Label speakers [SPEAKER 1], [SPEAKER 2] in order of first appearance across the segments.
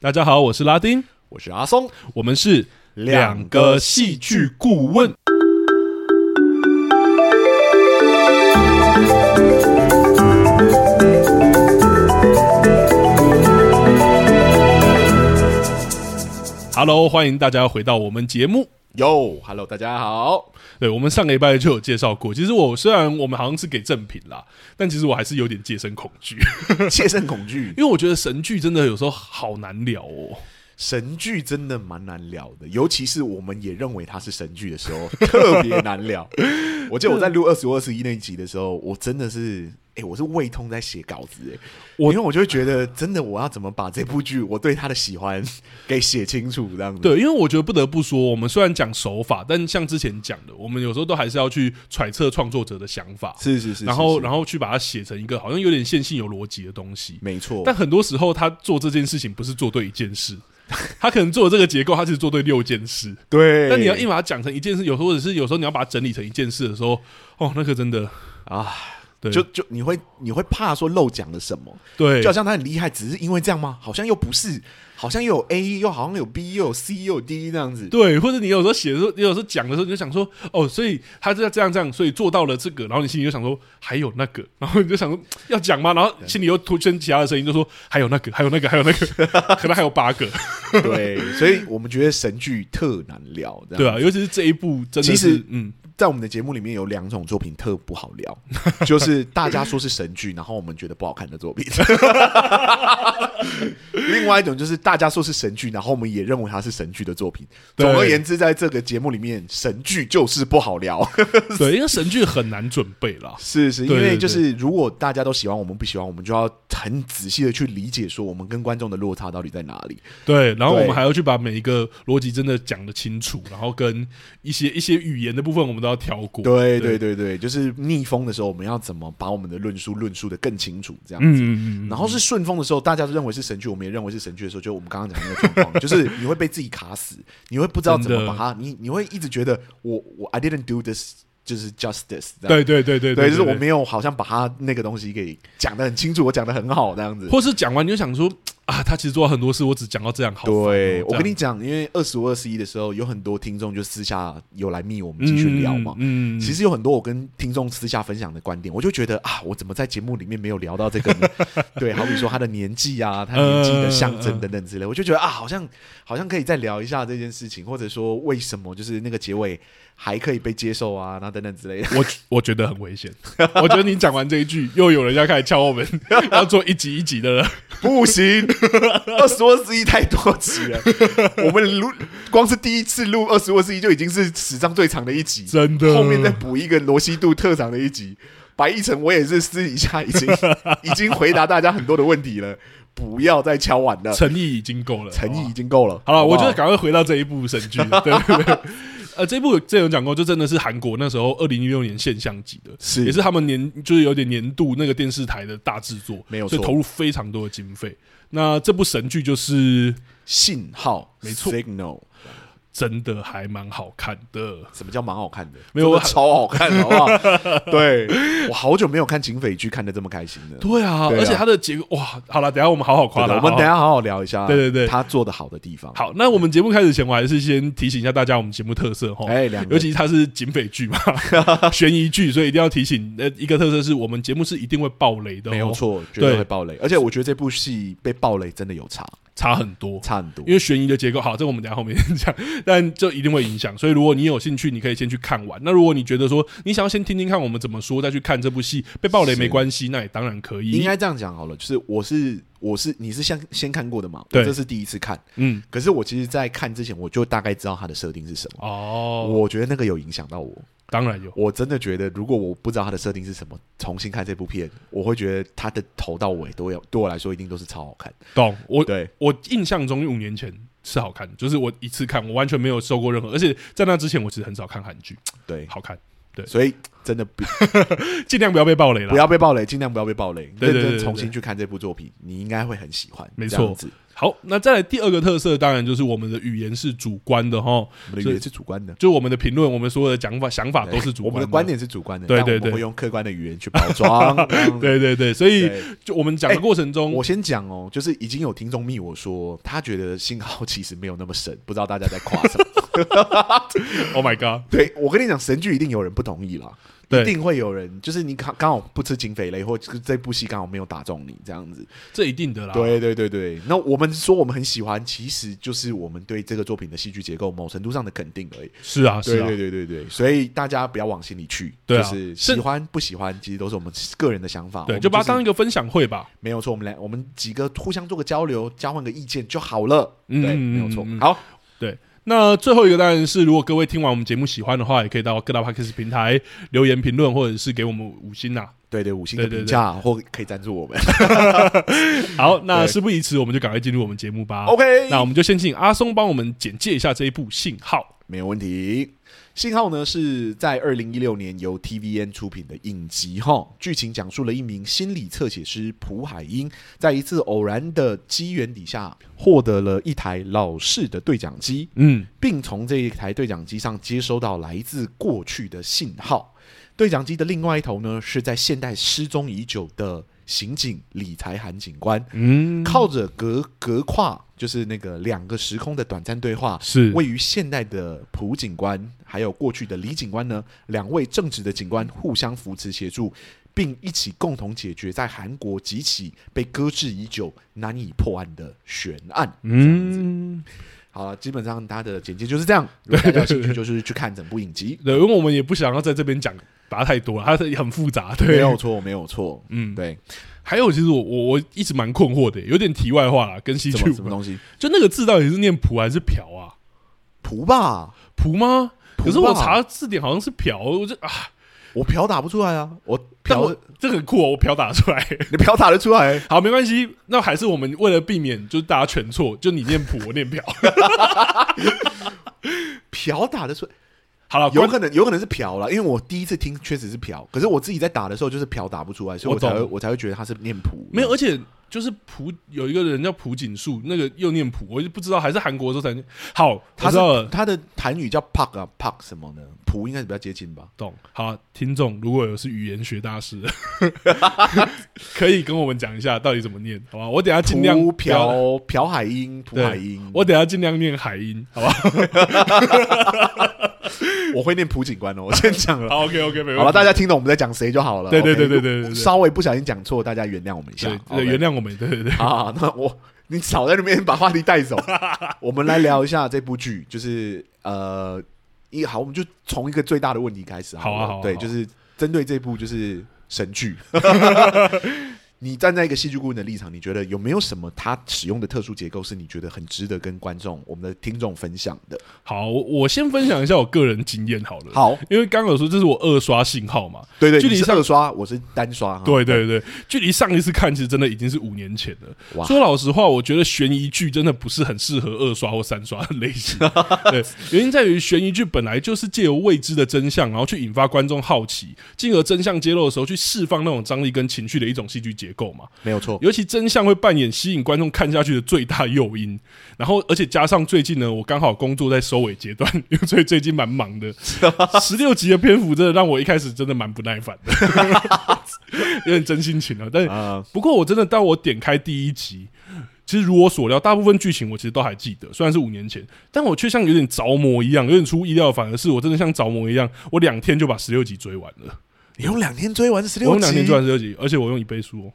[SPEAKER 1] 大家好，我是拉丁，
[SPEAKER 2] 我是阿松，
[SPEAKER 1] 我们是
[SPEAKER 2] 两个戏剧
[SPEAKER 1] 顾问。Hello，欢迎大家回到我们节目。
[SPEAKER 2] 哟，Hello，大 家好。
[SPEAKER 1] 对我们上个礼拜就有介绍过，其实我虽然我们好像是给正品啦，但其实我还是有点戒身恐惧，
[SPEAKER 2] 切身恐惧，
[SPEAKER 1] 因为我觉得神剧真的有时候好难聊哦。
[SPEAKER 2] 神剧真的蛮难聊的，尤其是我们也认为它是神剧的时候，特别难 聊。我记得我在录二十五、二十一那一集的时候，我真的是，哎、我是胃痛在写稿子、哎，
[SPEAKER 1] 我
[SPEAKER 2] 因为我就会觉得，真的我要怎么把这部剧我对它的喜欢给写清楚，这样子。，
[SPEAKER 1] 对，因为我觉得不得不说，我们虽然讲手法，但像之前讲的，我们有时候都还是要去揣测创作者的想法，
[SPEAKER 2] 是是是
[SPEAKER 1] 然后
[SPEAKER 2] 后
[SPEAKER 1] 然后去把它写成一个好像有点线性、有逻辑的东西。
[SPEAKER 2] 没错，
[SPEAKER 1] 但很多时候，他做这件事情不是做对一件事， 他可能做了这个结构，他其实做对六件事。
[SPEAKER 2] 对，
[SPEAKER 1] 但你要硬把它讲成一件事，有时候或者是有时候你要把它整理成一件事的时候，哦，那个真的
[SPEAKER 2] 啊，
[SPEAKER 1] 对，
[SPEAKER 2] 就就你会你会怕说漏讲了什么。
[SPEAKER 1] 对，
[SPEAKER 2] 就好像他很厉害，只是因为这样吗？好像又不是，好像又有 A，又好像有 B，又有 C，又有 D 这样子。
[SPEAKER 1] 对，或者你有时候写的时候，你有时候讲的时候，你就想说，哦，所以他这样这样这样，所以做到了这个，然后你心里就想说，还有那个，然后你就想说要讲吗？然后心里又突圈其他的声音，就说还有那个，还有那个，还有那个， 可能还有八个，
[SPEAKER 2] 啊对，所以我们觉得神剧特难聊，这样
[SPEAKER 1] 对啊，尤其是这一部，真的
[SPEAKER 2] 其
[SPEAKER 1] 是
[SPEAKER 2] 实
[SPEAKER 1] 嗯，
[SPEAKER 2] 在我们的节目里面有两种作品特不好 聊，就是大家说是神剧，然后我们觉得不好看的作品；另外一种就是大家说是神剧，然后我们也认为它是神剧的作品。
[SPEAKER 1] 对
[SPEAKER 2] 总而言之，在这个节目里面，神剧就是不好聊。
[SPEAKER 1] 对，因为神剧很难准备啦，
[SPEAKER 2] 是是，因
[SPEAKER 1] 对对
[SPEAKER 2] 为
[SPEAKER 1] 对
[SPEAKER 2] 就是如果大家都喜欢，我们不喜欢，我们就要很仔细的去理解，说我们跟观众的落差到底在哪里。
[SPEAKER 1] 对，然后我
[SPEAKER 2] 对
[SPEAKER 1] 们还要去把每一个逻辑真的讲得清楚，然后跟一些一些语言的部分，我们都要挑过，
[SPEAKER 2] 对对对对，就是逆风的时候，我们要怎么把我们的论述论述的更清楚，这样子。
[SPEAKER 1] 嗯，嗯嗯嗯，
[SPEAKER 2] 然后是顺风的时候，大家都认为是神剧，我们也认为是神剧的时候，就我们刚刚讲的那个状况， 就是你会被自己卡死，你会不知道怎
[SPEAKER 1] 真
[SPEAKER 2] 么
[SPEAKER 1] 的
[SPEAKER 2] 把它，你你会一直觉得我我 I didn't do this，就是 justice，这样
[SPEAKER 1] 对对对对
[SPEAKER 2] 对，就是我没有好像把它那个东西给讲的很清楚，我讲的很好这样子。
[SPEAKER 1] 或是讲完你就想说啊，他其实做了很多事，我只讲到这样好烦哦。
[SPEAKER 2] 对，我
[SPEAKER 1] 这样
[SPEAKER 2] 跟你讲，因为二十五、二十一的时候，有很多听众就私下有来密我们继续聊嘛。
[SPEAKER 1] 嗯，嗯
[SPEAKER 2] 其实有很多我跟听众私下分享的观点，我就觉得啊，我怎么在节目里面没有聊到这个 呢？对，好比说他的年纪啊，他年纪的象征等等之类，我就觉得啊，好像好像可以再聊一下这件事情，或者说为什么就是那个结尾还可以被接受啊，然后等等之类的。
[SPEAKER 1] 我我觉得很危险。 我觉得你讲完这一句，又有人要开始敲我 们，要做一集一集的了。
[SPEAKER 2] 不行， 二十二十一太多集了，我们录光是第一次录二十二十一就已经是史上最长的一集，
[SPEAKER 1] 真的
[SPEAKER 2] 后面再补一个罗西度特长的一集。白一晨，我也是私底下 已经已经回答大家很多的问题了，不要再敲碗了，
[SPEAKER 1] 诚意已经够了，好
[SPEAKER 2] 诚
[SPEAKER 1] 不
[SPEAKER 2] 意
[SPEAKER 1] 好
[SPEAKER 2] 已。经够了。
[SPEAKER 1] 好了，我觉得
[SPEAKER 2] 得
[SPEAKER 1] 赶快回到这一部神 剧，对对对。呃，这部之前有讲过，就真的是韩国那时候二零一六年现象级的，
[SPEAKER 2] 是
[SPEAKER 1] 也是他们年就是有点年度那个电视台的大制作，
[SPEAKER 2] 没有
[SPEAKER 1] 所以
[SPEAKER 2] 错
[SPEAKER 1] 投入非常多的经费。那这部神剧就是
[SPEAKER 2] 信号，
[SPEAKER 1] 没错
[SPEAKER 2] ，signal，
[SPEAKER 1] 真的还蛮好看的，
[SPEAKER 2] 什么叫蛮好看的？
[SPEAKER 1] 没有
[SPEAKER 2] 真的超好看，好 不好？对我好久没有看警匪剧看的这么开心了。
[SPEAKER 1] 对啊，
[SPEAKER 2] 对啊
[SPEAKER 1] 而且它的结构哇，好了，等一下我们好好夸他。
[SPEAKER 2] 对的我们
[SPEAKER 1] 好
[SPEAKER 2] 等一下好好聊一下，
[SPEAKER 1] 对对对
[SPEAKER 2] 他做的好的地方。
[SPEAKER 1] 好，那我们节目开始前，我还是先提醒一下大家，我们节目特色哈。
[SPEAKER 2] 哎，两个
[SPEAKER 1] 尤其它是警匪剧 嘛，悬疑剧，所以一定要提醒。呃，一个特色是我们节目是一定会爆雷的、哦
[SPEAKER 2] 没有，错，绝对会爆雷。而且我觉得这部戏被爆雷真的有差，
[SPEAKER 1] 差很多。
[SPEAKER 2] 差很多
[SPEAKER 1] 因。为悬疑的结构好，这我们等一下后面讲，但就一定会影响。所以如果你有兴趣，你可以先去看完。那如果你觉得说你想要先听听看我们怎么说，再去看这部戏，被爆雷没关系，那也当然可以。
[SPEAKER 2] 应该这样讲好了，就是我是我是你是先先看过的嘛？
[SPEAKER 1] 对
[SPEAKER 2] 我这是第一次看。
[SPEAKER 1] 嗯
[SPEAKER 2] 可是我其实，在看之前我就大概知道它的设定是什么。
[SPEAKER 1] 哦，
[SPEAKER 2] 我觉得那个有影响到我，
[SPEAKER 1] 当然有。
[SPEAKER 2] 我真的觉得，如果我不知道它的设定是什么，重新看这部片，我会觉得它的头到尾都有，对我来说一定都是超好看。
[SPEAKER 1] 懂我
[SPEAKER 2] 对，
[SPEAKER 1] 我印象中五年前是好看的，就是我一次看，我完全没有受过任何，而且在那之前我其实很少看韩剧，
[SPEAKER 2] 对，
[SPEAKER 1] 好看，
[SPEAKER 2] 所以真的不
[SPEAKER 1] 尽量不要被暴雷啦。
[SPEAKER 2] 不要被暴雷，尽量不要被暴雷，
[SPEAKER 1] 对对对
[SPEAKER 2] 认
[SPEAKER 1] 对
[SPEAKER 2] 真
[SPEAKER 1] 对
[SPEAKER 2] 重新去看这部作没错作品，你应该会很喜欢。
[SPEAKER 1] 没错
[SPEAKER 2] 这样子
[SPEAKER 1] 好，那再来第二个特色，当然就是我们的语言是主观的哈，
[SPEAKER 2] 我们的语言是主观的，
[SPEAKER 1] 就我们的评论，我们所有的讲法、想法啊都是主
[SPEAKER 2] 我
[SPEAKER 1] 观
[SPEAKER 2] 们的观点是主观的，
[SPEAKER 1] 对
[SPEAKER 2] 但
[SPEAKER 1] 对
[SPEAKER 2] 我们
[SPEAKER 1] 对
[SPEAKER 2] 会用客观的语言去包 装。
[SPEAKER 1] 对
[SPEAKER 2] 对，
[SPEAKER 1] 对对，所以
[SPEAKER 2] 对
[SPEAKER 1] 就我们讲的过程中，
[SPEAKER 2] 我先讲哦，就是已经有听众密我说，他觉得信号其实没有那么神，不知道大家在夸 什么。
[SPEAKER 1] Oh my God，
[SPEAKER 2] 对我跟你讲，神剧一定有人不同意啦，
[SPEAKER 1] 对
[SPEAKER 2] 一定会有人，就是你刚刚好不吃警匪类，或者这部戏刚好没有打中你这样子。
[SPEAKER 1] 这一定的啦，
[SPEAKER 2] 对对对对，那我们说我们很喜欢，其实就是我们对这个作品的戏剧结构某程度上的肯定而已。
[SPEAKER 1] 是啊，是
[SPEAKER 2] 对
[SPEAKER 1] 啊，
[SPEAKER 2] 对对对对，所以大家不要往心里去，
[SPEAKER 1] 对啊
[SPEAKER 2] 就是
[SPEAKER 1] 是
[SPEAKER 2] 喜欢不喜欢，其实都是我们个人的想法，我
[SPEAKER 1] 对，
[SPEAKER 2] 们
[SPEAKER 1] 就把它
[SPEAKER 2] 是
[SPEAKER 1] 当一个分享会吧。
[SPEAKER 2] 没有错，我们来我们几个互相做个交流，交换个意见就好了。
[SPEAKER 1] 嗯
[SPEAKER 2] 对，
[SPEAKER 1] 嗯
[SPEAKER 2] 没有错
[SPEAKER 1] 嗯嗯。
[SPEAKER 2] 好，
[SPEAKER 1] 那最后一个当然是，如果各位听完我们节目喜欢的话，也可以到各大 podcast 平台留言评论，或者是给我们五星啊呐、
[SPEAKER 2] 对对，五星的
[SPEAKER 1] 对对
[SPEAKER 2] 评价或可以赞助我们。
[SPEAKER 1] 嗯好，那
[SPEAKER 2] 对
[SPEAKER 1] 事不宜迟，我们就赶快进入我们节目吧。
[SPEAKER 2] OK，
[SPEAKER 1] 那我们就先请阿松帮我们简介一下这一部《信号
[SPEAKER 2] 没有问题。信号呢是在二零一六年由 TVN 出品的影集哈，剧情讲述了一名心理侧写师蒲海英在一次偶然的机缘底下，获得了一台老式的对讲机，》。
[SPEAKER 1] 嗯，
[SPEAKER 2] 并从这一台对讲机上接收到来自过去的信号。对讲机的另外一头呢，是在现代失踪已久的刑警李才涵警官，
[SPEAKER 1] 嗯，
[SPEAKER 2] 靠着隔隔跨，就是那个两个时空的短暂对话，
[SPEAKER 1] 是
[SPEAKER 2] 位于现代的蒲警官，还有过去的李警官呢，两位正直的警官互相扶持协助，并一起共同解决在韩国几起被搁置已久、难以破案的悬案。
[SPEAKER 1] 嗯，
[SPEAKER 2] 好了，基本上它的简介就是这样。 如果大家有兴趣，就是去看整部影集，
[SPEAKER 1] 对，因为我们也不想要在这边讲把它太多了，它是很复杂。对，
[SPEAKER 2] 没有错，没有错。
[SPEAKER 1] 嗯，
[SPEAKER 2] 对，
[SPEAKER 1] 还有，其实我我我一直蛮困惑的，有点题外话啦，跟戏
[SPEAKER 2] 什
[SPEAKER 1] 剧
[SPEAKER 2] 么
[SPEAKER 1] 无
[SPEAKER 2] 什
[SPEAKER 1] 关
[SPEAKER 2] 么东西？
[SPEAKER 1] 就那个字到底是念朴还是朴啊？
[SPEAKER 2] 蒲吧，
[SPEAKER 1] 朴吗？
[SPEAKER 2] 朴
[SPEAKER 1] 可是我
[SPEAKER 2] 吧
[SPEAKER 1] 查字典好像是朴，我就啊，
[SPEAKER 2] 我瓢打不出来啊，我
[SPEAKER 1] 但
[SPEAKER 2] 瓢
[SPEAKER 1] 我这很酷哦，我朴打出来。
[SPEAKER 2] 你瓢打得出来，
[SPEAKER 1] 好，没关系，那还是我们为了避免就是大家全错，就你念朴，我念朴。
[SPEAKER 2] 瓢打得出来，
[SPEAKER 1] 好了，
[SPEAKER 2] 有
[SPEAKER 1] 关
[SPEAKER 2] 可能有可能是瓢了，因为我第一次听确实是瓢，可是我自己在打的时候就是瓢打不出来，所
[SPEAKER 1] 我
[SPEAKER 2] 以我才会
[SPEAKER 1] 懂
[SPEAKER 2] 我才会觉得他是念蒲。
[SPEAKER 1] 没有，而且就是朴有一个人叫朴槿树，那个又念朴，我就不知道还是韩国的时候才念。好，
[SPEAKER 2] 他
[SPEAKER 1] 我知
[SPEAKER 2] 是
[SPEAKER 1] 道了，
[SPEAKER 2] 他的韩语叫 park 啊 park 什么呢？蒲应该是比较接近吧。
[SPEAKER 1] 懂。好，听众如果有是语言学大 师的，可以跟我们讲一下到底怎么念，好吧？我等一下尽量
[SPEAKER 2] 蒲
[SPEAKER 1] 不要
[SPEAKER 2] 瓢瓢海英，蒲
[SPEAKER 1] 对
[SPEAKER 2] 海英，
[SPEAKER 1] 我等一下尽量念海音，好吧？
[SPEAKER 2] 我会念蒲警官哦，我先讲了。
[SPEAKER 1] 好，OK OK，没问题。
[SPEAKER 2] 好了，大家听懂我们在讲谁就好了。
[SPEAKER 1] 对对
[SPEAKER 2] OK，
[SPEAKER 1] 对对对对对
[SPEAKER 2] 稍微不小心讲错，大家原谅我们一下
[SPEAKER 1] 对。
[SPEAKER 2] OK
[SPEAKER 1] 对原谅我们，对对对，
[SPEAKER 2] 好，那我你少在那边把话题带走。 我们来聊一下这部剧，就是呃，一好，我们就从一个最大的问题开始了。
[SPEAKER 1] 好啊
[SPEAKER 2] 不
[SPEAKER 1] 好啊
[SPEAKER 2] 对，
[SPEAKER 1] 好啊
[SPEAKER 2] 就是针对这部就是 神剧。你站在一个戏剧顾问的立场，你觉得有没有什么他使用的特殊结构是你觉得很值得跟观众、我们的听众分享的？
[SPEAKER 1] 好，我我先分享一下我个人经验好了。
[SPEAKER 2] 好，
[SPEAKER 1] 因为刚刚有说这是我二刷信号嘛，
[SPEAKER 2] 对对，
[SPEAKER 1] 距离
[SPEAKER 2] 你是
[SPEAKER 1] 上
[SPEAKER 2] 二刷，我是单刷。哈
[SPEAKER 1] 对，对对，距离上一次看其实真的已经是五年前了。
[SPEAKER 2] 哇
[SPEAKER 1] 说老实话，我觉得悬疑剧真的不是很适合二刷或三刷的类 型。对，原因在于悬疑剧本来就是借由未知的真相，然后去引发观众好奇，进而真相揭露的时候去释放那种张力跟情绪的一种戏剧结构嘛。
[SPEAKER 2] 没 有错。
[SPEAKER 1] 尤其真相会扮演吸引观众看下去的最大诱因。然后，而且加上最近呢，我刚好工作在收尾阶段， 因为所以最近蛮忙的。十六集的篇幅真的让我一开始真的蛮不耐烦的， 有点真心情啊。但
[SPEAKER 2] 啊、
[SPEAKER 1] 不过我真的到我点开第一集。其实如我所料，大部分剧情我其实都还记得，虽然是五年前，但我却像有点着魔一样，有点出意料，反而是我真的像着魔一样，我两天就把十六集追完了。
[SPEAKER 2] 你用两天追完十
[SPEAKER 1] 我用
[SPEAKER 2] 六集，
[SPEAKER 1] 两天追完十六集，而且我用一倍速、哦，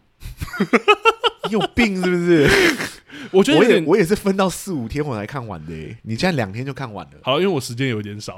[SPEAKER 2] 你有病是不是？
[SPEAKER 1] 我觉得
[SPEAKER 2] 我
[SPEAKER 1] 有
[SPEAKER 2] 也
[SPEAKER 1] 点
[SPEAKER 2] 我也是分到四五天我才看完的耶，你现在两天就看完了。
[SPEAKER 1] 好，因为我时间有点 少，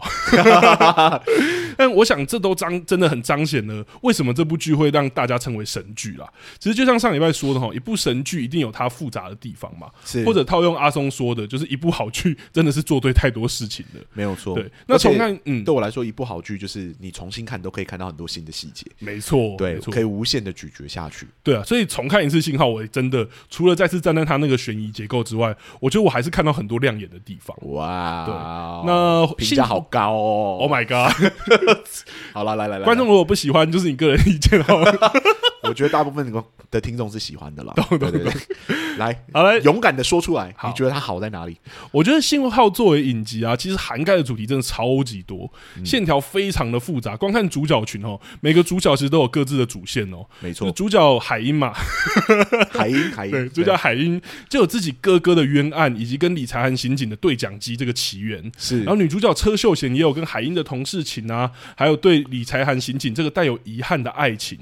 [SPEAKER 1] 但我想这都彰真的很彰显了为什么这部剧会让大家称为神剧啦。其实就像上礼拜说的哈，一部神剧一定有它复杂的地方嘛，
[SPEAKER 2] 是
[SPEAKER 1] 或者套用阿松说的，就是一部好剧真的是做对太多事情的。
[SPEAKER 2] 没有错。
[SPEAKER 1] 对，那重看，嗯，
[SPEAKER 2] 对我来说，一部好剧就是你重新看都可以看到很多新的细节，
[SPEAKER 1] 没错，
[SPEAKER 2] 对
[SPEAKER 1] 哦没，错
[SPEAKER 2] 可以，无限的咀嚼下去。
[SPEAKER 1] 对啊，所以重看一次信号，我也真的除了再次站在他那个悬疑结构之外，我觉得我还是看到很多亮眼的地方。对
[SPEAKER 2] 哇，
[SPEAKER 1] 那
[SPEAKER 2] 评价好高哦。
[SPEAKER 1] ，Oh my god！
[SPEAKER 2] 好了，来来来，
[SPEAKER 1] 观众如果不喜欢，就是你个人意见好了。
[SPEAKER 2] 我觉得大部分的听众是喜欢的啦。
[SPEAKER 1] 懂
[SPEAKER 2] 对对对， 来，
[SPEAKER 1] 好嘞，
[SPEAKER 2] 勇敢的说出来，
[SPEAKER 1] 好
[SPEAKER 2] 你觉得它好在哪里？
[SPEAKER 1] 我觉得《信号》作为影集啊，其实涵盖的主题真的超级多，线条非常的复杂。光看主角群哦，每个主角其实都有各自的主线哦。
[SPEAKER 2] 没
[SPEAKER 1] 就是，主角海英嘛，
[SPEAKER 2] 海英，海英，
[SPEAKER 1] 对，主角海英就有自己哥哥的冤案，以及跟理查和刑警的对讲机这个起源。
[SPEAKER 2] 是
[SPEAKER 1] 然后女主角车秀贤也有跟海英的同事情啊，还有对理财和刑警这个带有遗憾的爱情，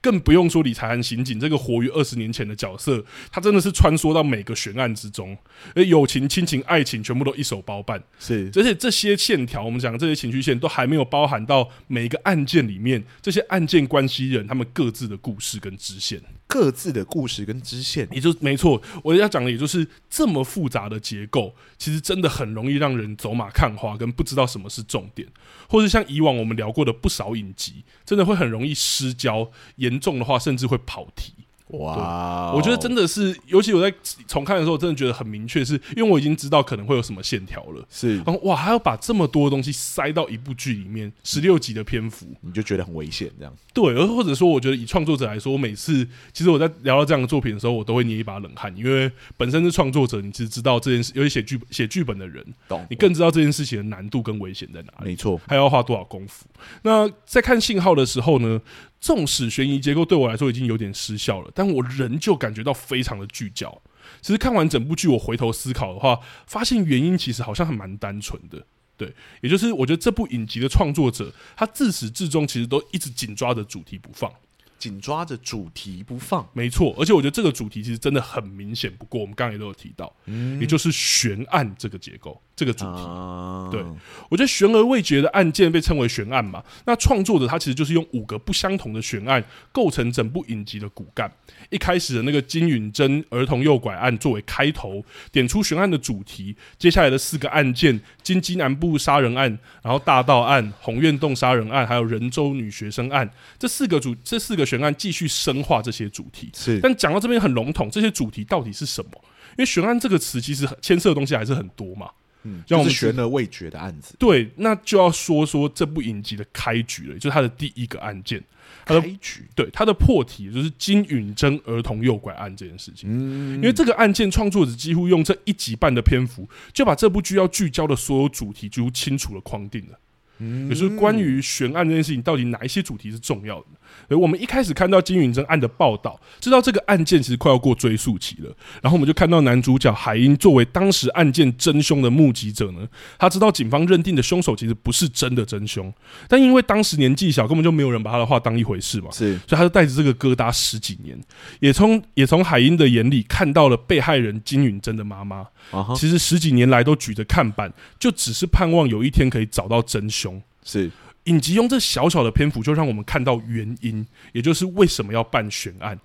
[SPEAKER 1] 更不用说理财和刑警这个活于二十年前的角色，他真的是穿梭到每个悬案之中，而友情、亲情、爱情全部都一手包办。
[SPEAKER 2] 是
[SPEAKER 1] 而且这些线条，我们讲的这些情绪线都还没有包含到每一个案件里面，这些案件关系人他们各自的故事跟支线。
[SPEAKER 2] 各自的故事跟支线，
[SPEAKER 1] 也就没错，我要讲的也就是这么复杂的结构，其实真的很容易让人走马看花，跟不知道什么是重点，或是像以往我们聊过的不少影集，真的会很容易失焦，严重的话甚至会跑题。
[SPEAKER 2] 哇哦，
[SPEAKER 1] 我觉得真的是，尤其我在重看的时候，真的觉得很明确是，因为我已经知道可能会有什么线条了。
[SPEAKER 2] 是
[SPEAKER 1] 然后哇，还要把这么多东西塞到一部剧里面，十六集的篇幅，
[SPEAKER 2] 你就觉得很危险这样。
[SPEAKER 1] 对，而或者说，我觉得以创作者来说，我每次其实我在聊到这样的作品的时候，我都会捏一把冷汗，因为本身是创作者，你只知道这件事，尤其写剧写剧本的人，
[SPEAKER 2] 懂啊
[SPEAKER 1] 你更知道这件事情的难度跟危险在哪里，
[SPEAKER 2] 没错，
[SPEAKER 1] 还要花多少功夫。那在看信号的时候呢，纵使悬疑结构对我来说已经有点失效了，但我仍旧感觉到非常的聚焦。其实看完整部剧，我回头思考的话，发现原因其实好像还蛮单纯的。对，也就是我觉得这部影集的创作者，他自始至终其实都一直紧抓着主题不放。
[SPEAKER 2] 紧抓着主题不放，
[SPEAKER 1] 没错，而且我觉得这个主题其实真的很明显不过，我们刚刚也都有提到，也就是悬案这个结构，这个主题。
[SPEAKER 2] 啊，
[SPEAKER 1] 对我觉得悬而未决的案件被称为悬案嘛，那创作者他其实就是用五个不相同的悬案构成整部影集的骨干。一开始的那个金允珍儿童诱拐案作为开头，点出悬案的主题。接下来的四个案件：金鸡南部杀人案，然后大道案、红院洞杀人案，还有仁州女学生案。这四个主这四个悬案继续深化这些主题。
[SPEAKER 2] 是
[SPEAKER 1] 但讲到这边很笼统，这些主题到底是什么？因为悬案这个词其实很牵涉的东西还是很多嘛。
[SPEAKER 2] 嗯，
[SPEAKER 1] 让
[SPEAKER 2] 就
[SPEAKER 1] 我
[SPEAKER 2] 是
[SPEAKER 1] 们
[SPEAKER 2] 悬而未决的案子，
[SPEAKER 1] 对，那就要说说这部影集的开局了，也就是它的第一个案件，它
[SPEAKER 2] 开
[SPEAKER 1] 的
[SPEAKER 2] 局，
[SPEAKER 1] 对它的破题也就是金允珍儿童诱拐案这件事情。因为这个案件，创作者几乎用这一集半的篇幅，就把这部剧要聚焦的所有主题几乎清楚的框定了。也就是关于悬案这件事情，到底哪一些主题是重要的？而我们一开始看到金允珍案的报道，知道这个案件其实快要过追诉期了。然后我们就看到男主角海英作为当时案件真凶的目击者呢，他知道警方认定的凶手其实不是真的真凶，但因为当时年纪小，根本就没有人把他的话当一回事嘛。
[SPEAKER 2] 是
[SPEAKER 1] 所以他就带着这个疙瘩十几年，也从也从海英的眼里看到了被害人金允珍的妈妈。
[SPEAKER 2] 啊哈，
[SPEAKER 1] 其实十几年来都举着看板，就只是盼望有一天可以找到真凶。
[SPEAKER 2] 是
[SPEAKER 1] 影集用这小小的篇幅，就让我们看到原因，也就是为什么要办悬案。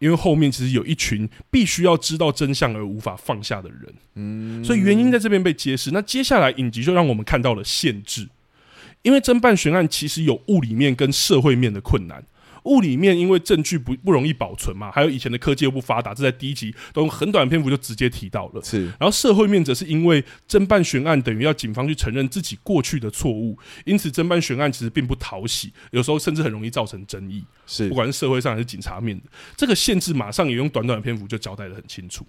[SPEAKER 1] 因为后面其实有一群必须要知道真相而无法放下的人，嗯，所以原因在这边被揭示。那接下来影集就让我们看到了限制，因为侦办悬案其实有物理面跟社会面的困难。物理面因为证据不不容易保存嘛，还有以前的科技又不发达，这在第一集都用很短的篇幅就直接提到了。
[SPEAKER 2] 是
[SPEAKER 1] 然后社会面则是因为侦办悬案等于要警方去承认自己过去的错误，因此侦办悬案其实并不讨喜，有时候甚至很容易造成争议，
[SPEAKER 2] 是
[SPEAKER 1] 不管是社会上还是警察面的。这个限制马上也用短短的篇幅就交代的很清楚。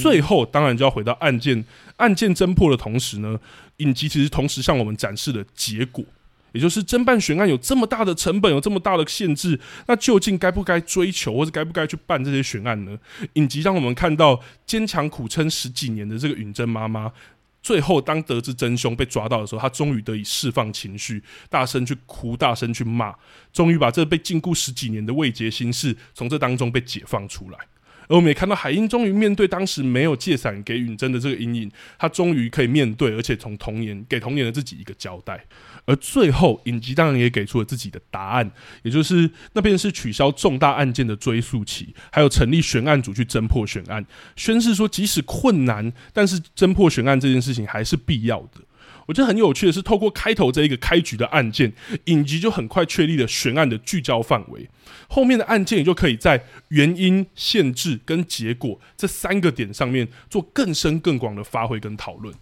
[SPEAKER 1] 最后当然就要回到案件案件侦破的同时呢，影集其实同时向我们展示了结果。也就是侦办悬案有这么大的成本，有这么大的限制，那究竟该不该追求，或者该不该去办这些悬案呢？影集让我们看到坚强苦撑十几年的这个允贞妈妈，最后当得知真凶被抓到的时候，她终于得以释放情绪，大声去哭，大声去骂，终于把这被禁锢十几年的未结心事从这当中被解放出来。而我们也看到海英终于面对当时没有借伞给允贞的这个阴影，她终于可以面对，而且从童年给童年的自己一个交代。而最后，影集当然也给出了自己的答案，也就是那便是取消重大案件的追诉期，还有成立悬案组去侦破悬案，宣示说即使困难，但是侦破悬案这件事情还是必要的。我觉得很有趣的是，透过开头这一个开局的案件，影集就很快确立了悬案的聚焦范围，后面的案件也就可以在原因、限制跟结果这三个点上面做更深更广的发挥跟讨论。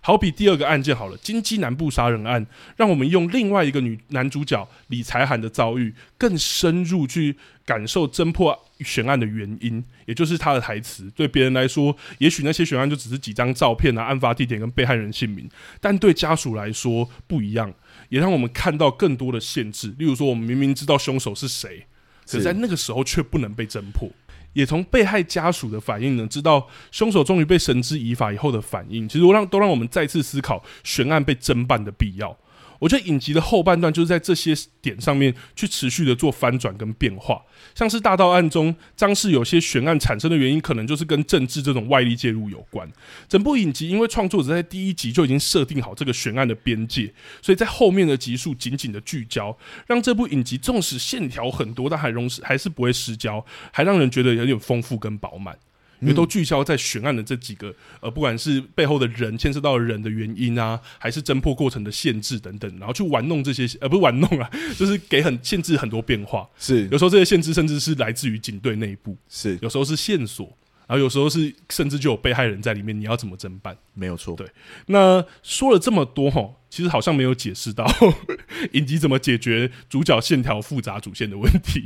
[SPEAKER 1] 好比第二个案件好了，金鸡南部杀人案，让我们用另外一个女男主角李才涵的遭遇，更深入去感受侦破悬案的原因，也就是他的台词。对别人来说，也许那些悬案就只是几张照片啊、案发地点跟被害人姓名，但对家属来说不一样，也让我们看到更多的限制。例如说，我们明明知道凶手是谁，可
[SPEAKER 2] 是
[SPEAKER 1] 是在那个时候却不能被侦破。也从被害家属的反应呢，知道凶手终于被绳之以法以后的反应，其实都让都让我们再次思考悬案被侦办的必要。我觉得影集的后半段就是在这些点上面去持续的做翻转跟变化，像是大盗案中张氏有些悬案产生的原因，可能就是跟政治这种外力介入有关。整部影集因为创作者在第一集就已经设定好这个悬案的边界，所以在后面的集数紧紧的聚焦，让这部影集纵使线条很多，但还容还是不会失焦，还让人觉得有点丰富跟饱满。因为都聚焦在悬案的这几个，呃，不管是背后的人牵涉到的人的原因啊，还是侦破过程的限制等等，然后去玩弄这些，呃，不是玩弄啊， 就是给很限制很多变化。
[SPEAKER 2] 是
[SPEAKER 1] 有时候这些限制甚至是来自于警队内部，
[SPEAKER 2] 是
[SPEAKER 1] 有时候是线索，然后有时候是甚至就有被害人在里面，你要怎么侦办？
[SPEAKER 2] 没有错
[SPEAKER 1] 对，那说了这么多吼，其实好像没有解释到 影集怎么解决主角线条复杂主线的问题。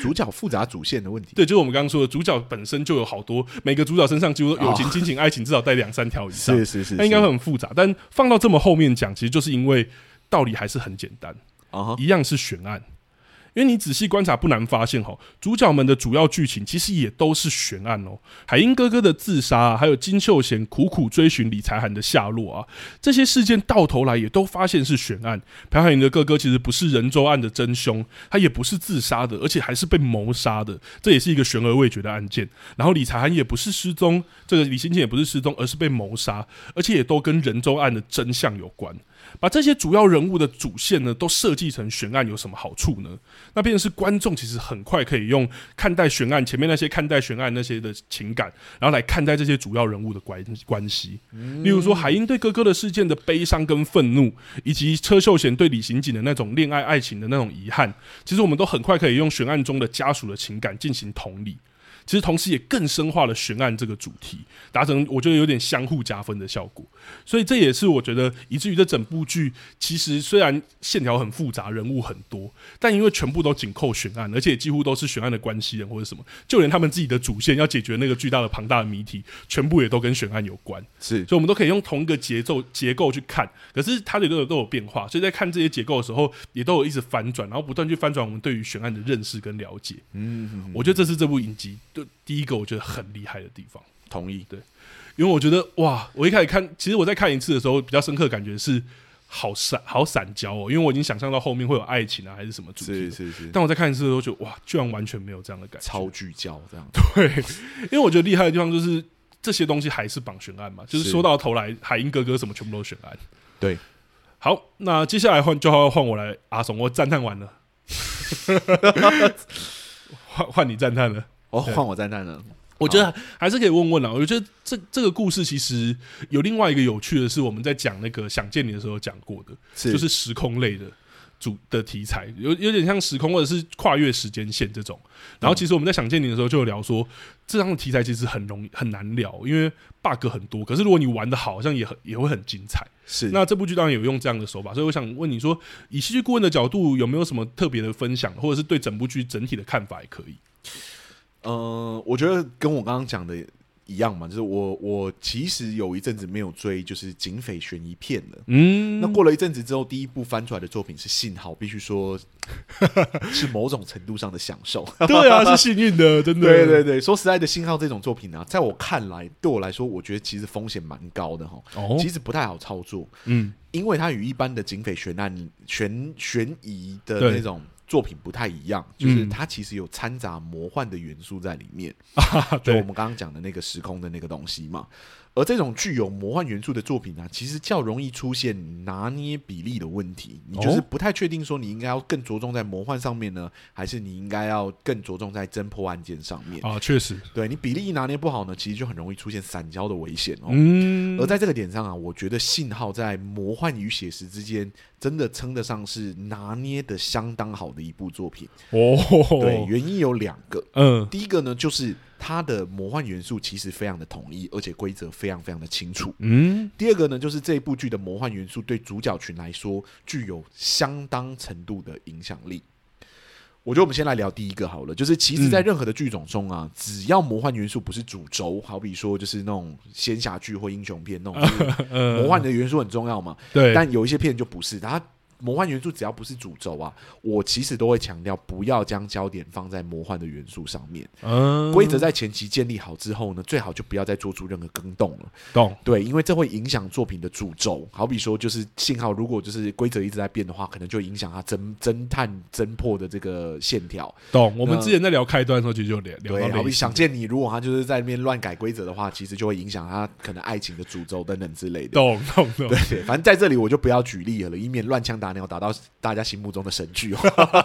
[SPEAKER 2] 主角复杂主线的问题
[SPEAKER 1] 对，就是我们刚刚说的，主角本身就有好多，每个主角身上几乎都友情、亲情、爱情至少带两三条以上，
[SPEAKER 2] 是是是，
[SPEAKER 1] 那应该
[SPEAKER 2] 是
[SPEAKER 1] 会很复杂。但放到这么后面讲，其实就是因为道理还是很简单，
[SPEAKER 2] 啊哈
[SPEAKER 1] 一样是悬案。因为你仔细观察，不难发现吼，主角们的主要剧情其实也都是悬案哦。海英哥哥的自杀、啊，还有金秀贤苦苦追寻李才涵的下落啊，这些事件到头来也都发现是悬案。朴海英的哥哥其实不是仁州案的真凶，他也不是自杀的，而且还是被谋杀的，这也是一个悬而未决的案件。然后李才涵也不是失踪，这个李新建也不是失踪，而是被谋杀，而且也都跟仁州案的真相有关。把这些主要人物的主线呢，都设计成悬案有什么好处呢？那便是观众其实很快可以用看待悬案前面那些看待悬案那些的情感，然后来看待这些主要人物的关关系。例如说海英对哥哥的事件的悲伤跟愤怒，以及车秀贤对李刑警的那种恋爱爱情的那种遗憾，其实我们都很快可以用悬案中的家属的情感进行同理。其实同时也更深化了悬案这个主题，达成我觉得有点相互加分的效果。所以这也是我觉得，以至于这整部剧其实虽然线条很复杂，人物很多，但因为全部都紧扣悬案，而且几乎都是悬案的关系人或者什么，就连他们自己的主线要解决那个巨大的庞大的谜题，全部也都跟悬案有关。
[SPEAKER 2] 是
[SPEAKER 1] 所以我们都可以用同一个节奏结构去看，可是它的都有都有变化，所以在看这些结构的时候，也都有一直翻转，然后不断去翻转我们对于悬案的认识跟了解。嗯，我觉得这是这部影集对第一个我觉得很厉害的地方，
[SPEAKER 2] 同意
[SPEAKER 1] 因为我觉得哇，我一开始看，其实我在看一次的时候，比较深刻的感觉是好散好散焦哦，因为我已经想象到后面会有爱情啊还是什么主
[SPEAKER 2] 是
[SPEAKER 1] 题，
[SPEAKER 2] 是是，
[SPEAKER 1] 但我在看一次的时候就哇，居然完全没有这样的感觉，
[SPEAKER 2] 超聚焦这样，
[SPEAKER 1] 因为我觉得厉害的地方就是这些东西还是绑悬案嘛，就是
[SPEAKER 2] 是
[SPEAKER 1] 说到头来，海英哥哥什么全部都是悬案。
[SPEAKER 2] 对，
[SPEAKER 1] 好，那接下来换就要换我来阿怂，我赞叹完 了，换换你赞叹了。
[SPEAKER 2] 哦，换我赞叹了，
[SPEAKER 1] 我觉得还是可以问问啊，我觉得这这个故事其实有另外一个有趣的是，我们在讲那个《想见你》的时候讲过的，
[SPEAKER 2] 是
[SPEAKER 1] 就是时空类的主的题材，有有点像时空或者是跨越时间线这种。然后其实我们在想见你的时候就有聊说，这样的题材其实很容易很难聊，因为 bug 很多。可是如果你玩的好，好像也很也会很精彩。
[SPEAKER 2] 是
[SPEAKER 1] 那这部剧当然有用这样的手法，所以我想问你说，以戏剧顾问的角度，有没有什么特别的分享，或者是对整部剧整体的看法也可以？
[SPEAKER 2] 呃，我觉得跟我刚刚讲的一样嘛，就是我我其实有一阵子没有追就是警匪悬疑片了。
[SPEAKER 1] 嗯
[SPEAKER 2] 那过了一阵子之后，第一部翻出来的作品是《信号》，必 须说是某种程度上的享受。
[SPEAKER 1] 对啊，是幸运的，真的。
[SPEAKER 2] 对对对，说实在的，《信号》这种作品啊，在我看来，对我来说，我觉得其实风险蛮高的哈，
[SPEAKER 1] 哦，
[SPEAKER 2] 其实不太好操作，
[SPEAKER 1] 嗯，
[SPEAKER 2] 因为它与一般的警匪悬案、悬悬疑的
[SPEAKER 1] 对
[SPEAKER 2] 那种。作品不太一样，就是
[SPEAKER 1] 嗯
[SPEAKER 2] 它其实有掺杂魔幻的元素在里面，
[SPEAKER 1] 啊
[SPEAKER 2] 就我
[SPEAKER 1] 对，
[SPEAKER 2] 们刚刚讲的那个时空的那个东西嘛。而这种具有魔幻元素的作品呢、其实较容易出现拿捏比例的问题。你就是
[SPEAKER 1] 哦
[SPEAKER 2] 不太确定说你应该要更着重在魔幻上面呢，还是你应该要更着重在侦破案件上面？
[SPEAKER 1] 啊，确实，
[SPEAKER 2] 对你比例一拿捏不好呢，其实就很容易出现散焦的危险哦。
[SPEAKER 1] 嗯
[SPEAKER 2] 而在这个点上啊，我觉得信号在魔幻与写实之间，真的称得上是拿捏的相当好的一部作品。
[SPEAKER 1] 哦，
[SPEAKER 2] 对，原因有两个，
[SPEAKER 1] 嗯
[SPEAKER 2] 第一个呢，就是它的魔幻元素其实非常的统一，而且规则非常非常的清楚。
[SPEAKER 1] 嗯
[SPEAKER 2] 第二个呢，就是这一部剧的魔幻元素对主角群来说具有相当程度的影响力。我觉得我们先来聊第一个好了，就是
[SPEAKER 1] 嗯
[SPEAKER 2] 其实，在任何的剧种中啊，只要魔幻元素不是主轴，好比说就是那种仙侠剧或英雄片那种，就是魔幻的元素很重要嘛。
[SPEAKER 1] 嗯对，
[SPEAKER 2] 但有一些片就不是，它魔幻元素只要不是主轴啊，我其实都会强调不要将焦点放在魔幻的元素上面。
[SPEAKER 1] 嗯
[SPEAKER 2] 规则在前期建立好之后呢，最好就不要再做出任何更动了。
[SPEAKER 1] 懂，
[SPEAKER 2] 对，因为这会影响作品的主轴。好比说，就是信号如果就是规则一直在变的话，可能就影响它侦侦探侦破的这个线条。
[SPEAKER 1] 懂，我们
[SPEAKER 2] 那
[SPEAKER 1] 之前在聊开端的时候，其实就聊聊
[SPEAKER 2] 对，
[SPEAKER 1] 到
[SPEAKER 2] 好
[SPEAKER 1] 类
[SPEAKER 2] 比
[SPEAKER 1] 似
[SPEAKER 2] 想见你，如果他就是在那边乱改规则的话，其实就会影响他可能爱情的主轴等等之类的。
[SPEAKER 1] 懂懂懂，
[SPEAKER 2] 对，反正在这里我就不要举例了，以免乱枪打鸟打到大家心目中的神剧哦。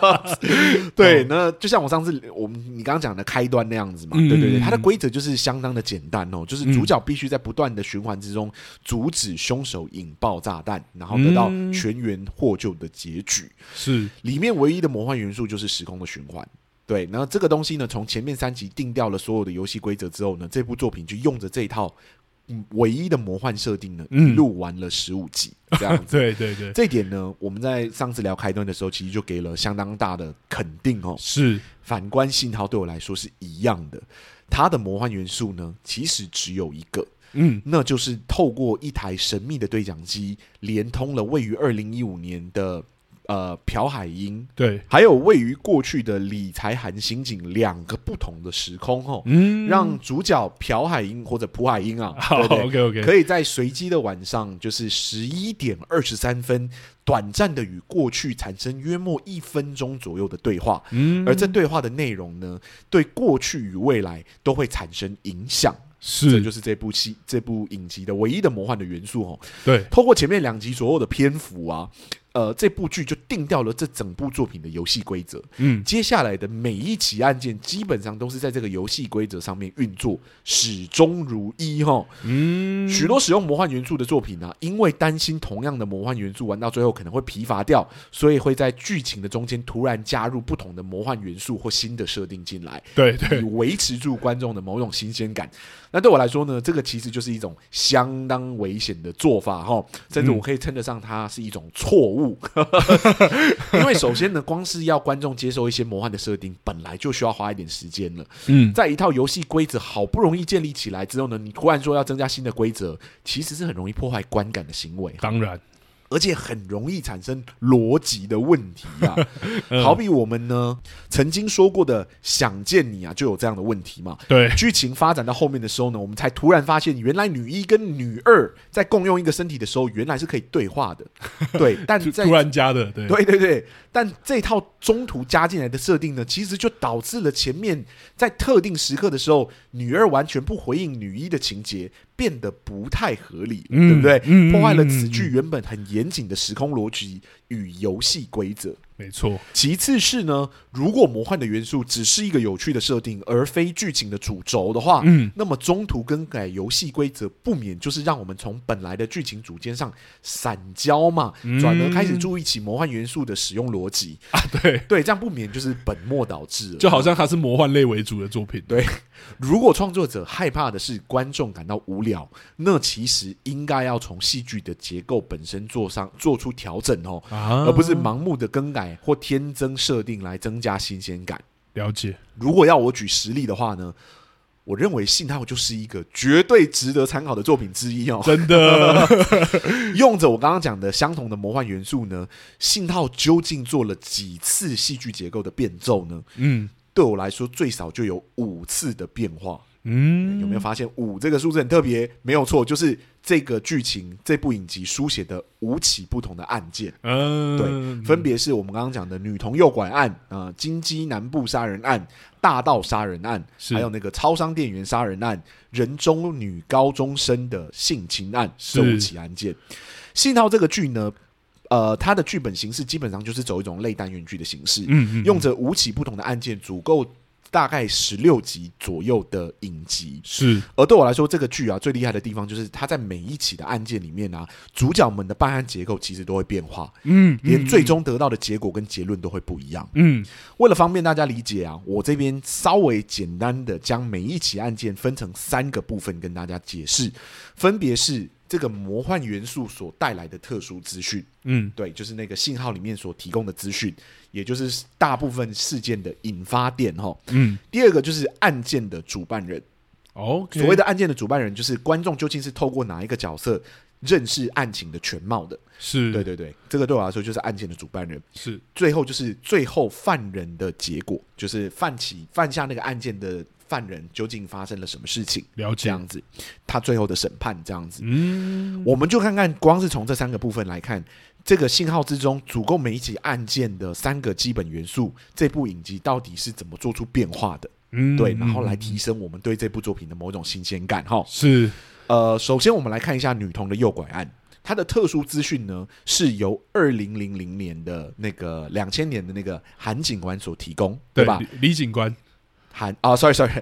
[SPEAKER 2] 对，那就像我上次我们你刚刚讲的开端那样子嘛，
[SPEAKER 1] 嗯嗯
[SPEAKER 2] 对对对，它的规则就是相当的简单哦，就是主角必须在不断的循环之中阻止凶手引爆炸弹，然后得到
[SPEAKER 1] 嗯
[SPEAKER 2] 全员获救的结局。
[SPEAKER 1] 是
[SPEAKER 2] 里面唯一的魔幻元素就是时空的循环。对，然后这个东西呢，从前面三集定掉了所有的游戏规则之后呢，这部作品就用着这一套嗯唯一的魔幻设定呢，
[SPEAKER 1] 嗯
[SPEAKER 2] 一路玩了十五集，这样子。
[SPEAKER 1] 对对对，
[SPEAKER 2] 这一点呢，我们在上次聊开端的时候，其实就给了相当大的肯定哦。
[SPEAKER 1] 是
[SPEAKER 2] 反观信号对我来说是一样的，它的魔幻元素呢，其实只有一个，
[SPEAKER 1] 嗯
[SPEAKER 2] 那就是透过一台神秘的对讲机，连通了位于二零一五年的呃朴海英
[SPEAKER 1] 对，
[SPEAKER 2] 还有位于过去的理财韩刑警两个不同的时空哦，
[SPEAKER 1] 嗯，
[SPEAKER 2] 让主角朴海英或者朴海 英啊，
[SPEAKER 1] 好
[SPEAKER 2] 对对
[SPEAKER 1] ，OK OK，
[SPEAKER 2] 可以在随机的晚上，就是十一点二十三分，短暂的与过去产生约莫一分钟左右的对话，
[SPEAKER 1] 嗯，
[SPEAKER 2] 而这对话的内容呢，对过去与未来都会产生影响，这
[SPEAKER 1] 是
[SPEAKER 2] 就是这部戏这部影集的唯一的魔幻的元素哦。
[SPEAKER 1] 对，
[SPEAKER 2] 透过前面两集所有的篇幅啊，呃，这部剧就定掉了这整部作品的游戏规则。
[SPEAKER 1] 嗯
[SPEAKER 2] 接下来的每一起案件基本上都是在这个游戏规则上面运作，始终如一哈。
[SPEAKER 1] 嗯，
[SPEAKER 2] 许多使用魔幻元素的作品呢、啊因为担心同样的魔幻元素玩到最后可能会疲乏掉，所以会在剧情的中间突然加入不同的魔幻元素或新的设定进来，
[SPEAKER 1] 对对
[SPEAKER 2] 以维持住观众的某种新鲜感。那对我来说呢，这个其实就是一种相当危险的做法哈，甚至我可以称得上它是一种错误。 因为首先呢，光是要观众接受一些魔幻的设定，本来就需要花一点时间了。
[SPEAKER 1] 嗯
[SPEAKER 2] 在一套游戏规则好不容易建立起来之后呢，你突然说要增加新的规则，其实是很容易破坏观感的行为，
[SPEAKER 1] 当然
[SPEAKER 2] 而且很容易产生逻辑的问题啊。
[SPEAKER 1] 嗯
[SPEAKER 2] 好比我们呢曾经说过的“想见你”啊，就有这样的问题嘛。
[SPEAKER 1] 对
[SPEAKER 2] 剧情发展到后面的时候呢，我们才突然发现，原来女一跟女二在共用一个身体的时候，原来是可以对话的。对，但
[SPEAKER 1] 突
[SPEAKER 2] 在
[SPEAKER 1] 突然加的，对
[SPEAKER 2] 对对对，但这套中途加进来的设定呢，其实就导致了前面在特定时刻的时候，女二完全不回应女一的情节变得不太合理，
[SPEAKER 1] 嗯
[SPEAKER 2] 对不对？
[SPEAKER 1] 嗯
[SPEAKER 2] 破坏了
[SPEAKER 1] 嗯
[SPEAKER 2] 此剧
[SPEAKER 1] 嗯
[SPEAKER 2] 原本很严谨的时空逻辑与游戏规则。
[SPEAKER 1] 没错，
[SPEAKER 2] 其次是呢，如果魔幻的元素只是一个有趣的设定，而非剧情的主轴的话，
[SPEAKER 1] 嗯，
[SPEAKER 2] 那么中途更改游戏规则，不免就是让我们从本来的剧情主间上散焦嘛，
[SPEAKER 1] 嗯
[SPEAKER 2] 转而开始注意起魔幻元素的使用逻辑。
[SPEAKER 1] 啊对，
[SPEAKER 2] 对，这样不免就是本末倒置了。
[SPEAKER 1] 就好像它是魔幻类为主的作品，
[SPEAKER 2] 对，如果创作者害怕的是观众感到无聊，那其实应该要从戏剧的结构本身做上做出调整哦，
[SPEAKER 1] 啊，
[SPEAKER 2] 而不是盲目的更改或添增设定来增加新鲜感。
[SPEAKER 1] 了解，
[SPEAKER 2] 如果要我举实例的话呢，我认为《信号》就是一个绝对值得参考的作品之一哦。
[SPEAKER 1] 真的，
[SPEAKER 2] 用着我刚刚讲的相同的魔幻元素呢，《信号》究竟做了几次戏剧结构的变奏呢？
[SPEAKER 1] 嗯
[SPEAKER 2] 对我来说，最少就有五次的变化。
[SPEAKER 1] 嗯，
[SPEAKER 2] 有没有发现五这个数字很特别？没有错，就是这个剧情、这部影集书写的五起不同的案件。
[SPEAKER 1] 嗯，
[SPEAKER 2] 对，分别是我们刚刚讲的女童诱拐案啊、呃金鸡南部杀人案、大道杀人案，
[SPEAKER 1] 是
[SPEAKER 2] 还有那个超商店员杀人案、人中女高中生的性侵案
[SPEAKER 1] 是
[SPEAKER 2] 这五起案件。信号这个剧呢，呃，它的剧本形式基本上就是走一种类单元剧的形式，
[SPEAKER 1] 嗯，嗯嗯，
[SPEAKER 2] 用着五起不同的案件，足够大概十六集左右的影集。
[SPEAKER 1] 是
[SPEAKER 2] 而对我来说，这个剧啊最厉害的地方就是它在每一起的案件里面啊，主角们的办案结构其实都会变化，
[SPEAKER 1] 嗯
[SPEAKER 2] 连最终得到的结果跟结论都会不一样。
[SPEAKER 1] 嗯
[SPEAKER 2] 为了方便大家理解啊，我这边稍微简单的将每一起案件分成三个部分跟大家解释，分别是这个魔幻元素所带来的特殊资讯，
[SPEAKER 1] 嗯
[SPEAKER 2] 对，就是那个信号里面所提供的资讯，也就是大部分事件的引发点哈。
[SPEAKER 1] 嗯
[SPEAKER 2] 第二个就是案件的主办人，
[SPEAKER 1] ，OK，
[SPEAKER 2] 所谓的案件的主办人就是观众究竟是透过哪一个角色认识案情的全貌的。
[SPEAKER 1] 是
[SPEAKER 2] 对对对，这个对我来说就是案件的主办人。
[SPEAKER 1] 是
[SPEAKER 2] 最后就是最后犯人的结果，就是犯起犯下那个案件的犯人究竟发生了什么事情，
[SPEAKER 1] 了
[SPEAKER 2] 这
[SPEAKER 1] 解，
[SPEAKER 2] 样子，他最后的审判这样子，
[SPEAKER 1] 嗯
[SPEAKER 2] 我们就看看，光是从这三个部分来看，这个信号之中足够每一起案件的三个基本元素，这部影集到底是怎么做出变化的？
[SPEAKER 1] 嗯，
[SPEAKER 2] 对，
[SPEAKER 1] 嗯
[SPEAKER 2] 然后来提升我们对这部作品的某种新鲜感哈。
[SPEAKER 1] 是
[SPEAKER 2] 呃，首先我们来看一下女童的诱拐案，它的特殊资讯呢是由二零零零年的那个两千年的那个韩警官所提供，对吧？
[SPEAKER 1] 李李警官，
[SPEAKER 2] 韩啊、s o r r y sorry，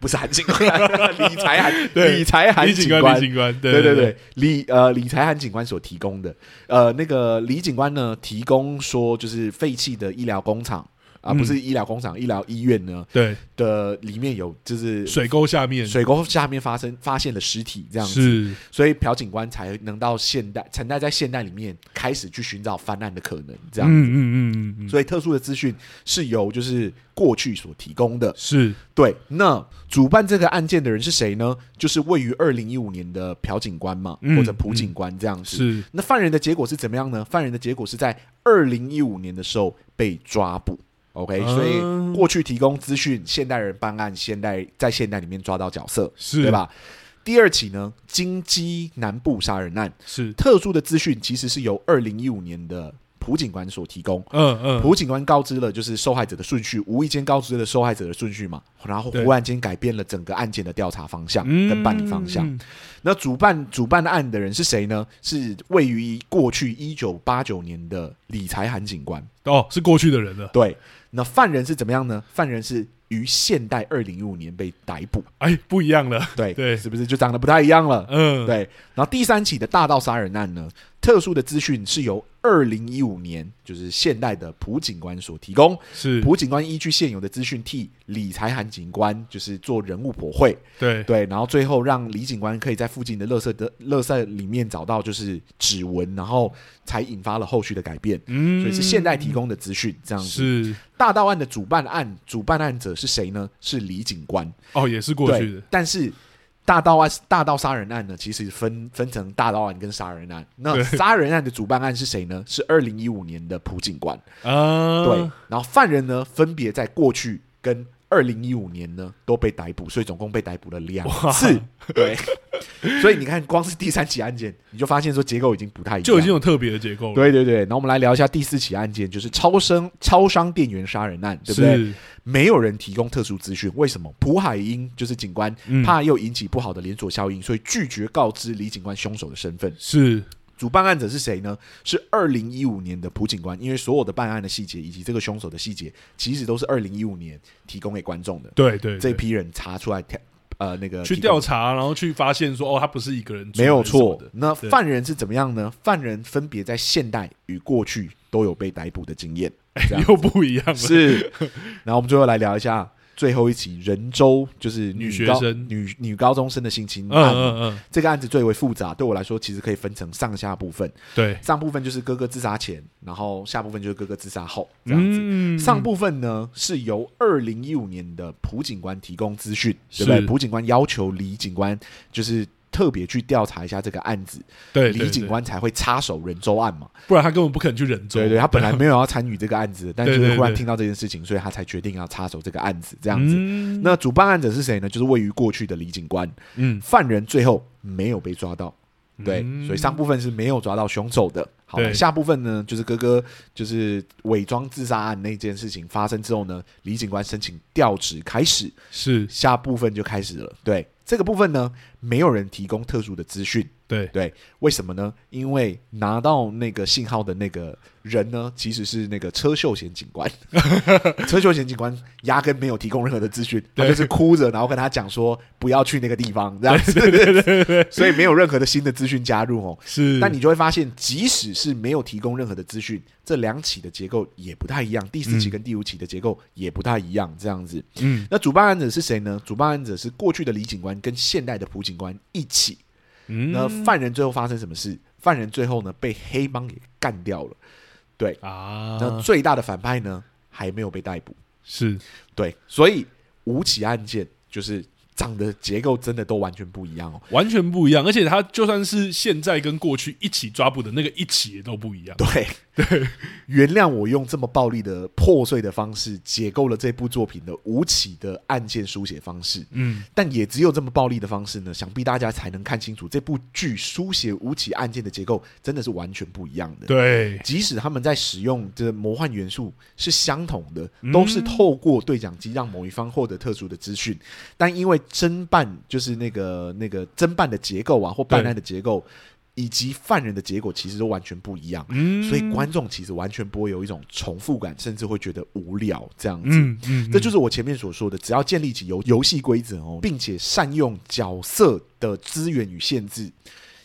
[SPEAKER 2] 不 是韩警官，理 财韩
[SPEAKER 1] 对
[SPEAKER 2] 理财韩
[SPEAKER 1] 李警
[SPEAKER 2] 警
[SPEAKER 1] 官，
[SPEAKER 2] 官
[SPEAKER 1] 李。警官，
[SPEAKER 2] 对
[SPEAKER 1] 对
[SPEAKER 2] 对，对，李呃李财韩警官所提供的，呃那个李警官呢提供说就是废弃的医疗工厂啊、
[SPEAKER 1] 嗯
[SPEAKER 2] 不是医疗工厂，医疗医院呢
[SPEAKER 1] 对
[SPEAKER 2] 的里面有就是
[SPEAKER 1] 水沟下面
[SPEAKER 2] 水沟下面发生发现了尸体这样子，
[SPEAKER 1] 是
[SPEAKER 2] 所以朴警官才能到现代，陈代在现代里面开始去寻找翻案的可能，这
[SPEAKER 1] 嗯
[SPEAKER 2] 样。
[SPEAKER 1] 嗯嗯嗯嗯，
[SPEAKER 2] 所以特殊的资讯是由就是过去所提供的。
[SPEAKER 1] 是
[SPEAKER 2] 对，那主办这个案件的人是谁呢？就是位于二零一五年的朴警官嘛，
[SPEAKER 1] 嗯
[SPEAKER 2] 或者朴警官这样子。
[SPEAKER 1] 是
[SPEAKER 2] 那犯人的结果是怎么样呢？犯人的结果是在二零一五年的时候被抓捕。OK，、
[SPEAKER 1] 嗯
[SPEAKER 2] 所以过去提供资讯，现代人办案，现代在现代里面抓到角色，
[SPEAKER 1] 是
[SPEAKER 2] 对？吧？第二起呢，金鸡南部杀人案，
[SPEAKER 1] 是
[SPEAKER 2] 特殊的资讯其实是由二零一五年的朴警官所提供。
[SPEAKER 1] 嗯嗯，
[SPEAKER 2] 朴警官告知了就是受害者的顺序，无意间告知了受害者的顺序嘛，然后
[SPEAKER 1] 对
[SPEAKER 2] 忽然间改变了整个案件的调查方向
[SPEAKER 1] 嗯
[SPEAKER 2] 跟办理方向。，
[SPEAKER 1] 嗯
[SPEAKER 2] 那主办主办案的人是谁呢？是位于过去一九八九年的理财韩警官。
[SPEAKER 1] 哦，是过去的人了。
[SPEAKER 2] 对，那犯人是怎么样呢？犯人是于现代二零一五年被逮捕。
[SPEAKER 1] 哎，不一样了。
[SPEAKER 2] 对
[SPEAKER 1] 对
[SPEAKER 2] 是不是就长得不太一样了？
[SPEAKER 1] 嗯，
[SPEAKER 2] 对，然后第三起的大盗杀人案呢，特殊的资讯是由二零一五年，就是现代的朴警官所提供。
[SPEAKER 1] 是，
[SPEAKER 2] 朴警官依据现有的资讯替李财韩警官就是做人物驳会，
[SPEAKER 1] 对，
[SPEAKER 2] 对，然后最后让李警官可以在附近的垃圾的垃圾里面找到就是指纹，然后才引发了后续的改变。
[SPEAKER 1] 嗯，
[SPEAKER 2] 所以是现代提供的资讯，这样子。
[SPEAKER 1] 是
[SPEAKER 2] 大盗案的主办案主办案者是谁呢？是李警官。
[SPEAKER 1] 哦，也是过
[SPEAKER 2] 对，
[SPEAKER 1] 去的。
[SPEAKER 2] 但是大盗案、大盗杀人案呢，其实分分成大盗案跟杀人案。那
[SPEAKER 1] 对
[SPEAKER 2] 杀人案的主办案是谁呢？是二零一五年的朴警官。
[SPEAKER 1] 啊，
[SPEAKER 2] 对，然后犯人呢，分别在过去跟。二零一五年呢，都被逮捕，所以总共被逮捕了两次。对，所以你看，光是第三起案件，你就发现说结构已经不太一样，
[SPEAKER 1] 就已经有特别的结构了，
[SPEAKER 2] 对对对。然后我们来聊一下第四起案件，就是超商超商店员杀人案，对不对？
[SPEAKER 1] 是
[SPEAKER 2] 没有人提供特殊资讯，为什么？蒲海英就是警官，
[SPEAKER 1] 嗯
[SPEAKER 2] 怕又引起不好的连锁效应，所以拒绝告知李警官凶手的身份。
[SPEAKER 1] 是
[SPEAKER 2] 主办案者是谁呢？是二零一五年的蒲警官，因为所有的办案的细节以及这个凶手的细节，其实都是二零一五年提供给观众的。
[SPEAKER 1] 对对，
[SPEAKER 2] 这
[SPEAKER 1] 对
[SPEAKER 2] 批人查出来，调呃，那个
[SPEAKER 1] 去
[SPEAKER 2] 提供
[SPEAKER 1] 调查，然后去发现说，哦，他不是一个人做的，
[SPEAKER 2] 没有
[SPEAKER 1] 什么
[SPEAKER 2] 错
[SPEAKER 1] 的。
[SPEAKER 2] 那
[SPEAKER 1] 对
[SPEAKER 2] 犯人是怎么样呢？犯人分别在现代与过去都有被逮捕的经验。这 样
[SPEAKER 1] 又不一样了。
[SPEAKER 2] 是，然后我们最后来聊一下最后一起仁州，就是
[SPEAKER 1] 女学
[SPEAKER 2] 高
[SPEAKER 1] 生
[SPEAKER 2] 女女高中生的性侵
[SPEAKER 1] 嗯
[SPEAKER 2] 案。
[SPEAKER 1] 嗯嗯，
[SPEAKER 2] 这个案子最为复杂，对我来说其实可以分成上下部分。
[SPEAKER 1] 对，
[SPEAKER 2] 上部分就是哥哥自杀前，然后下部分就是哥哥自杀后这样子。
[SPEAKER 1] 嗯，
[SPEAKER 2] 上部分呢是由二零一五年的朴警官提供资讯，对不
[SPEAKER 1] 是
[SPEAKER 2] 对？朴警官要求李警官就是特别去调查一下这个案子，
[SPEAKER 1] 对对
[SPEAKER 2] 李警
[SPEAKER 1] 对
[SPEAKER 2] 官才会插手仁州案嘛。
[SPEAKER 1] 不然他根本不肯去忍住。
[SPEAKER 2] 对对，他本来没有要参与这个案 子的，但
[SPEAKER 1] 对
[SPEAKER 2] 就是
[SPEAKER 1] 对
[SPEAKER 2] 忽然
[SPEAKER 1] 对
[SPEAKER 2] 听到这件事情，所以他才决定要插手这个案子这样 子。
[SPEAKER 1] 嗯
[SPEAKER 2] 那主办案者是谁呢？就是位于过去的李警官。
[SPEAKER 1] 嗯，
[SPEAKER 2] 犯人最后没有被抓到，对，
[SPEAKER 1] 嗯
[SPEAKER 2] 所以上部分是没有抓到凶手的。好，
[SPEAKER 1] 对
[SPEAKER 2] 下部分呢，就是哥哥就是伪装自杀案那件事情发生之后呢，李警官申请调职开始，
[SPEAKER 1] 是
[SPEAKER 2] 下部分就开始了。对这个部分呢，没有人提供特殊的资讯，
[SPEAKER 1] 对，
[SPEAKER 2] 对，为什么呢？因为拿到那个信号的那个人呢，其实是那个车秀贤警官。车秀贤警官压根没有提供任何的资讯，他
[SPEAKER 1] 对
[SPEAKER 2] 就是哭着，然后跟他讲说不要去那个地方，这样子。 所以没有任何的新的资讯加入哦。
[SPEAKER 1] 是，
[SPEAKER 2] 但你就会发现，即使是没有提供任何的资讯，这两起的结构也不太一样，第四起跟第五起的结构也不太一样，这样子。
[SPEAKER 1] 嗯，
[SPEAKER 2] 那主办案者是谁呢？主办案者是过去的李警官跟现代的朴警官一起。
[SPEAKER 1] 嗯
[SPEAKER 2] 那犯人最后发生什么事？犯人最后呢被黑帮给干掉了。对，
[SPEAKER 1] 啊，
[SPEAKER 2] 那最大的反派呢还没有被逮捕。
[SPEAKER 1] 是
[SPEAKER 2] 对，所以五起案件就是长的结构真的都完全不一样哦。
[SPEAKER 1] 完全不一样，而且他就算是现在跟过去一起抓捕的那个一起也都不一样。
[SPEAKER 2] 对 原谅我用这么暴力的破碎的方式解构了这部作品的吴起的案件书写方式，
[SPEAKER 1] 嗯，
[SPEAKER 2] 但也只有这么暴力的方式呢，想必大家才能看清楚这部剧书写吴起案件的结构真的是完全不一样的。
[SPEAKER 1] 对，
[SPEAKER 2] 即使他们在使用这魔幻元素是相同的，都是透过对讲机让某一方获得特殊的资讯，但因为侦办就是那个那个侦办的结构啊，或办案的结构，以及犯人的结果其实都完全不一样，
[SPEAKER 1] 嗯
[SPEAKER 2] 所以观众其实完全不会有一种重复感，甚至会觉得无聊这样子。
[SPEAKER 1] 嗯嗯，
[SPEAKER 2] 这就是我前面所说的，只要建立起游游戏规则哦，并且善用角色的资源与限制，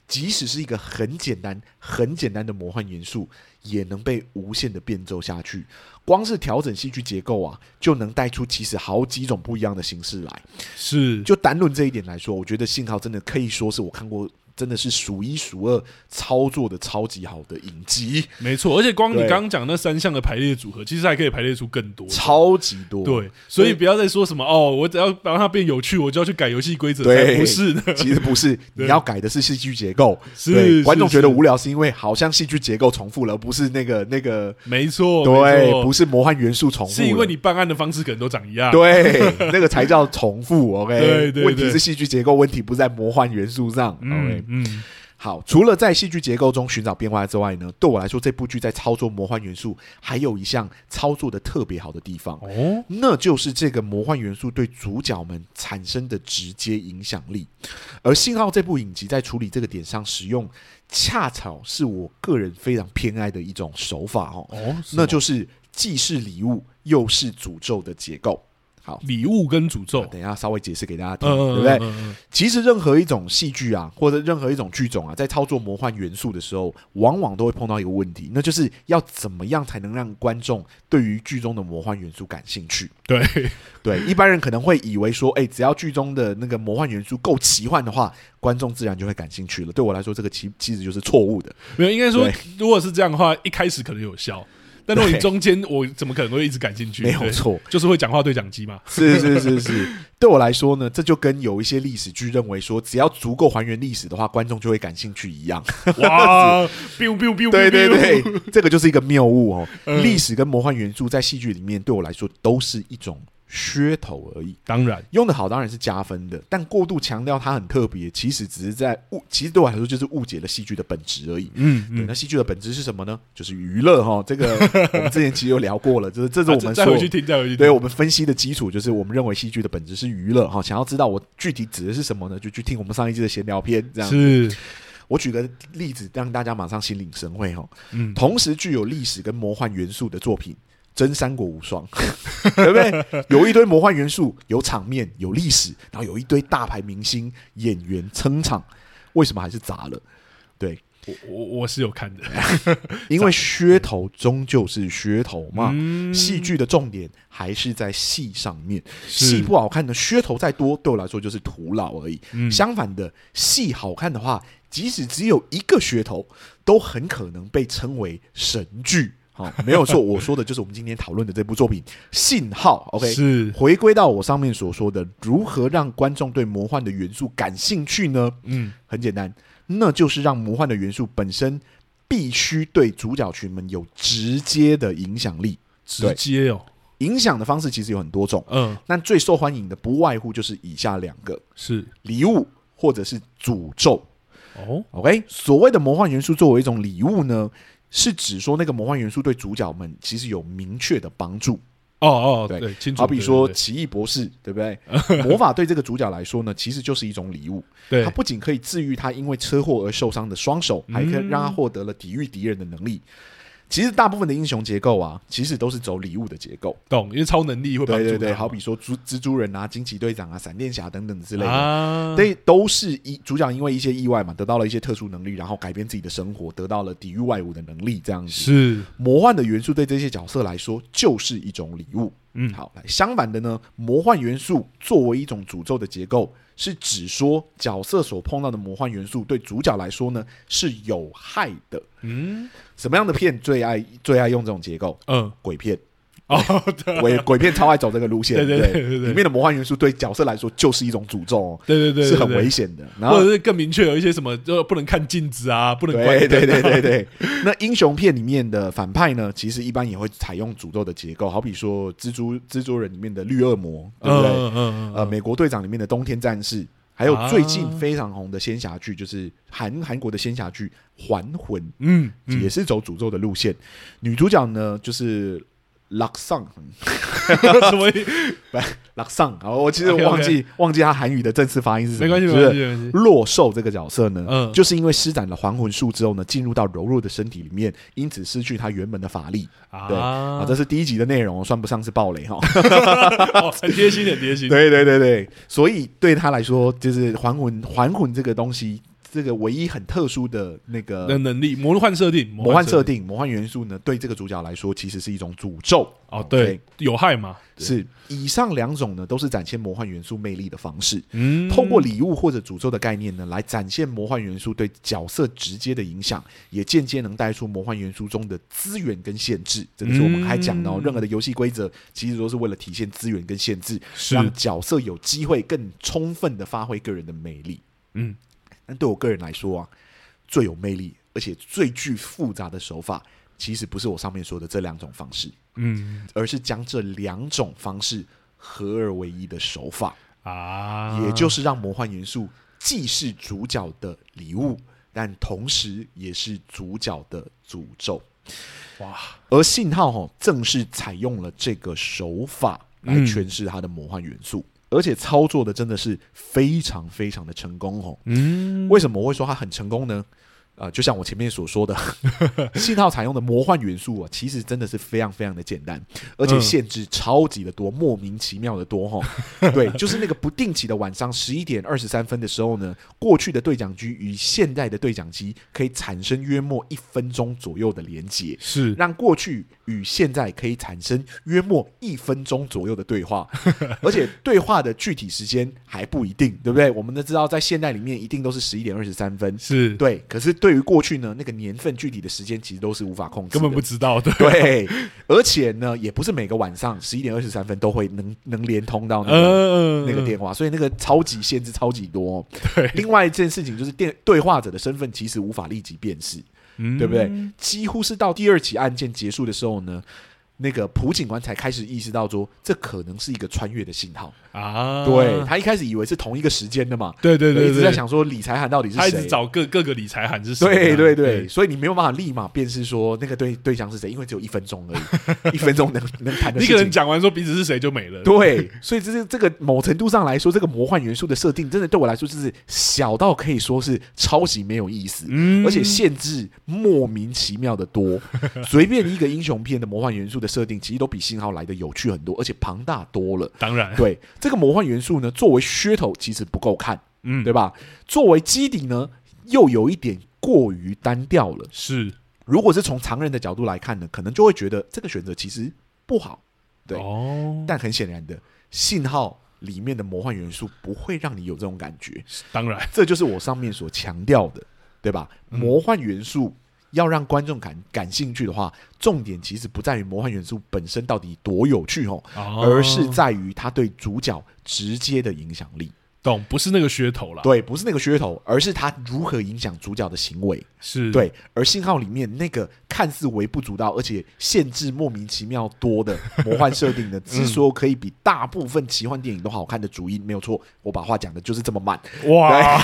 [SPEAKER 2] 即使是一个很简单、很简单的魔幻元素，也能被无限的变奏下去。光是调整戏剧结构啊，就能带出其实好几种不一样的形式来。
[SPEAKER 1] 是
[SPEAKER 2] 就单论这一点来说，我觉得信号真的可以说是我看过。真的是数一数二操作的超级好的影集，
[SPEAKER 1] 没错，而且光你
[SPEAKER 2] 对
[SPEAKER 1] 刚刚讲那三项的排列组合，其实还可以排列出更多。
[SPEAKER 2] 超级多。
[SPEAKER 1] 对，所以不要再说什么哦，我只要让它变有趣，我就要去改游戏规则，
[SPEAKER 2] 对
[SPEAKER 1] 才不是呢。
[SPEAKER 2] 其实不 是，你要改的是戏剧结构。
[SPEAKER 1] 是
[SPEAKER 2] 对
[SPEAKER 1] 是
[SPEAKER 2] 观众觉得
[SPEAKER 1] 是
[SPEAKER 2] 无聊，是因为好像戏剧结构重复了，不是那个那个
[SPEAKER 1] 没错，哦没
[SPEAKER 2] 对，
[SPEAKER 1] 错
[SPEAKER 2] 不是魔幻元素重复了，
[SPEAKER 1] 是因为你办案的方式可能都长一样。
[SPEAKER 2] 对那个才叫重 复。OK，
[SPEAKER 1] 对对
[SPEAKER 2] 问题
[SPEAKER 1] 对
[SPEAKER 2] 是戏剧结构，问题不在魔幻元素上。
[SPEAKER 1] 嗯
[SPEAKER 2] OK，
[SPEAKER 1] 嗯，
[SPEAKER 2] 好，除了在戏剧结构中寻找变化之外呢，对我来说，这部剧在操作魔幻元素还有一项操作的特别好的地方。
[SPEAKER 1] 哦，
[SPEAKER 2] 那就是这个魔幻元素对主角们产生的直接影响力。而《信号》这部影集在处理这个点上使用，恰巧是我个人非常偏爱的一种手法哦，
[SPEAKER 1] 哦，什么
[SPEAKER 2] 那就是既是礼物又是诅咒的结构。好，
[SPEAKER 1] 礼物跟诅咒，
[SPEAKER 2] 等一下稍微解释给大家听，
[SPEAKER 1] 哦嗯，
[SPEAKER 2] 对不对？
[SPEAKER 1] 嗯？
[SPEAKER 2] 其实任何一种戏剧啊，或者任何一种剧种啊，在操作魔幻元素的时候，往往都会碰到一个问题，那就是要怎么样才能让观众对于剧中的魔幻元素感兴趣。
[SPEAKER 1] 对，
[SPEAKER 2] 对，一般人可能会以为说，哎、只要剧中的那个魔幻元素够奇幻的话，观众自然就会感兴趣了。对我来说，这个其其实就是错误的。
[SPEAKER 1] 没有，应该说
[SPEAKER 2] 对，
[SPEAKER 1] 如果是这样的话，一开始可能有效，但如果你
[SPEAKER 2] 对
[SPEAKER 1] 中间，我怎么可能会一直感兴趣？
[SPEAKER 2] 没有
[SPEAKER 1] 对，
[SPEAKER 2] 错，
[SPEAKER 1] 就是会讲话对讲机 嘛。
[SPEAKER 2] 是是是是。对我来说呢，这就跟有一些历史剧认为说，只要足够还原历史的话，观众就会感兴趣一样。
[SPEAKER 1] 哇，biu biu biu，
[SPEAKER 2] 对对
[SPEAKER 1] biu biu
[SPEAKER 2] 对， 这个就是一个谬误哦。
[SPEAKER 1] 嗯
[SPEAKER 2] 历史跟魔幻元素在戏剧里面，对我来说都是一种噱头而已。
[SPEAKER 1] 当然，
[SPEAKER 2] 用的好当然是加分的，但过度强调它很特别，其实只是在误，其实对我来说就是误解了戏剧的本质而已。
[SPEAKER 1] 嗯
[SPEAKER 2] 对，那戏剧的本质是什么呢？就是娱乐哈。这个我们之前其实有聊过了，就是这是我
[SPEAKER 1] 啊
[SPEAKER 2] 们
[SPEAKER 1] 再
[SPEAKER 2] 说
[SPEAKER 1] 再，回去听，再回去听。
[SPEAKER 2] 对我们分析的基础，就是我们认为戏剧的本质是娱乐哈。想要知道我具体指的是什么呢？就去听我们上一季的闲聊篇。这样，
[SPEAKER 1] 是，
[SPEAKER 2] 我举个例子，让大家马上心领神会哈。
[SPEAKER 1] 嗯，
[SPEAKER 2] 同时具有历史跟魔幻元素的作品。真三国无双， 对不对？有一堆魔幻元素，有场面，有历史，然后有一堆大牌明星、演员撑场，为什么还是砸了？对，
[SPEAKER 1] 我我我是有看
[SPEAKER 2] 啊
[SPEAKER 1] 的，
[SPEAKER 2] 因为噱头终究是噱头嘛，
[SPEAKER 1] 嗯
[SPEAKER 2] 戏剧的重点还是在戏上面。
[SPEAKER 1] 是
[SPEAKER 2] 戏不好看的噱头再多，对我来说就是徒劳而已。
[SPEAKER 1] 嗯
[SPEAKER 2] 相反的，戏好看的话，即使只有一个噱头，都很可能被称为神剧。好、 没有错，我说的就是我们今天讨论的这部作品《信号》。OK，
[SPEAKER 1] 是，
[SPEAKER 2] 回归到我上面所说的，如何让观众对魔幻的元素感兴趣呢？
[SPEAKER 1] 嗯，
[SPEAKER 2] 很简单，那就是让魔幻的元素本身必须对主角群们有直接的影响力。
[SPEAKER 1] 直接哦，
[SPEAKER 2] 影响的方式其实有很多种，
[SPEAKER 1] 嗯，
[SPEAKER 2] 但最受欢迎的不外乎就是以下两个：
[SPEAKER 1] 是，
[SPEAKER 2] 礼物或者是诅咒。
[SPEAKER 1] 哦，
[SPEAKER 2] OK，所谓的魔幻元素作为一种礼物呢，是指说那个魔幻元素对主角们其实有明确的帮助。
[SPEAKER 1] 哦哦，
[SPEAKER 2] 对
[SPEAKER 1] 对，清楚。
[SPEAKER 2] 好比
[SPEAKER 1] 对，
[SPEAKER 2] 说《奇异博士》，对 不对？魔法对这个主角来说呢，其实就是一种礼物。
[SPEAKER 1] 对嗯
[SPEAKER 2] 它不仅可以治愈他因为车祸而受伤的双手，还可以让他获得了抵御敌人的能力。其实大部分的英雄结构啊，其实都是走礼物的结构。
[SPEAKER 1] 懂，因为超能力会帮
[SPEAKER 2] 对
[SPEAKER 1] 助
[SPEAKER 2] 对对，
[SPEAKER 1] 他
[SPEAKER 2] 好比说蜘蜘蛛人啊、惊奇队长啊、闪电侠等等之类的，
[SPEAKER 1] 啊，
[SPEAKER 2] 对，都是一主角因为一些意外嘛，得到了一些特殊能力，然后改变自己的生活，得到了抵御外物的能力，这样子。
[SPEAKER 1] 是
[SPEAKER 2] 魔幻的元素对这些角色来说就是一种礼物。
[SPEAKER 1] 嗯
[SPEAKER 2] 好，来相反的呢，魔幻元素作为一种诅咒的结构，是指说角色所碰到的魔幻元素对主角来说呢是有害的。
[SPEAKER 1] 嗯
[SPEAKER 2] 什么样的片最爱最爱用这种结构？
[SPEAKER 1] 嗯
[SPEAKER 2] 鬼片，
[SPEAKER 1] 哦，对
[SPEAKER 2] 鬼鬼片超爱走这个路线。
[SPEAKER 1] 对对对对对
[SPEAKER 2] 里面的魔幻元素对角色来说就是一种诅咒哦，
[SPEAKER 1] 对对对，
[SPEAKER 2] 是很
[SPEAKER 1] 对
[SPEAKER 2] 危险的。然后
[SPEAKER 1] 或者是更明确有一些什么，就不能看镜子啊，不能关
[SPEAKER 2] 对
[SPEAKER 1] 灯
[SPEAKER 2] 对对对对。那英雄片里面的反派呢，其实一般也会采用诅咒的结构，好比说蜘蛛蜘蛛人里面的绿恶魔，对不对？
[SPEAKER 1] 嗯嗯嗯
[SPEAKER 2] 呃，
[SPEAKER 1] 嗯，
[SPEAKER 2] 美国队长里面的冬天战士，还有
[SPEAKER 1] 啊
[SPEAKER 2] 最近非常红的仙侠剧，就是韩韩国的仙侠剧《还魂》，
[SPEAKER 1] 嗯嗯
[SPEAKER 2] 也是走诅咒的路线。女主角呢，就是。拉桑，
[SPEAKER 1] 什么
[SPEAKER 2] 拉桑，好，我其实
[SPEAKER 1] OK，OK
[SPEAKER 2] 忘记忘记他韩语的正式发音是什么，
[SPEAKER 1] 没关系
[SPEAKER 2] 就
[SPEAKER 1] 没
[SPEAKER 2] 是
[SPEAKER 1] 关系没关系，
[SPEAKER 2] 洛兽这个角色呢，
[SPEAKER 1] 嗯
[SPEAKER 2] 就是因为施展了还魂术之后呢，进入到柔弱的身体里面，因此失去他原本的法力。对啊，
[SPEAKER 1] 啊，
[SPEAKER 2] 这是第一集的内容，算不上是暴雷 哈。
[SPEAKER 1] 哦很贴心很贴心，
[SPEAKER 2] 对对对对，所以对他来说，就是还魂还魂这个东西，这个唯一很特殊的那
[SPEAKER 1] 的
[SPEAKER 2] 个
[SPEAKER 1] 能力，魔幻设定，
[SPEAKER 2] 魔幻设
[SPEAKER 1] 定，
[SPEAKER 2] 定、魔幻元素呢，对这个主角来说，其实是一种诅咒。
[SPEAKER 1] 哦，
[SPEAKER 2] OK，
[SPEAKER 1] 对，有害嘛，
[SPEAKER 2] 是以上两种呢，都是展现魔幻元素魅力的方式。
[SPEAKER 1] 嗯，
[SPEAKER 2] 透过礼物或者诅咒的概念呢，来展现魔幻元素对角色直接的影响，也间接能带出魔幻元素中的资源跟限制。这个是我们还讲的、哦，
[SPEAKER 1] 嗯
[SPEAKER 2] 任何的游戏规则其实都是为了体现资源跟限制，
[SPEAKER 1] 是，
[SPEAKER 2] 让角色有机会更充分的发挥个人的魅力。
[SPEAKER 1] 嗯，
[SPEAKER 2] 但对我个人来说啊，最有魅力而且最具复杂的手法，其实不是我上面说的这两种方式，
[SPEAKER 1] 嗯
[SPEAKER 2] 而是将这两种方式合二为一的手法。
[SPEAKER 1] 啊，
[SPEAKER 2] 也就是让魔幻元素既是主角的礼物，但同时也是主角的诅咒。
[SPEAKER 1] 哇，
[SPEAKER 2] 而信号哈、正是采用了这个手法来
[SPEAKER 1] 嗯
[SPEAKER 2] 诠释它的魔幻元素，而且操作的真的是非常非常的成功哦。
[SPEAKER 1] 嗯，
[SPEAKER 2] 为什么我会说它很成功呢？呃，就像我前面所说的， 信号采用的魔幻元素啊，其实真的是非常非常的简单，而且
[SPEAKER 1] 嗯
[SPEAKER 2] 限制超级的多，莫名其妙的多哈。 对，就是那个不定期的晚上十一点二十三分的时候呢，过去的对讲机与现在的对讲机可以产生约莫一分钟左右的连接。
[SPEAKER 1] 是
[SPEAKER 2] 让过去与现在可以产生约莫一分钟左右的对话，而且对话的具体时间还不一定，对不对？我们都知道，在现代里面一定都是十一点二十三分，
[SPEAKER 1] 是，
[SPEAKER 2] 对。可是对于过去呢，那个年份具体的时间其实都是无法控制的，
[SPEAKER 1] 根本不知道的，
[SPEAKER 2] 对。而且呢，也不是每个晚上十一点二十三分都会能能连通到那个。
[SPEAKER 1] 嗯，
[SPEAKER 2] 那个电话，所以那个超级限制超级多、哦
[SPEAKER 1] 对
[SPEAKER 2] 另外一件事情就是电对话者的身份其实无法立即辨识，
[SPEAKER 1] 嗯，
[SPEAKER 2] 对不对？几乎是到第二起案件结束的时候呢，那个朴警官才开始意识到说，这可能是一个穿越的信号。
[SPEAKER 1] 啊，
[SPEAKER 2] 对他一开始以为是同一个时间的嘛，
[SPEAKER 1] 对对对，
[SPEAKER 2] 一直
[SPEAKER 1] 对
[SPEAKER 2] 在，想说李才涵到底是
[SPEAKER 1] 他一直
[SPEAKER 2] 谁。
[SPEAKER 1] 找各各个理财函是谁啊，
[SPEAKER 2] 对对对，所以你没有办法立马辨识说那个对对象是谁，因为只有一分钟而 已，一分钟能能谈的
[SPEAKER 1] 你
[SPEAKER 2] 事
[SPEAKER 1] 可能
[SPEAKER 2] 情。
[SPEAKER 1] 讲完说彼此是谁就没了，
[SPEAKER 2] 对，所以这是这个某程度上来说，这个魔幻元素的设定，真的对我来说就是小到可以说是超级没有意思。
[SPEAKER 1] 嗯
[SPEAKER 2] 而且限制莫名其妙的 多，随便一个英雄片的魔幻元素的设定，其实都比信号来的有趣很多，而且庞大多 了。
[SPEAKER 1] 当然，
[SPEAKER 2] 对这个魔幻元素呢，作为噱头其实不够看，
[SPEAKER 1] 嗯，
[SPEAKER 2] 对吧？作为基底呢，又有一点过于单调了。
[SPEAKER 1] 是，
[SPEAKER 2] 如果是从常人的角度来看呢，可能就会觉得这个选择其实不好。对
[SPEAKER 1] 哦，
[SPEAKER 2] 但很显然的，信号里面的魔幻元素不会让你有这种感觉，
[SPEAKER 1] 当然，
[SPEAKER 2] 这就是我上面所强调的，对吧？魔幻元素要让观众感感兴趣的话，重点其实不在于魔幻元素本身到底多有趣哦，而
[SPEAKER 1] 而
[SPEAKER 2] 是在于它对主角直接的影响力。
[SPEAKER 1] 懂，不是那个噱头啦，
[SPEAKER 2] 对，不是那个噱头，而是它如何影响主角的行为。
[SPEAKER 1] 是，，
[SPEAKER 2] 对，而信号里面那个看似微不足道，而且限制莫名其妙多的魔幻设定呢，之所以可以比大部分奇幻电影都好看的主因，没有错，我把话 讲的就是这么慢。
[SPEAKER 1] 哇，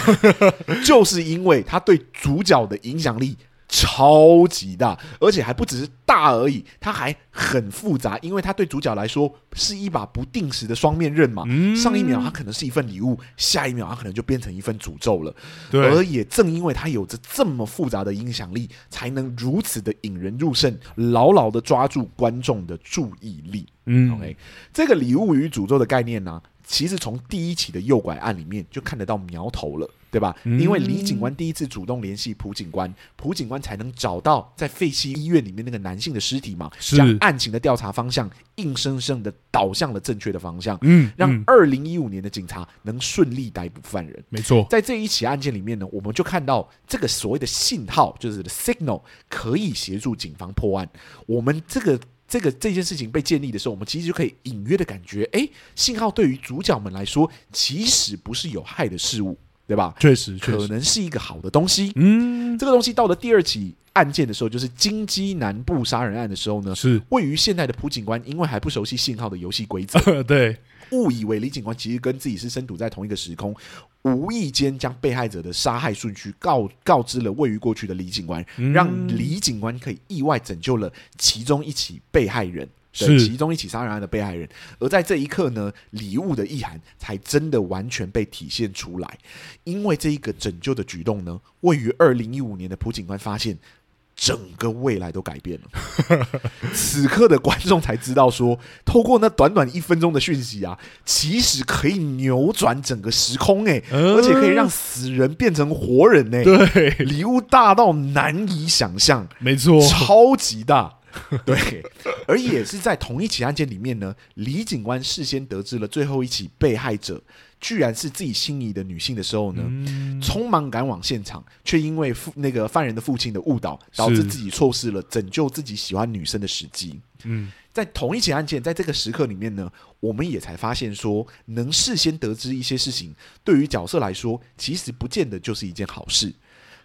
[SPEAKER 2] 就是因为他对主角的影响力超级大，而且还不只是大而已，它还很复杂，因为它对主角来说是一把不定时的双面刃嘛。
[SPEAKER 1] 嗯
[SPEAKER 2] 上一秒它可能是一份礼物，下一秒它可能就变成一份诅咒了。而
[SPEAKER 1] 对，
[SPEAKER 2] 也正因为它有着这么复杂的影响力，才能如此的引人入胜，牢牢的抓住观众的注意力。
[SPEAKER 1] 嗯
[SPEAKER 2] OK，这个礼物与诅咒的概念呢、其实从第一起的诱拐案里面就看得到苗头了，对吧？
[SPEAKER 1] 嗯
[SPEAKER 2] 因为李警官第一次主动联系朴警官，朴警官才能找到在废弃医院里面那个男性的尸体嘛，
[SPEAKER 1] 是
[SPEAKER 2] 将案情的调查方向硬生生的导向了正确的方向，
[SPEAKER 1] 嗯，
[SPEAKER 2] 让
[SPEAKER 1] 嗯
[SPEAKER 2] 二零一五年的警察能顺利逮捕犯人。
[SPEAKER 1] 没错，
[SPEAKER 2] 在这一起案件里面呢，我们就看到这个所谓的信号，就是 signal，可以协助警方破案。我们这个这个这件事情被建立的时候，我们其实就可以隐约的感觉，哎，信号对于主角们来说，其实不是有害的事物，对吧？
[SPEAKER 1] 确实确
[SPEAKER 2] 可
[SPEAKER 1] 实，
[SPEAKER 2] 能是一个好的东西。
[SPEAKER 1] 嗯，
[SPEAKER 2] 这个东西到了第二起案件的时候，就是金鸡南部杀人案的时候呢，
[SPEAKER 1] 是，
[SPEAKER 2] 位于现代的朴警官因为还不熟悉信号的游戏规则，
[SPEAKER 1] 对，
[SPEAKER 2] 误以为李警官其实跟自己是身处在同一个时空，无意间将被害者的杀害顺序告告知了位于过去的李警官，让李警官可以意外拯救了其中一起被害人。对
[SPEAKER 1] 是
[SPEAKER 2] 其中一起杀人案的被害人，而在这一刻呢，礼物的意涵才真的完全被体现出来。因为这一个拯救的举动呢，位于二零一五年的朴警官发现，整个未来都改变了。 此刻的观众才知道说，透过那短短一分钟的讯息啊，其实可以扭转整个时空哎、
[SPEAKER 1] 嗯
[SPEAKER 2] 而且可以让死人变成活人哎、
[SPEAKER 1] 对，
[SPEAKER 2] 礼物大到难以想象，
[SPEAKER 1] 没错，
[SPEAKER 2] 超级 大。对，而也是在同一起案件里面呢，李警官事先得知了最后一起被害者居然是自己心仪的女性的时候呢，
[SPEAKER 1] 嗯
[SPEAKER 2] 匆忙赶往现场，却因为父那个犯人的父亲的误导，导致
[SPEAKER 1] 是
[SPEAKER 2] 自己错失了拯救自己喜欢女生的时机。
[SPEAKER 1] 嗯，
[SPEAKER 2] 在同一起案件，在这个时刻里面呢，我们也才发现说，能事先得知一些事情，对于角色来说，其实不见得就是一件好事。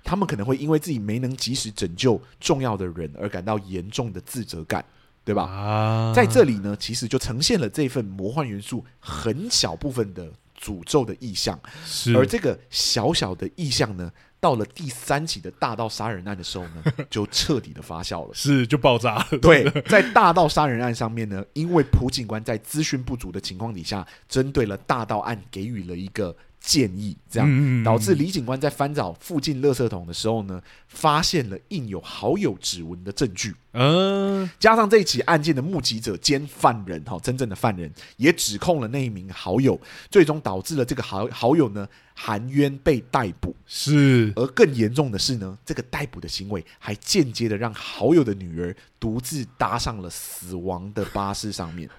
[SPEAKER 2] 他们可能会因为自己没能及时拯救重要的人而感到严重的自责感，对吧？
[SPEAKER 1] 啊，
[SPEAKER 2] 在这里呢，其实就呈现了这份魔幻元素很小部分的诅咒的意象。
[SPEAKER 1] 是，
[SPEAKER 2] 而这个小小的意象呢，到了第三起的大盗杀人案的时候呢，就彻底的发酵 了。
[SPEAKER 1] 是就爆炸了，
[SPEAKER 2] 对，在大盗杀人案上面呢，因为朴警官在资讯不足的情况底下，针对了大盗案给予了一个建议，这样
[SPEAKER 1] 嗯
[SPEAKER 2] 导致李警官在翻找附近垃圾桶的时候呢，发现了印有好友指纹的证据。
[SPEAKER 1] 嗯，
[SPEAKER 2] 加上这一起案件的目击者兼犯人，哈，真正的犯人也指控了那一名好友，最终导致了这个好好友呢含冤被逮捕。
[SPEAKER 1] 是，
[SPEAKER 2] 而更严重的是呢，这个逮捕的行为还间接的让好友的女儿独自搭上了死亡的巴士上面，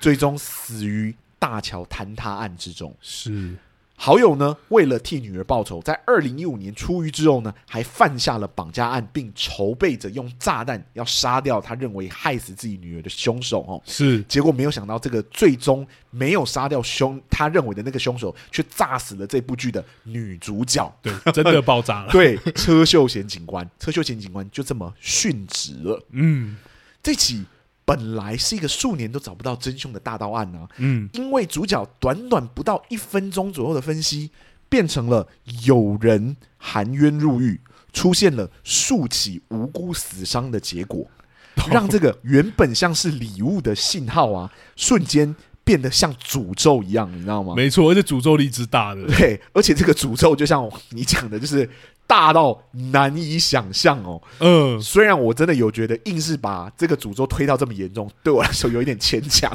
[SPEAKER 2] 最终死于大桥坍塌案之中。
[SPEAKER 1] 是，
[SPEAKER 2] 好友呢，为了替女儿报仇，在二零一五年出狱之后呢，还犯下了绑架案，并筹备着用炸弹要杀掉他认为害死自己女儿的凶手哦。
[SPEAKER 1] 是，
[SPEAKER 2] 结果没有想到，这个最终没有杀掉凶他认为的那个凶手，却炸死了这部剧的女主角。
[SPEAKER 1] 对，真的爆炸了，
[SPEAKER 2] 对，车秀贤警官， 车秀贤警官就这么殉职了。
[SPEAKER 1] 嗯
[SPEAKER 2] 这起本来是一个数年都找不到真凶的大盗案啊，
[SPEAKER 1] 嗯，
[SPEAKER 2] 因为主角短短不到一分钟左右的分析，变成了有人含冤入狱，出现了数起无辜死伤的结果，让这个原本像是礼物的信号啊，瞬间变得像诅咒一样，你知道吗？
[SPEAKER 1] 嗯没错，而且诅咒力之大 的，
[SPEAKER 2] 对，而且这个诅咒就像你讲的，就是大到难以想象哦。
[SPEAKER 1] 嗯，
[SPEAKER 2] 虽然我真的有觉得，硬是把这个诅咒推到这么严重，对我来说有一点牵强。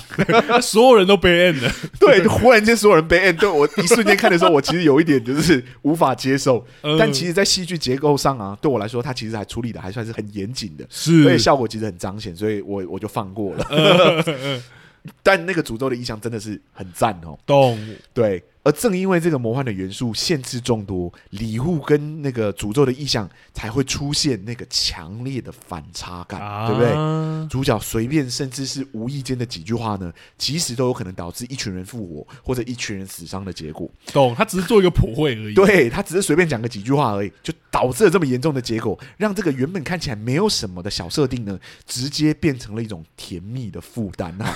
[SPEAKER 1] 所有人都被 end 了，
[SPEAKER 2] 对，忽然间所有人被 end，对我一瞬间看的时候，我其实有一点就是无法接受。
[SPEAKER 1] 嗯
[SPEAKER 2] 但其实，在戏剧结构上啊，对我来说，它其实还处理的还算是很严谨的，所以
[SPEAKER 1] 是，嗯
[SPEAKER 2] 效果其实很彰显，所以我我就放过了。 但那个诅咒的意象真的是很赞哦。
[SPEAKER 1] 懂，
[SPEAKER 2] 对，而正因为这个魔幻的元素限制众多，礼物跟那个诅咒的意象才会出现那个强烈的反差感，
[SPEAKER 1] 啊，
[SPEAKER 2] 对不对？？主角随便，甚至是无意间的几句话呢，其实都有可能导致一群人复活或者一群人死伤的结果。
[SPEAKER 1] 懂，他只是做一个普惠而已，
[SPEAKER 2] 对他只是随便讲个几句话而已，就导致了这么严重的结果，让这个原本看起来没有什么的小设定呢，直接变成了一种甜 蜜的负担啊！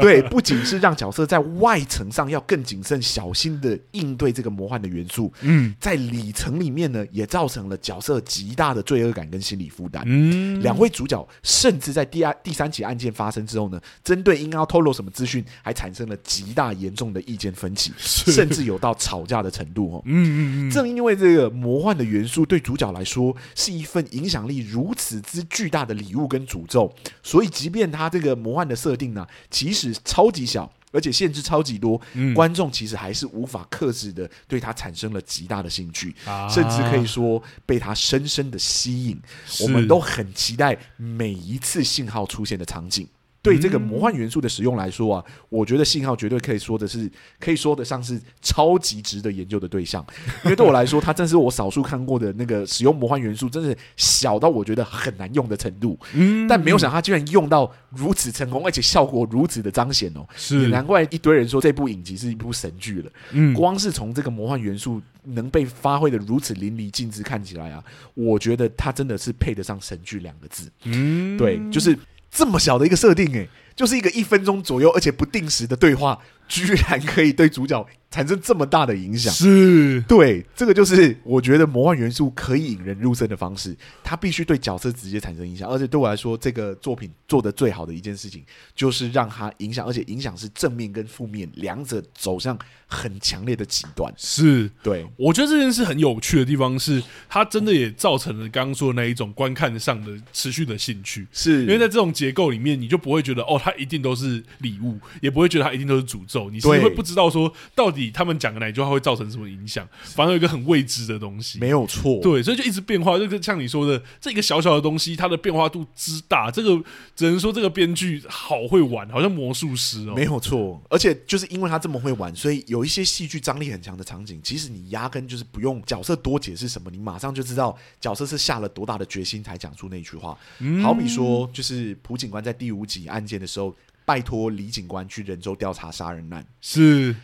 [SPEAKER 2] 对，不仅是让角色在外层上要更谨慎小心心的应对这个魔幻的元素，
[SPEAKER 1] 嗯
[SPEAKER 2] 在里程里面呢，也造成了角色极大的罪恶感跟心理负担。
[SPEAKER 1] 嗯，
[SPEAKER 2] 两位主角甚至在第二、第三起案件发生之后呢，针对应该要透露什么资讯，还产生了极大严重的意见分 歧，甚至有到吵架的程度哦。
[SPEAKER 1] 嗯嗯嗯，
[SPEAKER 2] 正因为这个魔幻的元素对主角来说是一份影响力如此之巨大的礼物跟诅咒，所以即便它这个魔幻的设定呢、其实超级小，而且限制超级多，
[SPEAKER 1] 嗯
[SPEAKER 2] 观众其实还是无法克制的对它产生了极大的兴趣，
[SPEAKER 1] 啊
[SPEAKER 2] 甚至可以说被它深深的吸引。
[SPEAKER 1] 是
[SPEAKER 2] 我们都很期待每一次信号出现的场景。对这个魔幻元素的使用来说啊，我觉得信号绝对可以说的是，可以说得上是超级值得研究的对象。因为对我来说，它真是我少数看过的那个使用魔幻元素，真是小到我觉得很难用的程度。
[SPEAKER 1] 嗯，
[SPEAKER 2] 但没有想到它居然用到如此成功，而且效果如此的彰显哦。也
[SPEAKER 1] 是
[SPEAKER 2] 难怪一堆人说这部影集是一部神剧了。
[SPEAKER 1] 嗯
[SPEAKER 2] 光是从这个魔幻元素能被发挥的如此淋漓尽致，看起来啊，我觉得它真的是配得上神剧两个字。
[SPEAKER 1] 嗯，
[SPEAKER 2] 对，就是这么小的一个设定、诶，就是一个一分钟左右而且不定时的对话，居然可以对主角产生这么大的影响。
[SPEAKER 1] 是
[SPEAKER 2] 对，这个就是我觉得魔幻元素可以引人入胜的方式，它必须对角色直接产生影响，而且对我来说，这个作品做的最好的一件事情，就是让它影响，而且影响是正面跟负面两者走向很强烈的极端。
[SPEAKER 1] 是，
[SPEAKER 2] 对，
[SPEAKER 1] 我觉得这件事很有趣的地方是，它真的也造成了刚刚说的那一种观看上的持续的兴趣。
[SPEAKER 2] 是
[SPEAKER 1] 因为在这种结构里面，你就不会觉得哦，它一定都是礼物，也不会觉得它一定都是诅咒，你是
[SPEAKER 2] 对
[SPEAKER 1] 会不知道说到底他们讲的哪一句话会造成什么影响，反而有一个很未知的东西。
[SPEAKER 2] 没有错。
[SPEAKER 1] 对，所以就一直变化，就是像你说的，这个小小的东西，它的变化度之大，这个只能说这个编剧好会玩，好像魔术师哦。
[SPEAKER 2] 没有错，而且就是因为他这么会玩，所以有一些戏剧张力很强的场景，其实你压根就是不用角色多解释什么，你马上就知道角色是下了多大的决心才讲出那一句话。
[SPEAKER 1] 嗯
[SPEAKER 2] 好比说，就是朴警官在第五集案件的时候，拜托李警官去仁州调查杀人案。
[SPEAKER 1] 是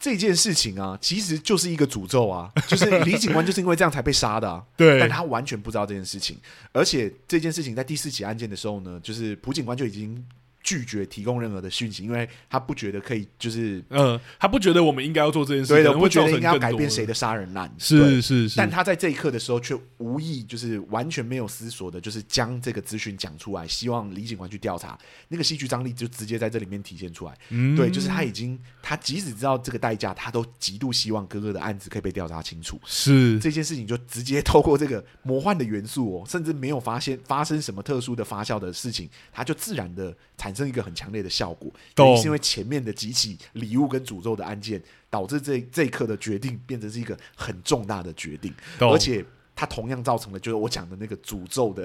[SPEAKER 2] 这件事情啊，其实就是一个诅咒啊，就是李警官就是因为这样才被杀的、啊。但
[SPEAKER 1] 对，
[SPEAKER 2] 他完全不知道这件事情，而且这件事情在第四起案件的时候呢，就是朴警官就已经拒绝提供任何的讯息，因为他不觉得可以，就是
[SPEAKER 1] 嗯，他不觉得我们应该要做这件事，
[SPEAKER 2] 对
[SPEAKER 1] 可
[SPEAKER 2] 的，
[SPEAKER 1] 能
[SPEAKER 2] 不
[SPEAKER 1] 会
[SPEAKER 2] 觉
[SPEAKER 1] 造
[SPEAKER 2] 得
[SPEAKER 1] 成
[SPEAKER 2] 应该要
[SPEAKER 1] 更
[SPEAKER 2] 改
[SPEAKER 1] 多
[SPEAKER 2] 变谁
[SPEAKER 1] 的。
[SPEAKER 2] 的杀人案。对
[SPEAKER 1] 是是是，
[SPEAKER 2] 但他在这一刻的时候却无意，就是完全没有思索的，就是将这个资讯讲出来，希望李警官去调查。那个戏剧张力就直接在这里面体现出来。
[SPEAKER 1] 嗯
[SPEAKER 2] 对，就是他已经，他即使知道这个代价，他都极度希望哥哥的案子可以被调查清楚。
[SPEAKER 1] 是
[SPEAKER 2] 这件事情就直接透过这个魔幻的元素哦，甚至没有发现发生什么特殊的发酵的事情，它就自然的产生一个很强烈的效果。
[SPEAKER 1] 懂
[SPEAKER 2] 原因是因为前面的几起礼物跟诅咒的案件，导致这这一刻的决定变成是一个很重大的决定，
[SPEAKER 1] 懂
[SPEAKER 2] 而且它同样造成了就是我讲的那个诅咒的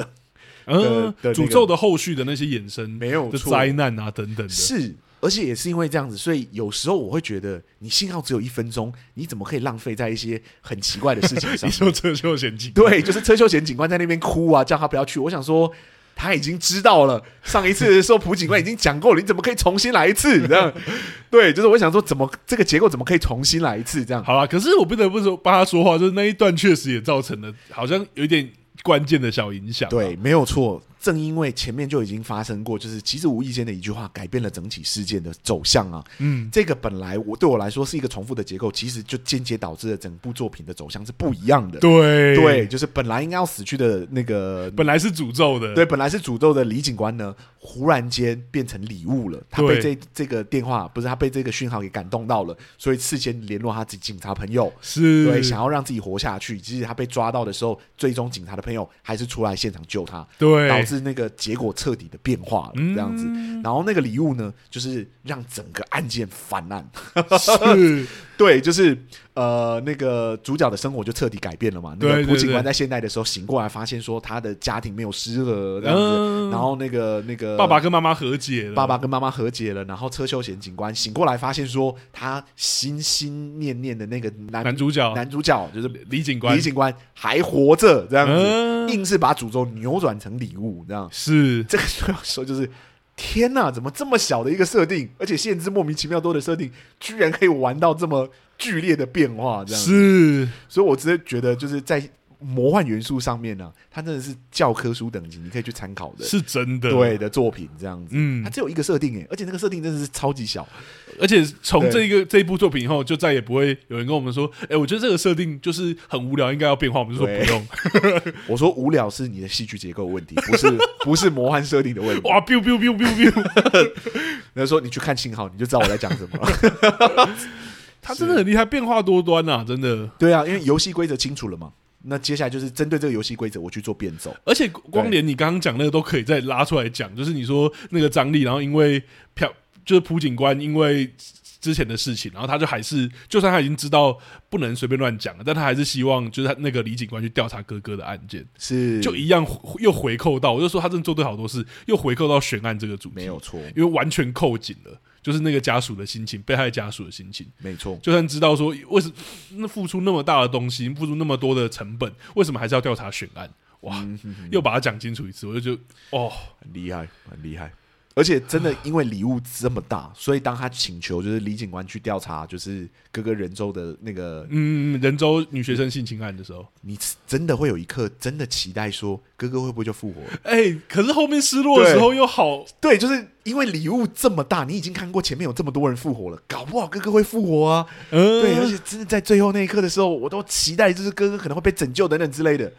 [SPEAKER 1] 嗯
[SPEAKER 2] 的那个
[SPEAKER 1] 诅咒的后续的那些衍生，
[SPEAKER 2] 没有
[SPEAKER 1] 的
[SPEAKER 2] 错
[SPEAKER 1] 灾难啊等等的，
[SPEAKER 2] 是，而且也是因为这样子，所以有时候我会觉得你信号只有一分钟，你怎么可以浪费在一些很奇怪的事 情上
[SPEAKER 1] 你？说这就嫌弃，
[SPEAKER 2] 对，就是车秀贤警官在那边哭啊，叫他不要去。我想说，他已经知道了，上一次的时候朴警官已经讲过了，你怎么可以重新来一次？这 样，对，就是我想说，怎么这个结构怎么可以重新来一次？这样，
[SPEAKER 1] 好啦，可是我不得不说帮他说话，就是那一段确实也造成了好像有一点关键的小影响、啊。
[SPEAKER 2] 对，没有错。正因为前面就已经发生过，就是其实无意间的一句话改变了整体事件的走向啊。
[SPEAKER 1] 嗯，
[SPEAKER 2] 这个本来我对我来说是一个重复的结构，其实就间接导致了整部作品的走向是不一样的。
[SPEAKER 1] 对
[SPEAKER 2] 对，，就是本来应该要死去的那个
[SPEAKER 1] 本来是诅咒的，
[SPEAKER 2] 对，本来是诅咒的李警官呢，忽然间变成礼物了。他被
[SPEAKER 1] 对
[SPEAKER 2] 这这个电话，不是他被这个讯号给感动到了，所以事先联络他自己警察朋友，
[SPEAKER 1] 是，
[SPEAKER 2] 对，想要让自己活下去。即使他被抓到的时候，最终警察的朋友还是出来现场救他，
[SPEAKER 1] 对嗯
[SPEAKER 2] 导致那个结果彻底的变化了，这样子。然后那个礼物呢，就是让整个案件翻案。
[SPEAKER 1] 是，
[SPEAKER 2] 对，就是呃，那个主角的生活就彻底改变了嘛。那
[SPEAKER 1] 对
[SPEAKER 2] 个
[SPEAKER 1] 对
[SPEAKER 2] 朴警
[SPEAKER 1] 对
[SPEAKER 2] 官在现代的时候醒过来，发现说他的家庭没有失和这样子，
[SPEAKER 1] 嗯
[SPEAKER 2] 然后那个那个
[SPEAKER 1] 爸爸跟妈妈和解了，
[SPEAKER 2] 爸爸跟妈妈和解了，然后车秀贤警官醒过来，发现说他心心念念的那个男
[SPEAKER 1] 男主角
[SPEAKER 2] 男主角就是
[SPEAKER 1] 李警官
[SPEAKER 2] 李警官还活着这样子，
[SPEAKER 1] 嗯
[SPEAKER 2] 硬是把诅咒扭转成礼物这样。
[SPEAKER 1] 是
[SPEAKER 2] 这个时候说就是。天呐，怎么这么小的一个设定，而且限制莫名其妙多的设定，居然可以玩到这么剧烈的变化？这样子
[SPEAKER 1] 是
[SPEAKER 2] 所以我直接觉得就是在魔幻元素上面呢、它真的是教科书等级，你可以去参考的，
[SPEAKER 1] 是真的，
[SPEAKER 2] 对，的作品这样子。
[SPEAKER 1] 嗯
[SPEAKER 2] 它，只有一个设定诶，欸而且那个设定真的是超级小，
[SPEAKER 1] 而且从
[SPEAKER 2] 对
[SPEAKER 1] 这一个这一部作品以后，就再也不会有人跟我们说，哎、我觉得这个设定就是很无聊，应该要变化，我们就说
[SPEAKER 2] 对
[SPEAKER 1] 不用。
[SPEAKER 2] 我说无聊是你的戏剧结构问题，不是不是魔幻设定的问题。
[SPEAKER 1] 哇，biu biu biu biu biu，
[SPEAKER 2] 那说你去看信号，你就知道我在讲什么了。
[SPEAKER 1] 他真的很厉害，变化多端啊，真的。
[SPEAKER 2] 对啊，因为游戏规则清楚了嘛，那接下来就是针对这个游戏规则，我去做变奏。
[SPEAKER 1] 而且光连你刚刚讲那个都可以再拉出来讲，就是你说那个张力，然后因为朴就是朴警官因为之前的事情，然后他就还是就算他已经知道不能随便乱讲了，但他还是希望就是他那个李警官去调查哥哥的案件，
[SPEAKER 2] 是
[SPEAKER 1] 就一样回又回扣到，我就说他真的做对好多事，又回扣到悬案这个主题，
[SPEAKER 2] 没有，错，
[SPEAKER 1] 因为完全扣紧了，就是那个家属的心情，被害家属的心情。
[SPEAKER 2] 没错，
[SPEAKER 1] 就算知道说为什那付出那么大的东西，付出那么多的成本，为什么还是要调查悬案？哇，又把它讲清楚一次，我就觉得哦，
[SPEAKER 2] 很厉害，很厉害。而且真的因为礼物这么大，所以当他请求就是李警官去调查，就是各个人州的那个，
[SPEAKER 1] 嗯，人州女学生性侵案的时候，
[SPEAKER 2] 你真的会有一刻真的期待说哥哥会不会就复活了？
[SPEAKER 1] 哎、可是后面失落的时候又好，
[SPEAKER 2] 对，就是因为礼物这么大，你已经看过前面有这么多人复活了，搞不好哥哥会复活啊。
[SPEAKER 1] 嗯，
[SPEAKER 2] 对，而且真的在最后那一刻的时候，我都期待就是哥哥可能会被拯救等等之类的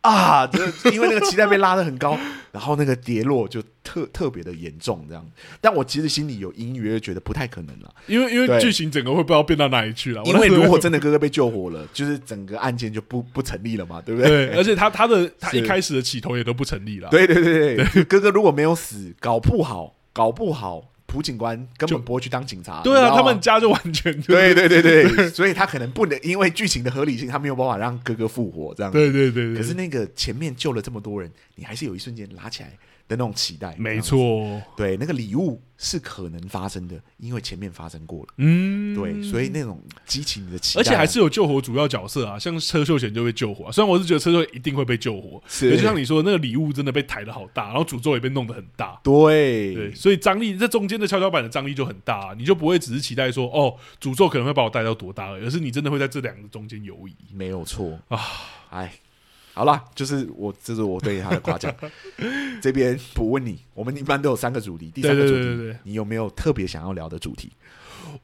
[SPEAKER 2] 啊，就是因为那个期待被拉得很高， 然后那个跌落就特特别的严重这样。但我其实心里有隐隐约约觉得不太可能了，
[SPEAKER 1] 因为因为
[SPEAKER 2] 对
[SPEAKER 1] 剧情整个会不知道变到哪里去了，我
[SPEAKER 2] 因为
[SPEAKER 1] 哦那时候
[SPEAKER 2] 如果真的哥哥被救活了， 就是整个案件就不不成立了嘛，对不对？
[SPEAKER 1] 对，而且他他的他
[SPEAKER 2] 是
[SPEAKER 1] 一开始的起头也都不成立了，
[SPEAKER 2] 对对对对，就哥哥如果没有死，搞不好搞不好朴警官根
[SPEAKER 1] 就
[SPEAKER 2] 本不会去当警察。
[SPEAKER 1] 对
[SPEAKER 2] 你知
[SPEAKER 1] 啊，
[SPEAKER 2] 道
[SPEAKER 1] 他
[SPEAKER 2] 吗
[SPEAKER 1] 们家就完全就
[SPEAKER 2] 对对对 对，所以他可能不能因为剧情的合理性，他没有办法让哥哥复活这样。
[SPEAKER 1] 对对对对，
[SPEAKER 2] 可是那个前面救了这么多人，你还是有一瞬间拉起来的那种期待。
[SPEAKER 1] 没
[SPEAKER 2] 这样子，
[SPEAKER 1] 错，
[SPEAKER 2] 对，那个礼物是可能发生的，因为前面发生过了。
[SPEAKER 1] 嗯，
[SPEAKER 2] 对，所以那种激起你的期待啊，
[SPEAKER 1] 而且还是有救活主要角色啊，像车秀贤就被救活、啊。虽然我是觉得车秀贤一定会被救活，
[SPEAKER 2] 是
[SPEAKER 1] 也就像你说的，那个礼物真的被抬的好大，然后诅咒也被弄得很大。
[SPEAKER 2] 对
[SPEAKER 1] 对，所以张力这中间的跷跷板的张力就很大啊、你就不会只是期待说哦，诅咒可能会把我带到多大而已而是你真的会在这两个中间游移。
[SPEAKER 2] 没有错
[SPEAKER 1] 啊。
[SPEAKER 2] 哎，好啦，就是我，这是我对他的夸 奖。这边我问你，我们一般都有三个主题，第三个主题，
[SPEAKER 1] 对对对对对
[SPEAKER 2] 你有没有特别想要聊的主题？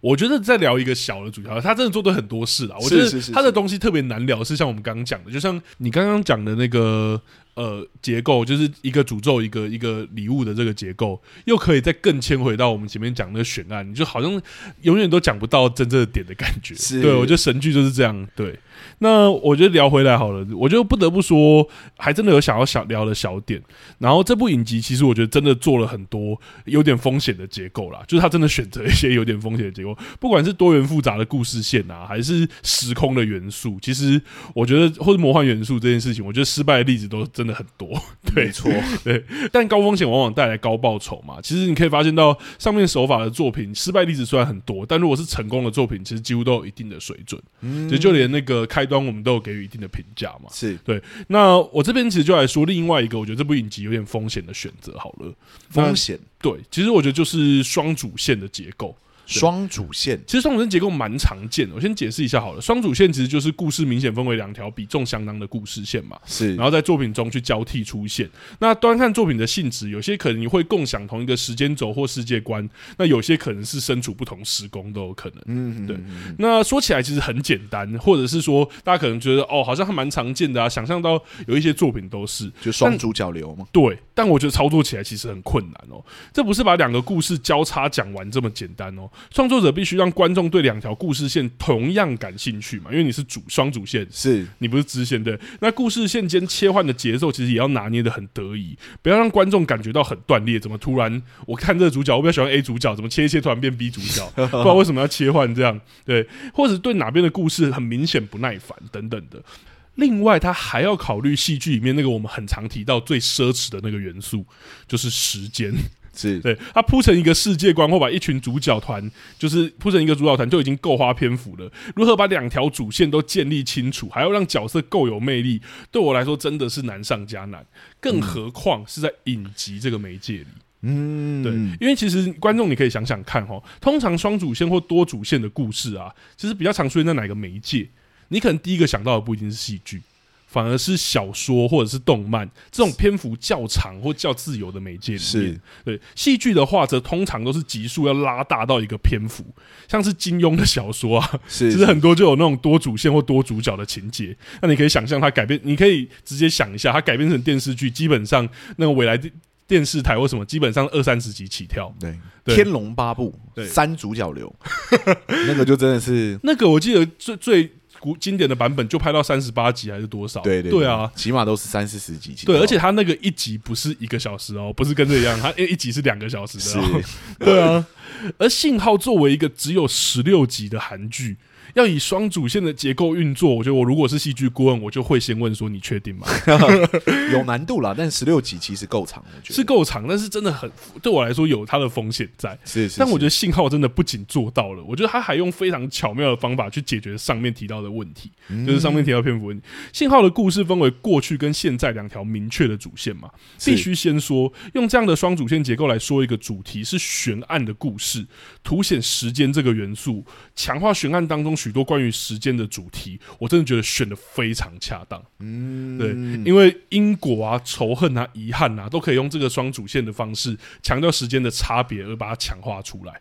[SPEAKER 1] 我觉得再聊一个小的主角，他真的做对很多事啊。我觉
[SPEAKER 2] 是
[SPEAKER 1] 得
[SPEAKER 2] 是是
[SPEAKER 1] 他的东西特别难聊，是像我们刚刚讲的，就像你刚刚讲的那个呃结构，就是一个诅咒，一个一个礼物的这个结构，又可以再更牵回到我们前面讲那个悬案，你就好像永远都讲不到真正的点的感觉。
[SPEAKER 2] 是
[SPEAKER 1] 对，我觉得神剧就是这样。对，那我觉得聊回来好了，我就不得不说，还真的有想要想聊的小点。然后这部影集其实我觉得真的做了很多有点风险的结构啦，就是他真的选择一些有点风险的结构，不管是多元复杂的故事线啊，还是时空的元素，其实我觉得或者魔幻元素这件事情，我觉得失败的例子都真的很多。 对
[SPEAKER 2] 没，错，
[SPEAKER 1] 但高风险往往带来高报酬嘛。其实你可以发现到上面手法的作品，失败例子虽然很多，但如果是成功的作品，其实几乎都有一定的水准。
[SPEAKER 2] 嗯
[SPEAKER 1] 其实就连那个开端，我们都有给予一定的评价嘛。
[SPEAKER 2] 是
[SPEAKER 1] 那我这边其实就来说另外一个，我觉得这部影集有点风险的选择好了。那
[SPEAKER 2] 风险
[SPEAKER 1] 对，其实我觉得就是双主线的结构。
[SPEAKER 2] 双主线，
[SPEAKER 1] 其实双主线结构蛮常见的，我先解释一下好了。双主线其实就是故事明显分为两条比重相当的故事线嘛。
[SPEAKER 2] 是
[SPEAKER 1] 然后在作品中去交替出现。那端看作品的性质，有些可能会共享同一个时间轴或世界观，那有些可能是身处不同时空都有可能。
[SPEAKER 2] 嗯，
[SPEAKER 1] 对
[SPEAKER 2] 嗯嗯嗯
[SPEAKER 1] 那说起来其实很简单，或者是说大家可能觉得哦，好像还蛮常见的啊，想象到有一些作品都是
[SPEAKER 2] 就双主角流嘛，
[SPEAKER 1] 对，但我觉得操作起来其实很困难哦。这不是把两个故事交叉讲完这么简单哦。创作者必须让观众对两条故事线同样感兴趣嘛，因为你是主双主线，
[SPEAKER 2] 是
[SPEAKER 1] 你不是支线对，那故事线间切换的节奏其实也要拿捏的很得意，不要让观众感觉到很断裂。怎么突然我看这个主角，我比较喜欢 A 主角，怎么切一切突然变 B 主角，不知道为什么要切换这样？对，或者对哪边的故事很明显不耐烦等等的。另外，他还要考虑戏剧里面那个我们很常提到最奢侈的那个元素，就是时间。
[SPEAKER 2] 是
[SPEAKER 1] 对他铺成一个世界观，或把一群主角团，就是铺成一个主角团就已经够花篇幅了。如何把两条主线都建立清楚，还要让角色够有魅力，对我来说真的是难上加难。更何况是在影集这个媒介里，
[SPEAKER 2] 嗯，
[SPEAKER 1] 对，因为其实观众你可以想想看哦，通常双主线或多主线的故事啊，其实比较常出现在哪个媒介？你可能第一个想到的不一定是戏剧，反而是小说或者是动漫这种篇幅较长或较自由的媒介里面。
[SPEAKER 2] 是
[SPEAKER 1] 对戏剧的话，则通常都是集数要拉大到一个篇幅，像是金庸的小说啊，
[SPEAKER 2] 是
[SPEAKER 1] 其实很多就有那种多主线或多主角的情节。那你可以想象它改变，你可以直接想一下，它改编成电视剧，基本上那个未来电电视台或什么，基本上二三十集起跳。
[SPEAKER 2] 对，
[SPEAKER 1] 对
[SPEAKER 2] 天龙八部
[SPEAKER 1] 对
[SPEAKER 2] 三主角流， 那个就真的 是
[SPEAKER 1] 那个我记得最最古经典的版本就拍到三十八集还是多少？
[SPEAKER 2] 对
[SPEAKER 1] 对
[SPEAKER 2] 对
[SPEAKER 1] 啊，，
[SPEAKER 2] 起码都是三四十集起跳，
[SPEAKER 1] 对，而且它那个一集不是一个小时哦，不是跟这一样，它一一集是两个小时
[SPEAKER 2] 是
[SPEAKER 1] 的、哦。 对啊，而《信号》作为一个只有十六集的韩剧，要以双主线的结构运作，我觉得我如果是戏剧顾问，我就会先问说你确定吗？
[SPEAKER 2] 有难度啦，但十六集其实够长，我觉得
[SPEAKER 1] 是够长，但是真的很对我来说有它的风险在。
[SPEAKER 2] 是是，
[SPEAKER 1] 但我
[SPEAKER 2] 是
[SPEAKER 1] 觉得《信号》真的不仅做到了，我觉得他还用非常巧妙的方法去解决上面提到的问题，
[SPEAKER 2] 嗯
[SPEAKER 1] 就是上面提到篇幅问题。信号的故事分为过去跟现在两条明确的主线嘛，
[SPEAKER 2] 是
[SPEAKER 1] 必须先说用这样的双主线结构来说一个主题是悬案的故事，凸显时间这个元素，强化悬案当中许多关于时间的主题。我真的觉得选的非常恰当。
[SPEAKER 2] 嗯
[SPEAKER 1] 对，因为因果啊、仇恨啊、遗憾啊，都可以用这个双主线的方式强调时间的差别，而把它强化出来。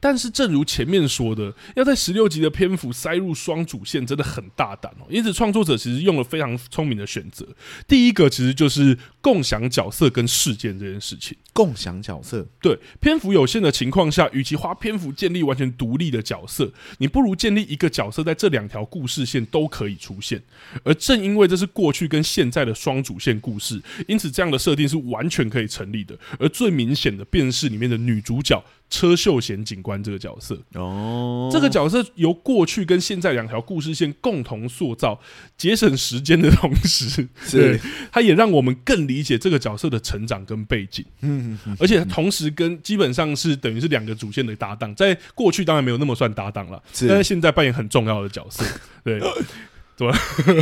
[SPEAKER 1] 但是，正如前面说的，要在十六集的篇幅塞入双主线，真的很大胆哦。因此，创作者其实用了非常聪明的选择。第一个其实就是共享角色跟事件这件事情。
[SPEAKER 2] 共享角色
[SPEAKER 1] 对，篇幅有限的情况下，与其花篇幅建立完全独立的角色，你不如建立一个角色在这两条故事线都可以出现。而正因为这是过去跟现在的双主线故事，因此这样的设定是完全可以成立的。而最明显的便是里面的女主角车秀贤警官这个角色，
[SPEAKER 2] 哦，
[SPEAKER 1] 这个角色由过去跟现在两条故事线共同塑造，节省时间的同时，
[SPEAKER 2] 是
[SPEAKER 1] 对它也让我们更理解这个角色的成长跟背景。
[SPEAKER 2] 嗯
[SPEAKER 1] 而且同时跟基本上是等于是两个主线的搭档，在过去当然没有那么算搭档了，
[SPEAKER 2] 是
[SPEAKER 1] 但是现在扮演很重要的角色。 对，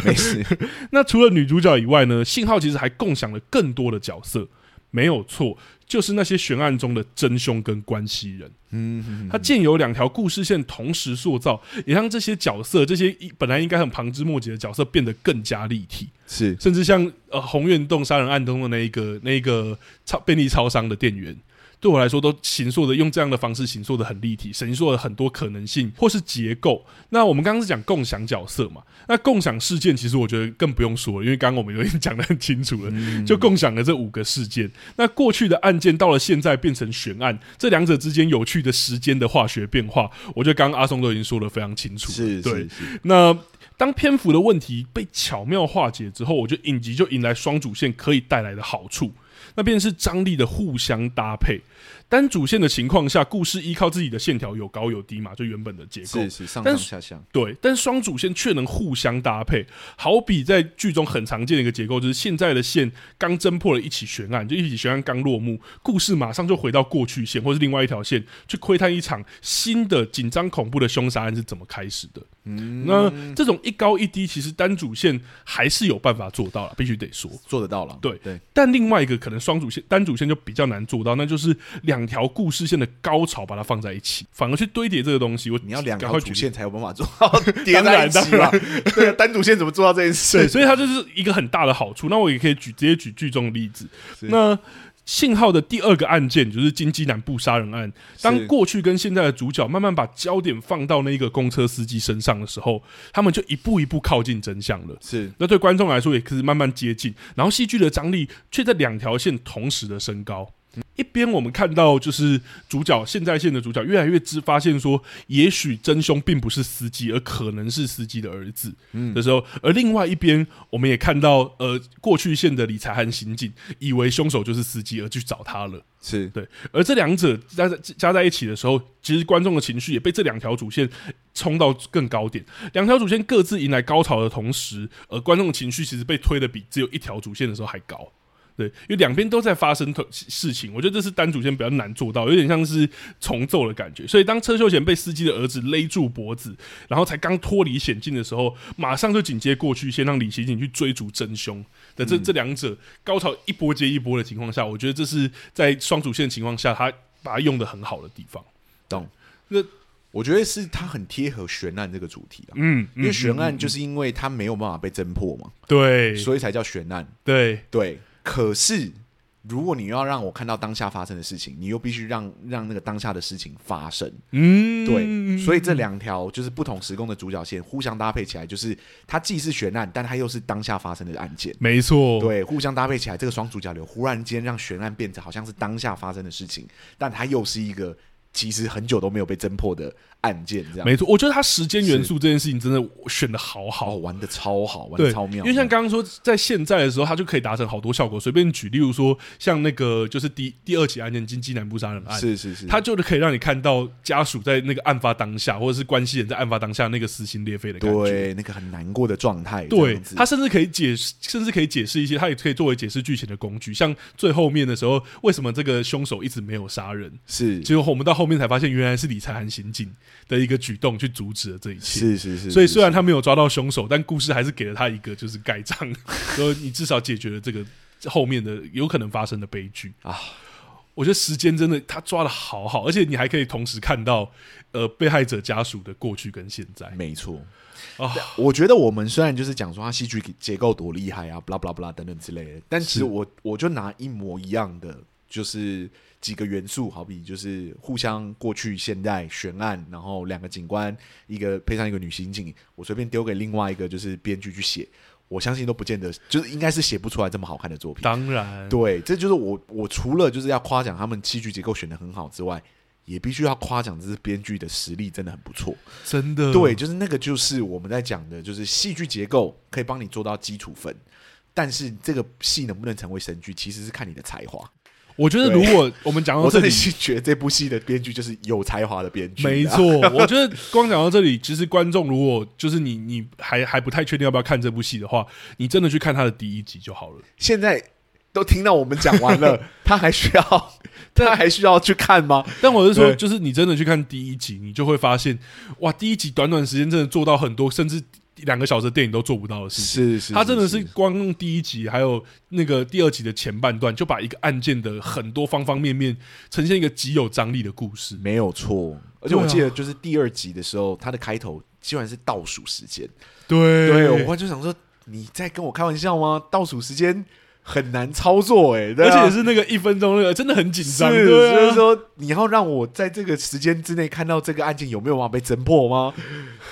[SPEAKER 2] 没事，
[SPEAKER 1] 那除了女主角以外呢，信号其实还共享了更多的角色，没有错，就是那些悬案中的真凶跟关系人。
[SPEAKER 2] 嗯，
[SPEAKER 1] 它建有两条故事线同时塑造，也让这些角色，这些一本来应该很旁枝末节的角色变得更加立体。
[SPEAKER 2] 是
[SPEAKER 1] 甚至像呃红院洞杀人案中的那一个那一个超便利超商的店员，对我来说都形塑的用这样的方式形塑的很立体，形塑了很多可能性或是结构。那我们刚刚是讲共享角色嘛，那共享事件其实我觉得更不用说了，因为刚刚我们都已经 讲得很清楚了，
[SPEAKER 2] 嗯
[SPEAKER 1] 就共享了这五个事件。那过去的案件到了现在变成悬案，这两者之间有趣的时间的化学变化，我觉得刚刚阿松都已经说得非常清楚了。
[SPEAKER 2] 是
[SPEAKER 1] 对
[SPEAKER 2] 是，是，
[SPEAKER 1] 那当篇幅的问题被巧妙化解之后，我觉得影集就迎来双主线可以带来的好处，那便是张力的互相搭配。单主线的情况下，故事依靠自己的线条有高有低嘛，就原本的结构
[SPEAKER 2] 是。是上
[SPEAKER 1] 但
[SPEAKER 2] 上
[SPEAKER 1] 是
[SPEAKER 2] 下下，
[SPEAKER 1] 对，但双主线却能互相搭配，好比在剧中很常见的一个结构，就是现在的线刚侦破了一起悬案，就一起悬案刚落幕，故事马上就回到过去线，或是另外一条线去窥探一场新的紧张恐怖的凶杀案是怎么开始的。嗯，那这种一高一低，其实单主线还是有办法做到了，必须得说。
[SPEAKER 2] 做得到了，
[SPEAKER 1] 对
[SPEAKER 2] 对，
[SPEAKER 1] 但另外一个可能双主线、单主线就比较难做到，那就是两条故事线的高潮把它放在一起，反而去堆叠这个东西。我
[SPEAKER 2] 你要两
[SPEAKER 1] 赶
[SPEAKER 2] 条
[SPEAKER 1] 快
[SPEAKER 2] 主
[SPEAKER 1] 举例
[SPEAKER 2] 线才有办法做到叠在一起
[SPEAKER 1] 当
[SPEAKER 2] 嘛， 对啊，单主线怎么做到这件
[SPEAKER 1] 对，
[SPEAKER 2] 事？
[SPEAKER 1] 所以它就是一个很大的好处。那我也可以举直接举剧中的例子。
[SPEAKER 2] 是
[SPEAKER 1] 那信号的第二个案件就是金鸡南部杀人案。当过去跟现在的主角慢慢把焦点放到那个公车司机身上的时候，他们就一步一步靠近真相了。
[SPEAKER 2] 是
[SPEAKER 1] 那对观众来说也是慢慢接近，然后戏剧的张力却在两条线同时的升高。嗯一边我们看到就是主角现在线的主角越来越知发现说，也许真凶并不是司机，而可能是司机的儿子的时候，而另外一边我们也看到呃过去线的理财和刑警以为凶手就是司机而去找他了。
[SPEAKER 2] 是
[SPEAKER 1] 对，而这两者加在加在一起的时候，其实观众的情绪也被这两条主线冲到更高点。两条主线各自迎来高潮的同时，呃，观众的情绪其实被推的比只有一条主线的时候还高。对，因为两边都在发生同事情，我觉得这是单主线比较难做到，有点像是重奏的感觉。所以当车秀贤被司机的儿子勒住脖子，然后才刚脱离险境的时候，马上就紧接过去，先让李刑警去追逐真凶的这、这两者高潮一波接一波的情况下，我觉得这是在双主线的情况下，他把它用的很好的地方。
[SPEAKER 2] 懂。
[SPEAKER 1] 那
[SPEAKER 2] 我觉得是它很贴合悬案这个主题啊，
[SPEAKER 1] 嗯，
[SPEAKER 2] 因为悬案就是因为它没有办法被侦破嘛，
[SPEAKER 1] 对
[SPEAKER 2] 所以才叫悬案。
[SPEAKER 1] 对，
[SPEAKER 2] 对，可是如果你要让我看到当下发生的事情，你又必须让让那个当下的事情发生。
[SPEAKER 1] 嗯，
[SPEAKER 2] 对，所以这两条就是不同时空的主角线互相搭配起来，就是它既是悬案，但它又是当下发生的案件。
[SPEAKER 1] 没错，
[SPEAKER 2] 对，互相搭配起来，这个双主角流忽然间让悬案变成好像是当下发生的事情，但它又是一个其实很久都没有被侦破的案件，这样
[SPEAKER 1] 没错，我觉得他时间元素这件事情真的选的好
[SPEAKER 2] 哦，
[SPEAKER 1] 好。
[SPEAKER 2] 玩的超好，玩
[SPEAKER 1] 对，
[SPEAKER 2] 的超妙，
[SPEAKER 1] 因为像刚刚说，在现在的时候，它就可以达成好多效果。随便举，例如说，像那个就是第第二起案件——金鸡南部杀人案，
[SPEAKER 2] 嗯是是是，
[SPEAKER 1] 它就是可以让你看到家属在那个案发当下，或者是关系人在案发当下那个撕心裂肺的感觉。
[SPEAKER 2] 对那个很难过的状态，这
[SPEAKER 1] 对
[SPEAKER 2] 样子，
[SPEAKER 1] 它甚至可以解释，甚至可以解释一些，它也可以作为解释剧情的工具。像最后面的时候，为什么这个凶手一直没有杀人？
[SPEAKER 2] 是
[SPEAKER 1] 结果我们到后面才发现，原来是理财和刑警的一个举动去阻止了这一切。
[SPEAKER 2] 是是是，
[SPEAKER 1] 所以
[SPEAKER 2] 是
[SPEAKER 1] 虽然他没有抓到凶手，但故事还是给了他一个就是盖章， 说你至少解决了这个后面的有可能发生的悲剧
[SPEAKER 2] 啊。
[SPEAKER 1] 我觉得时间真的他抓的好好，而且你还可以同时看到呃被害者家属的过去跟现在
[SPEAKER 2] 没错
[SPEAKER 1] 啊
[SPEAKER 2] 我觉得我们虽然就是讲说它啊戏剧结构多厉害啊，b 拉 a 拉 b 拉等等之类的，但其
[SPEAKER 1] 是
[SPEAKER 2] 实我我就拿一模一样的，就是几个元素，好比就是互相过去、现代、悬案，然后两个警官，一个配上一个女刑警，我随便丢给另外一个就是编剧去写，我相信都不见得，就是应该是写不出来这么好看的作品。
[SPEAKER 1] 当然
[SPEAKER 2] 对，这就是我我除了就是要夸奖他们戏剧结构选的很好之外，也必须要夸奖这是编剧的实力真的很不错。
[SPEAKER 1] 真的
[SPEAKER 2] 对，就是那个，就是我们在讲的，就是戏剧结构可以帮你做到基础分，但是这个戏能不能成为神剧，其实是看你的才华。
[SPEAKER 1] 我觉得如果我们讲到
[SPEAKER 2] 我
[SPEAKER 1] 哦这
[SPEAKER 2] 真的
[SPEAKER 1] 里，
[SPEAKER 2] 是觉得这部戏的编剧就是有才华的编剧，
[SPEAKER 1] 没
[SPEAKER 2] 啊，
[SPEAKER 1] 错，我觉得光讲到这里，其实观众如果就是你你还还不太确定要不要看这部戏的话，你真的去看他的第一集就好了。
[SPEAKER 2] 现在。都听到我们讲完 了，他还需要他还需要去看吗？
[SPEAKER 1] 但我是说，
[SPEAKER 2] 对
[SPEAKER 1] 就是你真的去看第一集，你就会发现，哇，第一集短短时间真的做到很多，甚至两个小时的电影都做不到的事情。
[SPEAKER 2] 是是，
[SPEAKER 1] 他真的是光用第一集还有那个第二集的前半段，就把一个案件的很多方方面面呈现一个极有张力的故事。
[SPEAKER 2] 没有错。而且
[SPEAKER 1] 对啊
[SPEAKER 2] 我记得就是第二集的时候，它的开头居然是倒数时间，
[SPEAKER 1] 对
[SPEAKER 2] 对，我就想说你在跟我开玩笑吗？倒数时间很难操作哎、对
[SPEAKER 1] 而
[SPEAKER 2] 啊
[SPEAKER 1] 且是那个一分钟那个，真的很紧张。
[SPEAKER 2] 是，
[SPEAKER 1] 对啊
[SPEAKER 2] 就是说你要让我在这个时间之内看到这个案件有没有办法被侦破吗？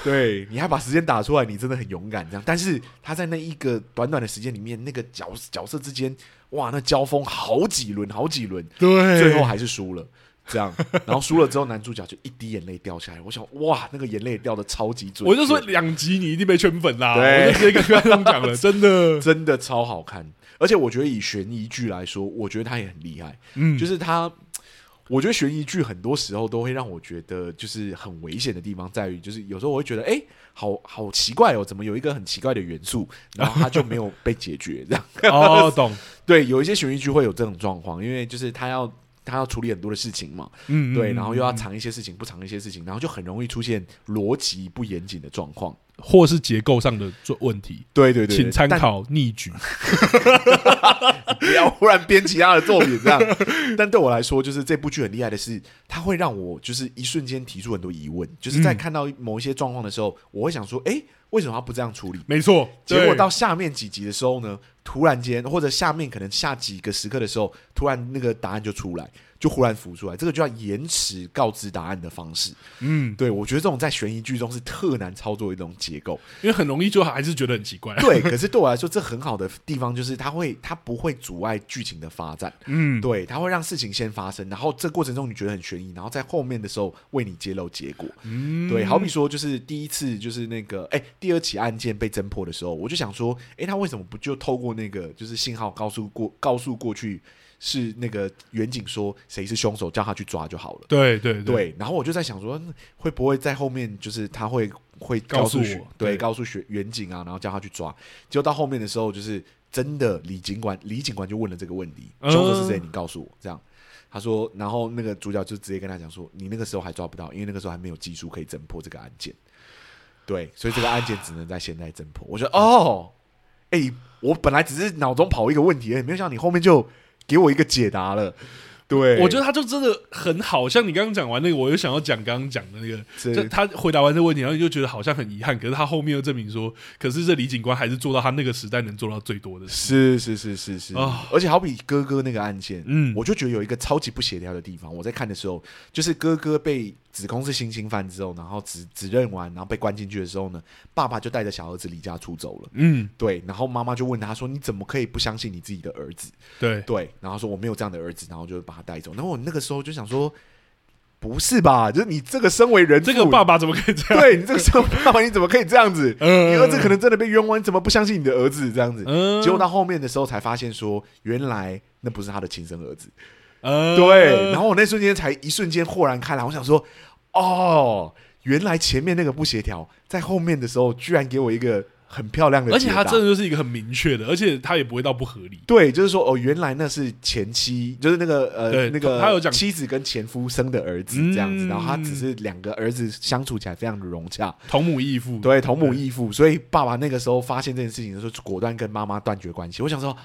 [SPEAKER 2] 对，你还把时间打出来，你真的很勇敢这样。但是他在那一个短短的时间里面，那个角角色之间，哇，那交锋好几轮，好几轮，
[SPEAKER 1] 对，
[SPEAKER 2] 最后还是输了。这样，然后输了之后，男主角就一滴眼泪掉下来。我想，哇，那个眼泪掉的超级准确，
[SPEAKER 1] 我就说两集你一定被圈粉啦，
[SPEAKER 2] 对
[SPEAKER 1] 我就直接跟观众讲 了，真的，
[SPEAKER 2] 真的超好看。而且我觉得以悬疑剧来说，我觉得他也很厉害。
[SPEAKER 1] 嗯，
[SPEAKER 2] 就是它，我觉得悬疑剧很多时候都会让我觉得就是很危险的地方在于，就是有时候我会觉得，哎、好好奇怪哦，怎么有一个很奇怪的元素，然后它就没有被解决，这样
[SPEAKER 1] 哦，懂，
[SPEAKER 2] 对，有一些悬疑剧会有这种状况，因为就是它要。它要处理很多的事情嘛，
[SPEAKER 1] 嗯，
[SPEAKER 2] 对，
[SPEAKER 1] 嗯
[SPEAKER 2] 然后又要藏一些事情，不藏一些事情，然后就很容易出现逻辑不严谨的状况。
[SPEAKER 1] 或是结构上的做问题，
[SPEAKER 2] 对对对，
[SPEAKER 1] 请
[SPEAKER 2] 对
[SPEAKER 1] 参，
[SPEAKER 2] 但
[SPEAKER 1] 考逆局。
[SPEAKER 2] 不要忽然编其他的作品这样。 但对我来说，就是这部剧很厉害的是，它会让我就是一瞬间提出很多疑问，就是在
[SPEAKER 1] 嗯
[SPEAKER 2] 看到某一些状况的时候，我会想说，诶，为什么他不这样处理？
[SPEAKER 1] 没错，
[SPEAKER 2] 结果
[SPEAKER 1] 对
[SPEAKER 2] 到下面几集的时候呢，突然间或者下面可能下几个时刻的时候，突然那个答案就出来，就忽然浮出来，这个就叫延迟告知答案的方式。
[SPEAKER 1] 嗯，
[SPEAKER 2] 对我觉得这种在悬疑剧中是特难操作的一种结构。
[SPEAKER 1] 因为很容易就还是觉得很奇怪。
[SPEAKER 2] 对，可是对我来说，这很好的地方就是它会，它不会阻碍剧情的发展。
[SPEAKER 1] 嗯，
[SPEAKER 2] 对，它会让事情先发生，然后这过程中你觉得很悬疑，然后在后面的时候为你揭露结果。
[SPEAKER 1] 嗯
[SPEAKER 2] 对，好比说就是第一次就是那个哎、第二起案件被侦破的时候，我就想说，哎、他为什么不就透过那个就是信号告诉过告诉过去是那个远景说谁是凶手，叫他去抓就好了。
[SPEAKER 1] 对对对，
[SPEAKER 2] 对，然后我就在想说，嗯会不会在后面就是他会会
[SPEAKER 1] 告
[SPEAKER 2] 诉
[SPEAKER 1] 诉
[SPEAKER 2] 学
[SPEAKER 1] 我对
[SPEAKER 2] 对，告诉学远景啊，然后叫他去抓。结果到后面的时候，就是真的李警官，李警官就问了这个问题，
[SPEAKER 1] 嗯
[SPEAKER 2] 凶手是谁？你告诉我。这样，他说，然后那个主角就直接跟他讲说，你那个时候还抓不到，因为那个时候还没有技术可以侦破这个案件。对，所以这个案件只能在现在侦破。我觉得，哦，哎、我本来只是脑中跑一个问题而已，没有想到你后面就给我一个解答了。对，
[SPEAKER 1] 我觉得他就真的很好，像你刚刚讲完那个，我又想要讲刚刚讲的那个，
[SPEAKER 2] 这
[SPEAKER 1] 就他回答完这个问题，然后你就觉得好像很遗憾，可是他后面又证明说，可是这李警官还是做到他那个时代能做到最多的事。
[SPEAKER 2] 是是是是是
[SPEAKER 1] 啊
[SPEAKER 2] 而且好比哥哥那个案件，
[SPEAKER 1] 嗯
[SPEAKER 2] 我就觉得有一个超级不协调的地方。我在看的时候，就是哥哥被指控是性侵犯之后，然后指指认完，然后被关进去的时候呢，爸爸就带着小儿子离家出走了。
[SPEAKER 1] 嗯，
[SPEAKER 2] 对，然后妈妈就问他说：“你怎么可以不相信你自己的儿子
[SPEAKER 1] 对？”，
[SPEAKER 2] 对，然后说我没有这样的儿子，然后就把他带走。然后我那个时候就想说，不是吧？就是你这个身为人父，
[SPEAKER 1] 这个爸爸怎么可以这样？
[SPEAKER 2] 对你这个时候爸爸，你怎么可以这样 子？
[SPEAKER 1] 嗯
[SPEAKER 2] 你儿子可能真的被冤枉，你怎么不相信你的儿子这样子？
[SPEAKER 1] 嗯
[SPEAKER 2] 结果到后面的时候才发现说，原来那不是他的亲生儿子。
[SPEAKER 1] 呃，
[SPEAKER 2] 对，然后我那瞬间才一瞬间豁然开朗，我想说，哦，原来前面那个不协调，在后面的时候居然给我一个很漂亮的
[SPEAKER 1] 而
[SPEAKER 2] 解
[SPEAKER 1] 且
[SPEAKER 2] 答，
[SPEAKER 1] 他真的就是一个很明确的，而且他也不会到不合理。
[SPEAKER 2] 对，就是说哦，原来那是前妻，就是那个呃
[SPEAKER 1] 对
[SPEAKER 2] 那个
[SPEAKER 1] 他有讲
[SPEAKER 2] 妻子跟前夫生的儿子这样子，
[SPEAKER 1] 嗯
[SPEAKER 2] 然后他只是两个儿子相处起来非常的融洽，
[SPEAKER 1] 同母异父，
[SPEAKER 2] 对，同母异父，所以爸爸那个时候发现这件事情的时候，果断跟妈妈断绝关系。我想说，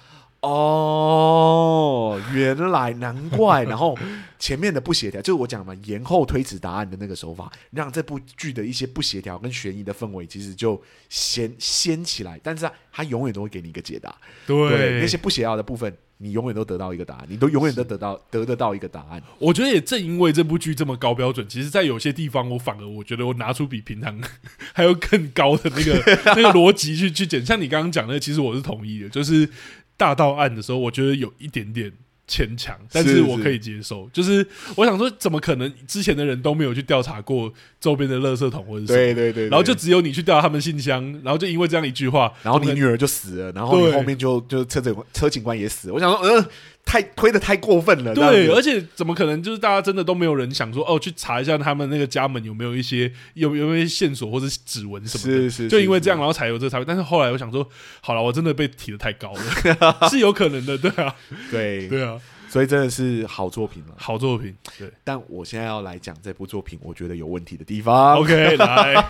[SPEAKER 2] 哦，原来难怪。然后前面的不协调，就是我讲嘛，延后推迟答案的那个手法，让这部剧的一些不协调跟悬疑的氛围，其实就掀掀起来。但是啊它永远都会给你一个解答，对那
[SPEAKER 1] 对
[SPEAKER 2] 些，不协调的部分，你永远都得到一个答案，你都永远都得到得得到一个答案。
[SPEAKER 1] 我觉得也正因为这部剧这么高标准，其实，在有些地方，我反而我觉得我拿出比平常 还有更高的那 个那个逻辑去去讲。像你刚刚讲的，其实我是同意的，就是大到案的时候，我觉得有一点点。牵强，但
[SPEAKER 2] 是
[SPEAKER 1] 是我
[SPEAKER 2] 是
[SPEAKER 1] 可以接受。就是我想说，怎么可能之前的人都没有去调查过周边的垃圾桶或者什么？
[SPEAKER 2] 对对对对
[SPEAKER 1] 然后就只有你去调查他们信箱，然后就因为这样一句话，
[SPEAKER 2] 然后
[SPEAKER 1] 我
[SPEAKER 2] 你
[SPEAKER 1] 们
[SPEAKER 2] 女儿就死了，然后你
[SPEAKER 1] 对
[SPEAKER 2] 后面就就车警车警官也死了。我想说，呃，太推的太过分了。
[SPEAKER 1] 对，而
[SPEAKER 2] 且
[SPEAKER 1] 且怎么可能？就是大家真的都没有人想说哦，去查一下他们那个家门有没有一些有有没有一些线索或者是指纹什么的。
[SPEAKER 2] 是是
[SPEAKER 1] 就因为这样，
[SPEAKER 2] 了。
[SPEAKER 1] 然后才有这个差别。但是后来我想说，好了，我真的被提的太高 了，是有可能的，对啊，
[SPEAKER 2] 对，
[SPEAKER 1] 对啊，
[SPEAKER 2] 所以真的是好作品了。
[SPEAKER 1] 好作品，对
[SPEAKER 2] 但我现在要来讲这部作品，我觉得有问题的地方。
[SPEAKER 1] ，OK，来，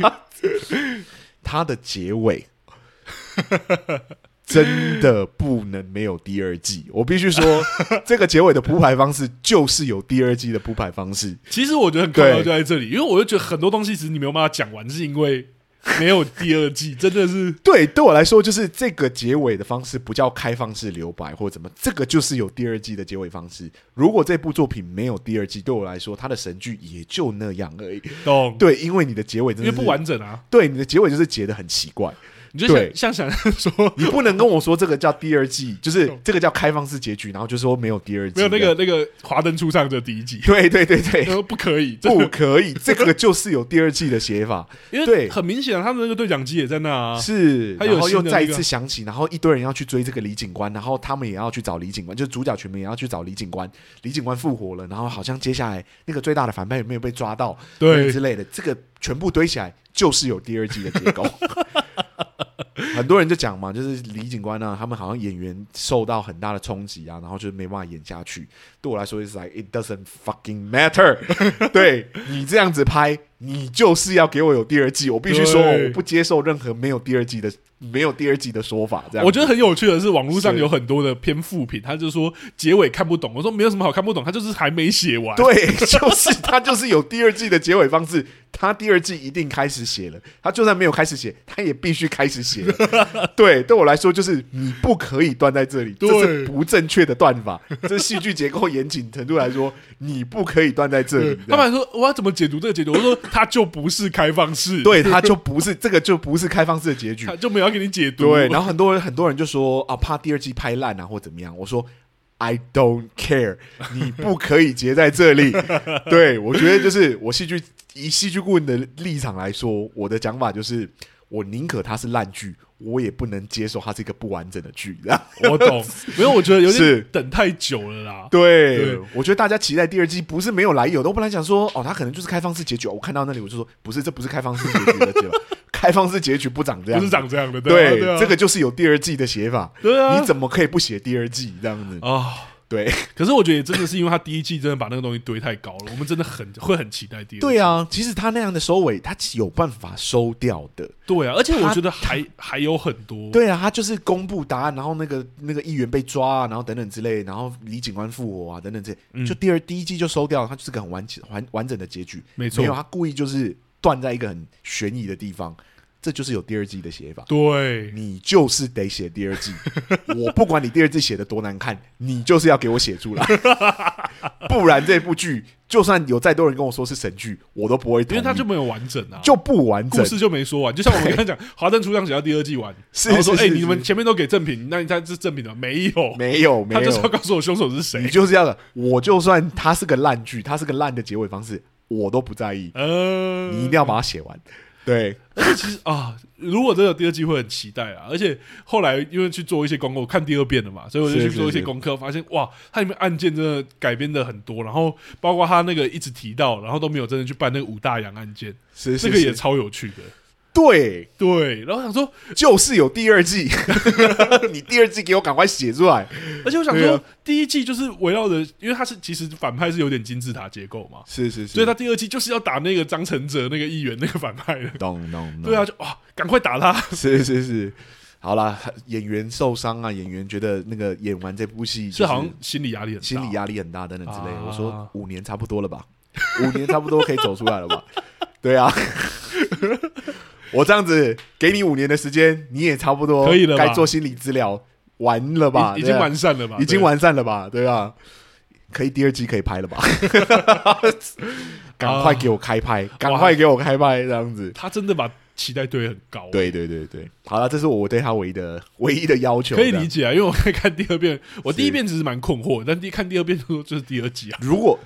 [SPEAKER 2] 它的结尾 真的不能没有第二季。我必 须说，这个结尾的铺排方式就是有第二季的铺排方式。
[SPEAKER 1] 其实我觉得很重要
[SPEAKER 2] 对
[SPEAKER 1] 就在这里，因为我就觉得很多东西其实你没有办法讲完，是因为没有第二季，真的是
[SPEAKER 2] 对，对我来说，就是这个结尾的方式不叫开放式留白或者怎么，这个就是有第二季的结尾方式。如果这部作品没有第二季，对我来说，它的神剧也就那样而已。
[SPEAKER 1] 懂，
[SPEAKER 2] 对，因为你的结尾真
[SPEAKER 1] 因
[SPEAKER 2] 的
[SPEAKER 1] 为
[SPEAKER 2] 是
[SPEAKER 1] 不，完整啊，
[SPEAKER 2] 对你的结尾就是结的很奇怪，
[SPEAKER 1] 你就
[SPEAKER 2] 对
[SPEAKER 1] 想像想象说
[SPEAKER 2] 你不能跟我说这个叫第二季，就是这个叫开放式结局，然后就说没有第二季，
[SPEAKER 1] 没有那个，那个华灯初上的第一 季，
[SPEAKER 2] 对对对对，
[SPEAKER 1] 呃，不可 以，真的
[SPEAKER 2] 不可以，这个就是有第二季的写法，
[SPEAKER 1] 因为
[SPEAKER 2] 对
[SPEAKER 1] 很明显、啊，他们那个对讲机也在那啊。
[SPEAKER 2] 是，
[SPEAKER 1] 他有
[SPEAKER 2] 然后
[SPEAKER 1] 新
[SPEAKER 2] 又
[SPEAKER 1] 的
[SPEAKER 2] 再一
[SPEAKER 1] 那个
[SPEAKER 2] 次想起，然后一堆人要去追这个李警官，然后他们也要去找李警官，就是主角群们也要去找李警官。李警官复活了，然后好像接下来那个最大的反派有没有被抓到，
[SPEAKER 1] 对
[SPEAKER 2] 之类的，这个全部堆起来就是有第二季的 结构。很多人就讲嘛，就是李警官啊，他们好像演员受到很大的冲击啊，然后就是没办法演下去。对我来说，is like it doesn't fucking matter 对。你这样子拍，你就是要给我有第二季。我必须说，
[SPEAKER 1] 对
[SPEAKER 2] 我不接受任何没有第二季的没有第二季的说法。这样子，
[SPEAKER 1] 我觉得很有趣的是，网络上
[SPEAKER 2] 是
[SPEAKER 1] 有很多的篇副品，他就说结尾看不懂。我说没有什么好看不懂，他就是还没写完。
[SPEAKER 2] 对， 就是他就是有第二季的结尾方式，他第二季一定开始写了，他就算没有开始写，他也必须开始写了。 对，对我来说就是你不可以断在这里，这
[SPEAKER 1] 对
[SPEAKER 2] 是不正确的断 法。这戏剧结构严谨程度来说，你不可以断在这里。这
[SPEAKER 1] 他们还
[SPEAKER 2] 样
[SPEAKER 1] 说我要怎么解读这个解读？我说他就不是开放式，，
[SPEAKER 2] 对，他就不是这个就不是开放式的结局
[SPEAKER 1] 他。就没有要给你解读。
[SPEAKER 2] 对，然后很多人很多人就说啊，怕第二季拍烂啊，或怎么样。我说。I don't care，你不可以结在 这里。对我觉得就是我戏剧以戏剧顾问的立场来说，我的讲法就是，我宁可它是烂剧，我也不能接受它是一个不完整的剧。 这样
[SPEAKER 1] 我懂，没有，我觉得有
[SPEAKER 2] 是
[SPEAKER 1] 点等太久了啦。
[SPEAKER 2] 对，
[SPEAKER 1] 对
[SPEAKER 2] 我觉得大家期待第二季不是没有来由的。我本来想说，哦，它可能就是开放式结局。我看到那里我就说，不是，这不是开放式结局的结局， 开放式结局不长这样
[SPEAKER 1] 不
[SPEAKER 2] 子，
[SPEAKER 1] 是长这样的，
[SPEAKER 2] 对
[SPEAKER 1] 啊对啊，
[SPEAKER 2] 这个就是有第二季的写法。
[SPEAKER 1] 对啊，
[SPEAKER 2] 你怎么可以不写第二季这样子？
[SPEAKER 1] 啊？
[SPEAKER 2] 对
[SPEAKER 1] 可是我觉得也真的是因为他第一季真的把那个东西堆太高了，我们真的很会很期待第二季。
[SPEAKER 2] 对啊，其实他那样的收尾，他有办法收掉的。
[SPEAKER 1] 对啊，而且我
[SPEAKER 2] 他
[SPEAKER 1] 觉得还还有很多，
[SPEAKER 2] 对啊，他就是公布答案，然后那个那个议员被抓、啊，然后等等之类，然后李警官复活啊，等等之类，就第二第一季就收掉了，他就是个很完整完完整的结局。
[SPEAKER 1] 没错
[SPEAKER 2] 没有，他故意就是断在一个很悬疑的地方，这就是有第二季的写法。
[SPEAKER 1] 对
[SPEAKER 2] 你就是得写第 二季，我不管你第二季写的多难看，你就是要给我写出来， 不然这部剧就算有再多人跟我说是神剧，我都不会同
[SPEAKER 1] 因
[SPEAKER 2] 意，
[SPEAKER 1] 为他就没有完整啊，
[SPEAKER 2] 就不完整
[SPEAKER 1] 故。事就没说完。就像我们刚才讲，《华灯初上》写到第二季完，
[SPEAKER 2] 是
[SPEAKER 1] 然后说：“
[SPEAKER 2] 是
[SPEAKER 1] 哎，
[SPEAKER 2] 是
[SPEAKER 1] 你
[SPEAKER 2] 是
[SPEAKER 1] 们前面都给正品，那他是正品的没有？
[SPEAKER 2] 没有 没
[SPEAKER 1] 他就是要
[SPEAKER 2] 有，
[SPEAKER 1] 告诉我凶手是
[SPEAKER 2] 你
[SPEAKER 1] 谁。
[SPEAKER 2] 就是这样的。我就算它是个烂剧，它是个烂的结尾方式，我都不在意”。
[SPEAKER 1] 呃，
[SPEAKER 2] 你一定要把它写完。对，
[SPEAKER 1] 而且其实啊，如果真的有第二季会很期待啊。而且后来因为去做一些功课，我看第二遍了嘛，所以我就是去做一
[SPEAKER 2] 是
[SPEAKER 1] 些
[SPEAKER 2] 是
[SPEAKER 1] 功课，发现哇，它里面案件真的改编的很多，然后包括他那个一直提到，然后都没有真的去办那个武大洋案件，
[SPEAKER 2] 是
[SPEAKER 1] 这
[SPEAKER 2] 是
[SPEAKER 1] 个也
[SPEAKER 2] 是
[SPEAKER 1] 超有趣的。
[SPEAKER 2] 对，
[SPEAKER 1] 对，然后想说，
[SPEAKER 2] 就是有第二季， 你第二季给我赶快写出来。
[SPEAKER 1] 而且我想
[SPEAKER 2] 对
[SPEAKER 1] 说
[SPEAKER 2] 啊，
[SPEAKER 1] 第一季就是围绕着，因为它是其实反派是有点金字塔结构嘛，
[SPEAKER 2] 是是是，
[SPEAKER 1] 所以他第二季就是要打那个张承哲那个议员那个反派的。
[SPEAKER 2] 懂懂
[SPEAKER 1] 对啊，，就哇，赶快打他！
[SPEAKER 2] 是是是。好啦，演员受伤啊，演员觉得那个演完这部戏就是
[SPEAKER 1] 好像心理压力很大，
[SPEAKER 2] 心理压力很大等等之类的。
[SPEAKER 1] 啊
[SPEAKER 2] 我说五年差不多了吧， 五年差不多可以走出来了吧？ 对啊，我这样子给你五年的时间，你也差不多
[SPEAKER 1] 可以了吧
[SPEAKER 2] 该做心理治疗完了吧？
[SPEAKER 1] 已已
[SPEAKER 2] 对
[SPEAKER 1] 经
[SPEAKER 2] 啊
[SPEAKER 1] 完善了吧？
[SPEAKER 2] 已经
[SPEAKER 1] 对
[SPEAKER 2] 完善了吧？对啊，可以第二季可以拍了吧？ 赶
[SPEAKER 1] 啊
[SPEAKER 2] 快给我开拍，赶快给我开拍，这样子。
[SPEAKER 1] 他真的把期待堆很高，，啊
[SPEAKER 2] 对对对对，好了，这是我对他唯一的唯一的要求。
[SPEAKER 1] 可以
[SPEAKER 2] 这样
[SPEAKER 1] 理解啊。因为我在看第二 遍，我第一遍其实蛮困惑，但第看第二遍就说这是第二季啊。
[SPEAKER 2] 如果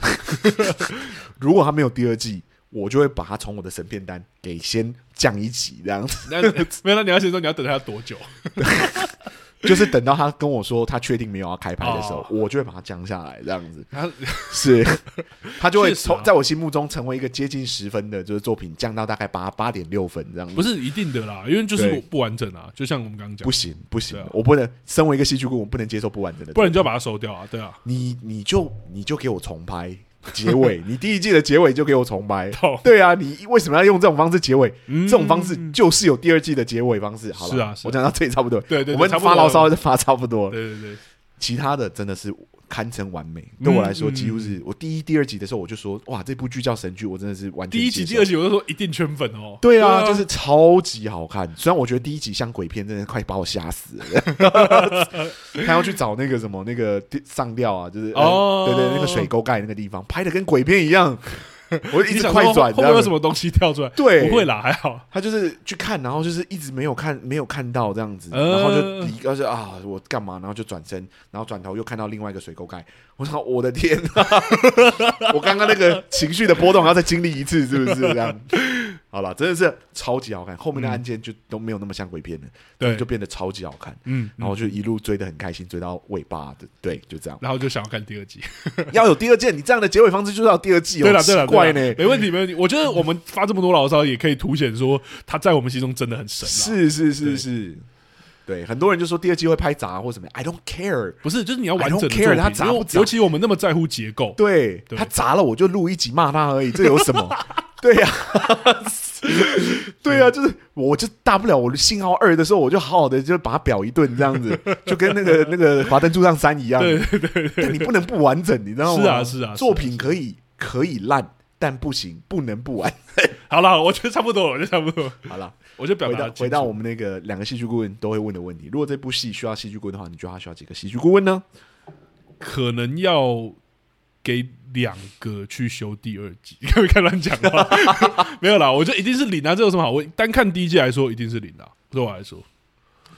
[SPEAKER 2] 如果他没有第二季，我就会把他从我的神片单给先降一级，这样子，
[SPEAKER 1] 那 没有，那你要先说你要等他多久？
[SPEAKER 2] 就是等到他跟我说他确定没有要开拍的时候
[SPEAKER 1] 哦，
[SPEAKER 2] 我就会把它降下来，这样子。
[SPEAKER 1] 他
[SPEAKER 2] 是， 他就会
[SPEAKER 1] 确实啊
[SPEAKER 2] 从在我心目中成为一个接近十分的，就是作品降到大概八八点六分这样子。
[SPEAKER 1] 不是一定的啦，因为就是
[SPEAKER 2] 对
[SPEAKER 1] 不完整啊。就像我们刚刚讲
[SPEAKER 2] 不，行不行
[SPEAKER 1] 对啊，
[SPEAKER 2] 我不能身为一个戏剧顾问，我不能接受不完整的。
[SPEAKER 1] 不然你就要把它收掉啊。对啊，
[SPEAKER 2] 你你就你就给我重拍结尾， 你第一季的结尾就给我重拍
[SPEAKER 1] 懂。
[SPEAKER 2] 对啊，你为什么要用这种方式结尾？
[SPEAKER 1] 哦嗯
[SPEAKER 2] 这种方式就是有第二季的结尾方式。好了，
[SPEAKER 1] 是啊是啊
[SPEAKER 2] 我讲到这里差不多。
[SPEAKER 1] 对对对
[SPEAKER 2] 我们
[SPEAKER 1] 差不多
[SPEAKER 2] 发牢骚就发差不多了，
[SPEAKER 1] 对对对，
[SPEAKER 2] 其他的真的是。堪称完美，
[SPEAKER 1] 嗯
[SPEAKER 2] 对我来说
[SPEAKER 1] 嗯
[SPEAKER 2] 几乎是我第一、第二集的时候，我就说哇，这部剧叫神剧，我真的是完全
[SPEAKER 1] 第一集、
[SPEAKER 2] 接
[SPEAKER 1] 第
[SPEAKER 2] 受
[SPEAKER 1] 二集我就说一定圈粉哦。
[SPEAKER 2] 对啊，就是超级好看。虽然我觉得第一集像鬼片，真的快把我吓死了。 他要去找那个什么那个地上吊啊，就是呃
[SPEAKER 1] 哦
[SPEAKER 2] 对对，那个水沟盖那个地方，拍的跟鬼片一样。我一
[SPEAKER 1] 你
[SPEAKER 2] 直
[SPEAKER 1] 想说
[SPEAKER 2] 快转，
[SPEAKER 1] 会不会有什
[SPEAKER 2] 么？
[SPEAKER 1] 么东西跳出来？
[SPEAKER 2] 对，
[SPEAKER 1] 不会。啦，还好。
[SPEAKER 2] 他就是去看，然后就是一直没有看，没有看到这样子，
[SPEAKER 1] 呃
[SPEAKER 2] 然后就离，而且啊，我干嘛？然后就转身，然后转头又看到另外一个水沟盖。我操，我的天、啊！ 我刚刚那个情绪的波动，还要再经历一次，是不是这 样？好了，真的是超级好看，后面的案件就都没有那么像鬼片了，
[SPEAKER 1] 对
[SPEAKER 2] 就，变得超级好看。
[SPEAKER 1] 嗯，。
[SPEAKER 2] 然后就一路追得很开心，追到尾巴的，对，就这样
[SPEAKER 1] 然后就想要看第二季。
[SPEAKER 2] 要有第二季，你这样的结尾方式就是要有第二季哦，
[SPEAKER 1] 对了，对了，
[SPEAKER 2] 奇怪
[SPEAKER 1] 对啦
[SPEAKER 2] 呢。
[SPEAKER 1] 没问题，没问题。我觉得我们发这么多牢骚，也可以凸显说他在我们心中真的很神啦。
[SPEAKER 2] 是是
[SPEAKER 1] 对
[SPEAKER 2] 是是，对，很多人就说第二季会拍砸或什么，I don't care。
[SPEAKER 1] 不是，就是你要完整的
[SPEAKER 2] I don't care，
[SPEAKER 1] 作品
[SPEAKER 2] 他砸
[SPEAKER 1] 因为
[SPEAKER 2] 不砸
[SPEAKER 1] 尤其我们那么在乎结构，
[SPEAKER 2] 对
[SPEAKER 1] 对
[SPEAKER 2] 他砸了，我就录一集骂他而已，这有什 么？对呀、对呀、就是我就大不了我信号二的时候，我就好好的就把他表一顿，这样子，就跟 那个那个华灯初上三一样。
[SPEAKER 1] 对
[SPEAKER 2] 对对但你不能不完整，你知道吗？
[SPEAKER 1] 是啊是啊是啊
[SPEAKER 2] 作品可以可以烂，但不行，不能 不完。
[SPEAKER 1] 好了，我觉得差不多了，我觉得差不多了，
[SPEAKER 2] 好了，
[SPEAKER 1] 我就表
[SPEAKER 2] 回
[SPEAKER 1] 达
[SPEAKER 2] 到
[SPEAKER 1] 得清楚
[SPEAKER 2] 回到我们那个两个戏剧顾问都会问的问题：如果这部戏需要戏剧顾问的话，你觉得他需要几个戏剧顾问呢？
[SPEAKER 1] 可能要给两个去修第二季， 可不可以乱讲话？ 没有啦，我觉得一定是零啊，这有什么好问？单看第一季来说，一定是零啊。对我来说，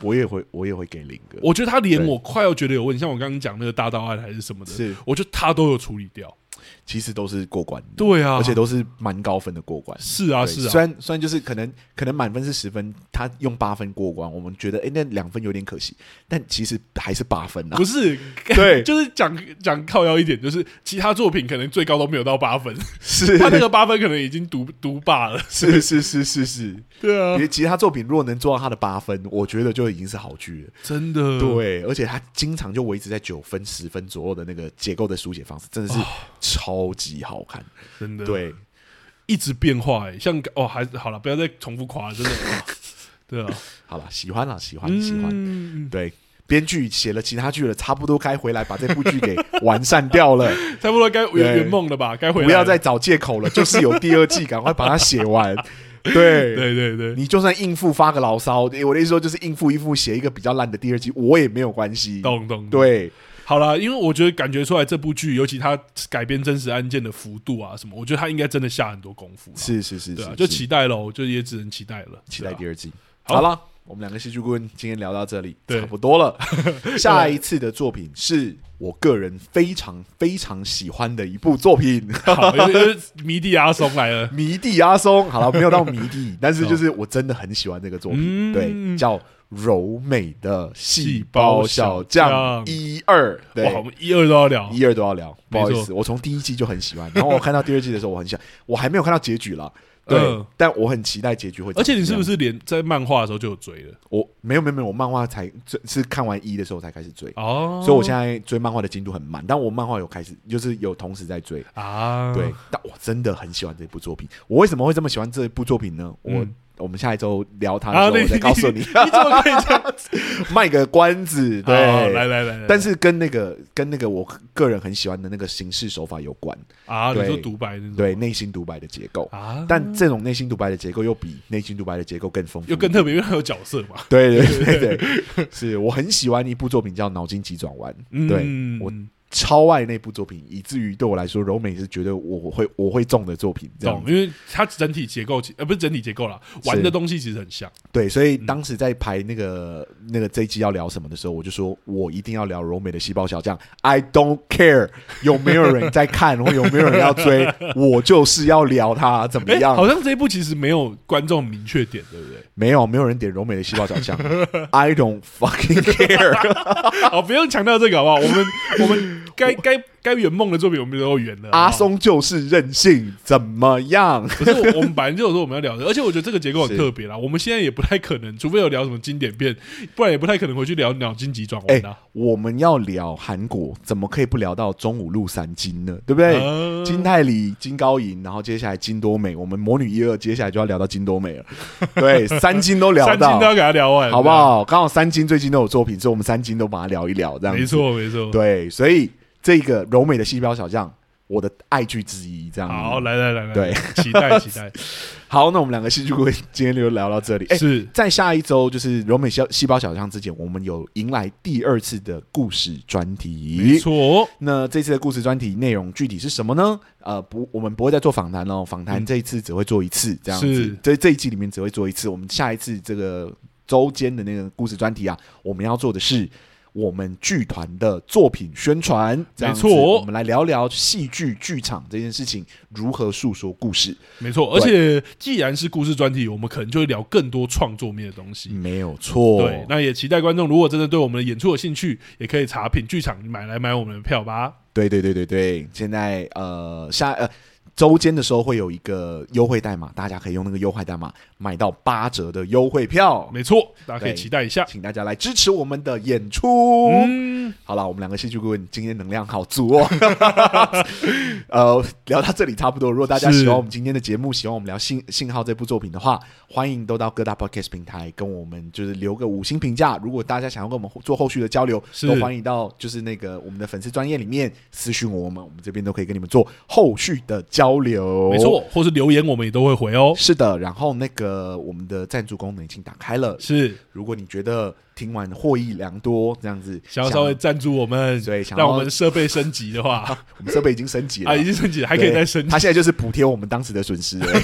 [SPEAKER 2] 我也会，我也会给零个。
[SPEAKER 1] 我觉得他连
[SPEAKER 2] 对
[SPEAKER 1] 啊我快要觉得有问题，像我刚刚讲那个大道案还是什么的，
[SPEAKER 2] 是
[SPEAKER 1] 我觉得他都有处理掉。
[SPEAKER 2] 其实都是过关的，
[SPEAKER 1] 对啊，
[SPEAKER 2] 而且都是蛮高分的过关。
[SPEAKER 1] 是啊
[SPEAKER 2] 对
[SPEAKER 1] 是
[SPEAKER 2] 虽
[SPEAKER 1] 啊，
[SPEAKER 2] 然虽然就是可能可能满分是十分，他用八分过关，我们觉得哎、诶那两分有点可惜，但其实还是八分啊
[SPEAKER 1] 不。是，
[SPEAKER 2] 对
[SPEAKER 1] 就是讲讲靠腰一点，就是其他作品可能最高都没有到八 分，
[SPEAKER 2] 是
[SPEAKER 1] 他那个八分可能已经独独霸了，
[SPEAKER 2] 是是是是是，
[SPEAKER 1] 对啊
[SPEAKER 2] 你，的其他作品如果能做到他的八分，我觉得就已经是好剧了。
[SPEAKER 1] 真的，
[SPEAKER 2] 对，而且他经常就维持在九分、十分左右的那个结构的书写方式，真的是
[SPEAKER 1] 哦
[SPEAKER 2] 超级好看。
[SPEAKER 1] 真的，
[SPEAKER 2] 对，
[SPEAKER 1] 一直变化、欸，像哦，还好了，不要再重复夸了，真的， 哇对啊，
[SPEAKER 2] 好了，喜欢了，喜欢，
[SPEAKER 1] 嗯
[SPEAKER 2] 喜欢。对，编剧写了其他剧了，差不多该回来把这部剧给完善 掉了，
[SPEAKER 1] 差不多该圆
[SPEAKER 2] 对
[SPEAKER 1] 圆梦了吧，该回来，
[SPEAKER 2] 不要再，找借口了，就是有第二季，赶快把它写完。对。
[SPEAKER 1] 对对对，
[SPEAKER 2] 你就算应付发个牢骚，诶我的意思说就是应付应付，写一个比较烂的第二季，我也没有关系。
[SPEAKER 1] 懂懂，懂
[SPEAKER 2] 对，
[SPEAKER 1] 好啦，因为我觉得感觉出来这部剧，尤其它改编真实案件的幅度啊什么，我觉得它应该真的下很多功夫啦，
[SPEAKER 2] 是是是
[SPEAKER 1] 对啊，
[SPEAKER 2] 是，
[SPEAKER 1] 就是期待喽，就也只能期待了，啊
[SPEAKER 2] 期待第
[SPEAKER 1] 二，
[SPEAKER 2] 二季。
[SPEAKER 1] 好
[SPEAKER 2] 好了，我们两个戏剧顾问今天聊到这里，
[SPEAKER 1] 对
[SPEAKER 2] 差不 多了。下一次的作品是我个人非常非常喜欢的一部作品，
[SPEAKER 1] 好，因为因为迷弟阿松来了，
[SPEAKER 2] 《迷弟阿松》。好了，没有到迷弟，但是就是我真的很喜欢这个作
[SPEAKER 1] 嗯
[SPEAKER 2] 品，对，叫《柔美的细胞小将
[SPEAKER 1] 细胞小将
[SPEAKER 2] 一二》。 对
[SPEAKER 1] 哇，，我们一二都要聊，
[SPEAKER 2] 一二都要聊，
[SPEAKER 1] 没
[SPEAKER 2] 不好
[SPEAKER 1] 错
[SPEAKER 2] 意思，我从第一季就很喜欢，然后我看到第二季的时候我很想，我还没有看到结局了。对
[SPEAKER 1] 嗯，
[SPEAKER 2] 但我很期待结局会
[SPEAKER 1] 而
[SPEAKER 2] 怎么样。
[SPEAKER 1] 且你是不是连在漫画的时候就有追了？
[SPEAKER 2] 我没有没有没有，我漫画才这是看完一的时候才开始追，
[SPEAKER 1] 哦，
[SPEAKER 2] 所以我现在追漫画的进度很慢，但我漫画有开始，就是有同时在追。
[SPEAKER 1] 啊，
[SPEAKER 2] 对，，但我真的很喜欢这部作品。我为什么会这么喜欢这部作品呢？我、
[SPEAKER 1] 嗯
[SPEAKER 2] 我们下一周聊它
[SPEAKER 1] 啊
[SPEAKER 2] 的时
[SPEAKER 1] 你
[SPEAKER 2] 候，我再告诉 你，
[SPEAKER 1] 你怎么可以这样？
[SPEAKER 2] 卖个关子。对，
[SPEAKER 1] 好哦来来来来，
[SPEAKER 2] 但是跟那个跟那个我个人很喜欢的那个形式手法有关，
[SPEAKER 1] 啊，你
[SPEAKER 2] 对
[SPEAKER 1] 说独白那种，
[SPEAKER 2] 对内心独白的结构。
[SPEAKER 1] 啊，
[SPEAKER 2] 但这种内心独白的结构又比内心独白的结构更丰富，
[SPEAKER 1] 又更特别，因为它有角色嘛，
[SPEAKER 2] 对对对对，是我很喜欢一部作品叫《脑筋急转弯》，对，
[SPEAKER 1] 嗯
[SPEAKER 2] 我超爱那部作品，以至于对我来说，柔美是绝对我会我会中的作品，这样
[SPEAKER 1] 懂，因为它整体结构其呃不是整体结构啦，玩的东西其实很像，
[SPEAKER 2] 对，所
[SPEAKER 1] 嗯
[SPEAKER 2] 以当时在排那个那个这一季要聊什么的时候，我就说我一定要聊柔美的细胞小将，I don't care 有没有人在看或有没有人要追，我就是要聊它怎么
[SPEAKER 1] 哎，
[SPEAKER 2] 样
[SPEAKER 1] 好？像这一部其实没有观众明确点，对不对？
[SPEAKER 2] 没有没有人点柔美的细胞小将，I don't fucking care 啊
[SPEAKER 1] 好，哦不用强调这个好不好？我们我们该该该圆梦的作品我们都圆了，
[SPEAKER 2] 阿
[SPEAKER 1] 好
[SPEAKER 2] 松就是任性，怎么样？
[SPEAKER 1] 不好。可是我我们本来就有说我们要聊的，而且我觉得这个结构很特别啦。我们现在也不太可能，除非有聊什么经典片，不然也不太可能回去聊《脑筋急转弯
[SPEAKER 2] 哎》
[SPEAKER 1] 啊。
[SPEAKER 2] 我们要聊韩国，怎么可以不聊到中五路三金呢？对不对？
[SPEAKER 1] 啊
[SPEAKER 2] 金泰梨、金高银，然后接下来金多美，我们魔女一二，接下来就要聊到金多 美了。对，三金都聊
[SPEAKER 1] 三金
[SPEAKER 2] 到
[SPEAKER 1] 都，要给他聊完，
[SPEAKER 2] 好不？好？刚好三金最近都有作品，所以我们三金都把它聊一聊，这样子
[SPEAKER 1] 没。错，没错。
[SPEAKER 2] 对，所以这个柔美的细胞小将，我的爱剧之一，这样子。
[SPEAKER 1] 好，来来来来，
[SPEAKER 2] 嗯对，
[SPEAKER 1] 期待期待，
[SPEAKER 2] 好，那我们两个戏剧会今天就聊到这里。 哎、
[SPEAKER 1] 是
[SPEAKER 2] 在下一周就是柔美细细胞小将之前，我们有迎来第二次的故事专题，
[SPEAKER 1] 没错，
[SPEAKER 2] 那这次的故事专题内容具体是什么呢？呃，不，我们不会再做访谈哦，访谈
[SPEAKER 1] 嗯
[SPEAKER 2] 这一次只会做一次，这样
[SPEAKER 1] 是
[SPEAKER 2] 子。这这一季里面只会做一次，我们下一次这个周间的那个故事专题啊，我们要做的是。我们剧团的作品宣传，这样子
[SPEAKER 1] 没错
[SPEAKER 2] 我们来聊聊戏剧剧场这件事情如何诉说故事，
[SPEAKER 1] 没错。而且既然是故事专题，我们可能就会聊更多创作面的东西。
[SPEAKER 2] 没有错。
[SPEAKER 1] 对，那也期待观众如果真的对我们的演出有兴趣，也可以查品剧场买来买我们的票吧。
[SPEAKER 2] 对对对对对，现在呃下呃周间的时候会有一个优惠代码，大家可以用那个优惠代码买到八折的优惠票，
[SPEAKER 1] 没错，大家可以
[SPEAKER 2] 对
[SPEAKER 1] 期待一下。
[SPEAKER 2] 请大家来支持我们的演出。
[SPEAKER 1] 嗯，
[SPEAKER 2] 好了，我们两个戏剧顾问今天能量好足哦。 呃，聊到这里差不多。如果大家
[SPEAKER 1] 是
[SPEAKER 2] 喜欢我们今天的节目，喜欢我们聊信信号这部作品的话，欢迎都到各大 podcast 平台跟我们就是留个五星评价。如果大家想要跟我们做后续的交流，
[SPEAKER 1] 是
[SPEAKER 2] 都欢迎到就是那个我们的粉丝专业里面私讯我们，我们这边都可以跟你们做后续的交流。
[SPEAKER 1] 没错，或是留言我们也都会回哦。
[SPEAKER 2] 是的。然后那个我们的赞助功能已经打开了，
[SPEAKER 1] 是，
[SPEAKER 2] 如果你觉得听完获益良多，这样子。
[SPEAKER 1] 想要稍微赞助我们，
[SPEAKER 2] 对，想要
[SPEAKER 1] 让我们设备升级的 话，
[SPEAKER 2] 啊我们设备已经升级了
[SPEAKER 1] 啊，已，经升级了，还可以
[SPEAKER 2] 对
[SPEAKER 1] 再升级
[SPEAKER 2] 他。现在就是补贴我们当时的损失而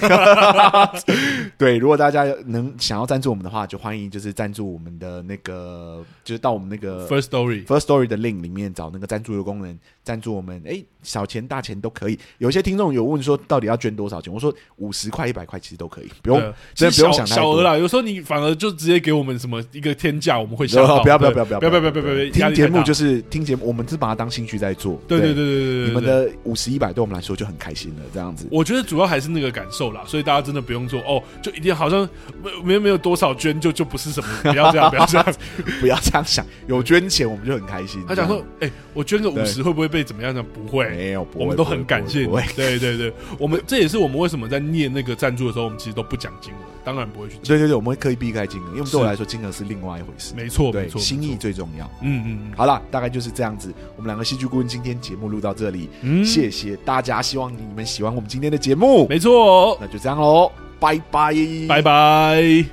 [SPEAKER 2] 已。 对，如果大家能想要赞助我们的话，就欢迎就是赞助我们的那个，就是到我们那个
[SPEAKER 1] First Story，
[SPEAKER 2] First Story 的 link 里面找那个赞助的功能，赞助我们，哎，小钱大钱都可以。有些听众有问说，到底要捐多少钱？我说五十块、一百块其实都可以，不用
[SPEAKER 1] 对，啊
[SPEAKER 2] 真
[SPEAKER 1] 其实
[SPEAKER 2] 的不用
[SPEAKER 1] 小
[SPEAKER 2] 想太
[SPEAKER 1] 小
[SPEAKER 2] 多
[SPEAKER 1] 额。啦。有时候你反而就直接给我们什么一个天价，我们会
[SPEAKER 2] 不
[SPEAKER 1] 想到。
[SPEAKER 2] 哦要不要不
[SPEAKER 1] 对
[SPEAKER 2] 要不要
[SPEAKER 1] 不要不要不要不要，压
[SPEAKER 2] 听
[SPEAKER 1] 力
[SPEAKER 2] 节
[SPEAKER 1] 太大
[SPEAKER 2] 目就是听节目，我们是把它当兴趣在做。
[SPEAKER 1] 对对对对对对，
[SPEAKER 2] 你
[SPEAKER 1] 对。
[SPEAKER 2] 们的五十一百对我们来说就很开心了，这样子。
[SPEAKER 1] 我觉得主要还是那个感受啦，所以大家真的不用说哦，就一定好像没没没有多少捐就就不是什么，不要这样，不要这 样。
[SPEAKER 2] 不要这样想，有捐钱我们就很开心。
[SPEAKER 1] 他想
[SPEAKER 2] 这
[SPEAKER 1] 说
[SPEAKER 2] 样，
[SPEAKER 1] 哎，我捐个五十
[SPEAKER 2] 对
[SPEAKER 1] 会不会被怎么样呢？不会，
[SPEAKER 2] 没有，不会
[SPEAKER 1] 我们都很感谢你
[SPEAKER 2] 不会。不会。
[SPEAKER 1] 对对对，我们这也是我们为什么在念那个赞助的时候，我们其实都不讲金额，当然不会去讲。
[SPEAKER 2] 对对对，我们会刻意避开金额，因为我们对我
[SPEAKER 1] 是
[SPEAKER 2] 来说金额是另外一回事。
[SPEAKER 1] 没错，没
[SPEAKER 2] 对，
[SPEAKER 1] 错，
[SPEAKER 2] 心
[SPEAKER 1] 没
[SPEAKER 2] 意
[SPEAKER 1] 错。
[SPEAKER 2] 最重要。
[SPEAKER 1] 嗯嗯
[SPEAKER 2] 好了，大概就是这样子。我们两个戏剧顾问今天节目录到这里，
[SPEAKER 1] 嗯，
[SPEAKER 2] 谢谢大家，希望你们喜欢我们今天的节目。
[SPEAKER 1] 没错哦，
[SPEAKER 2] 那就这样喽，拜拜，
[SPEAKER 1] 拜拜。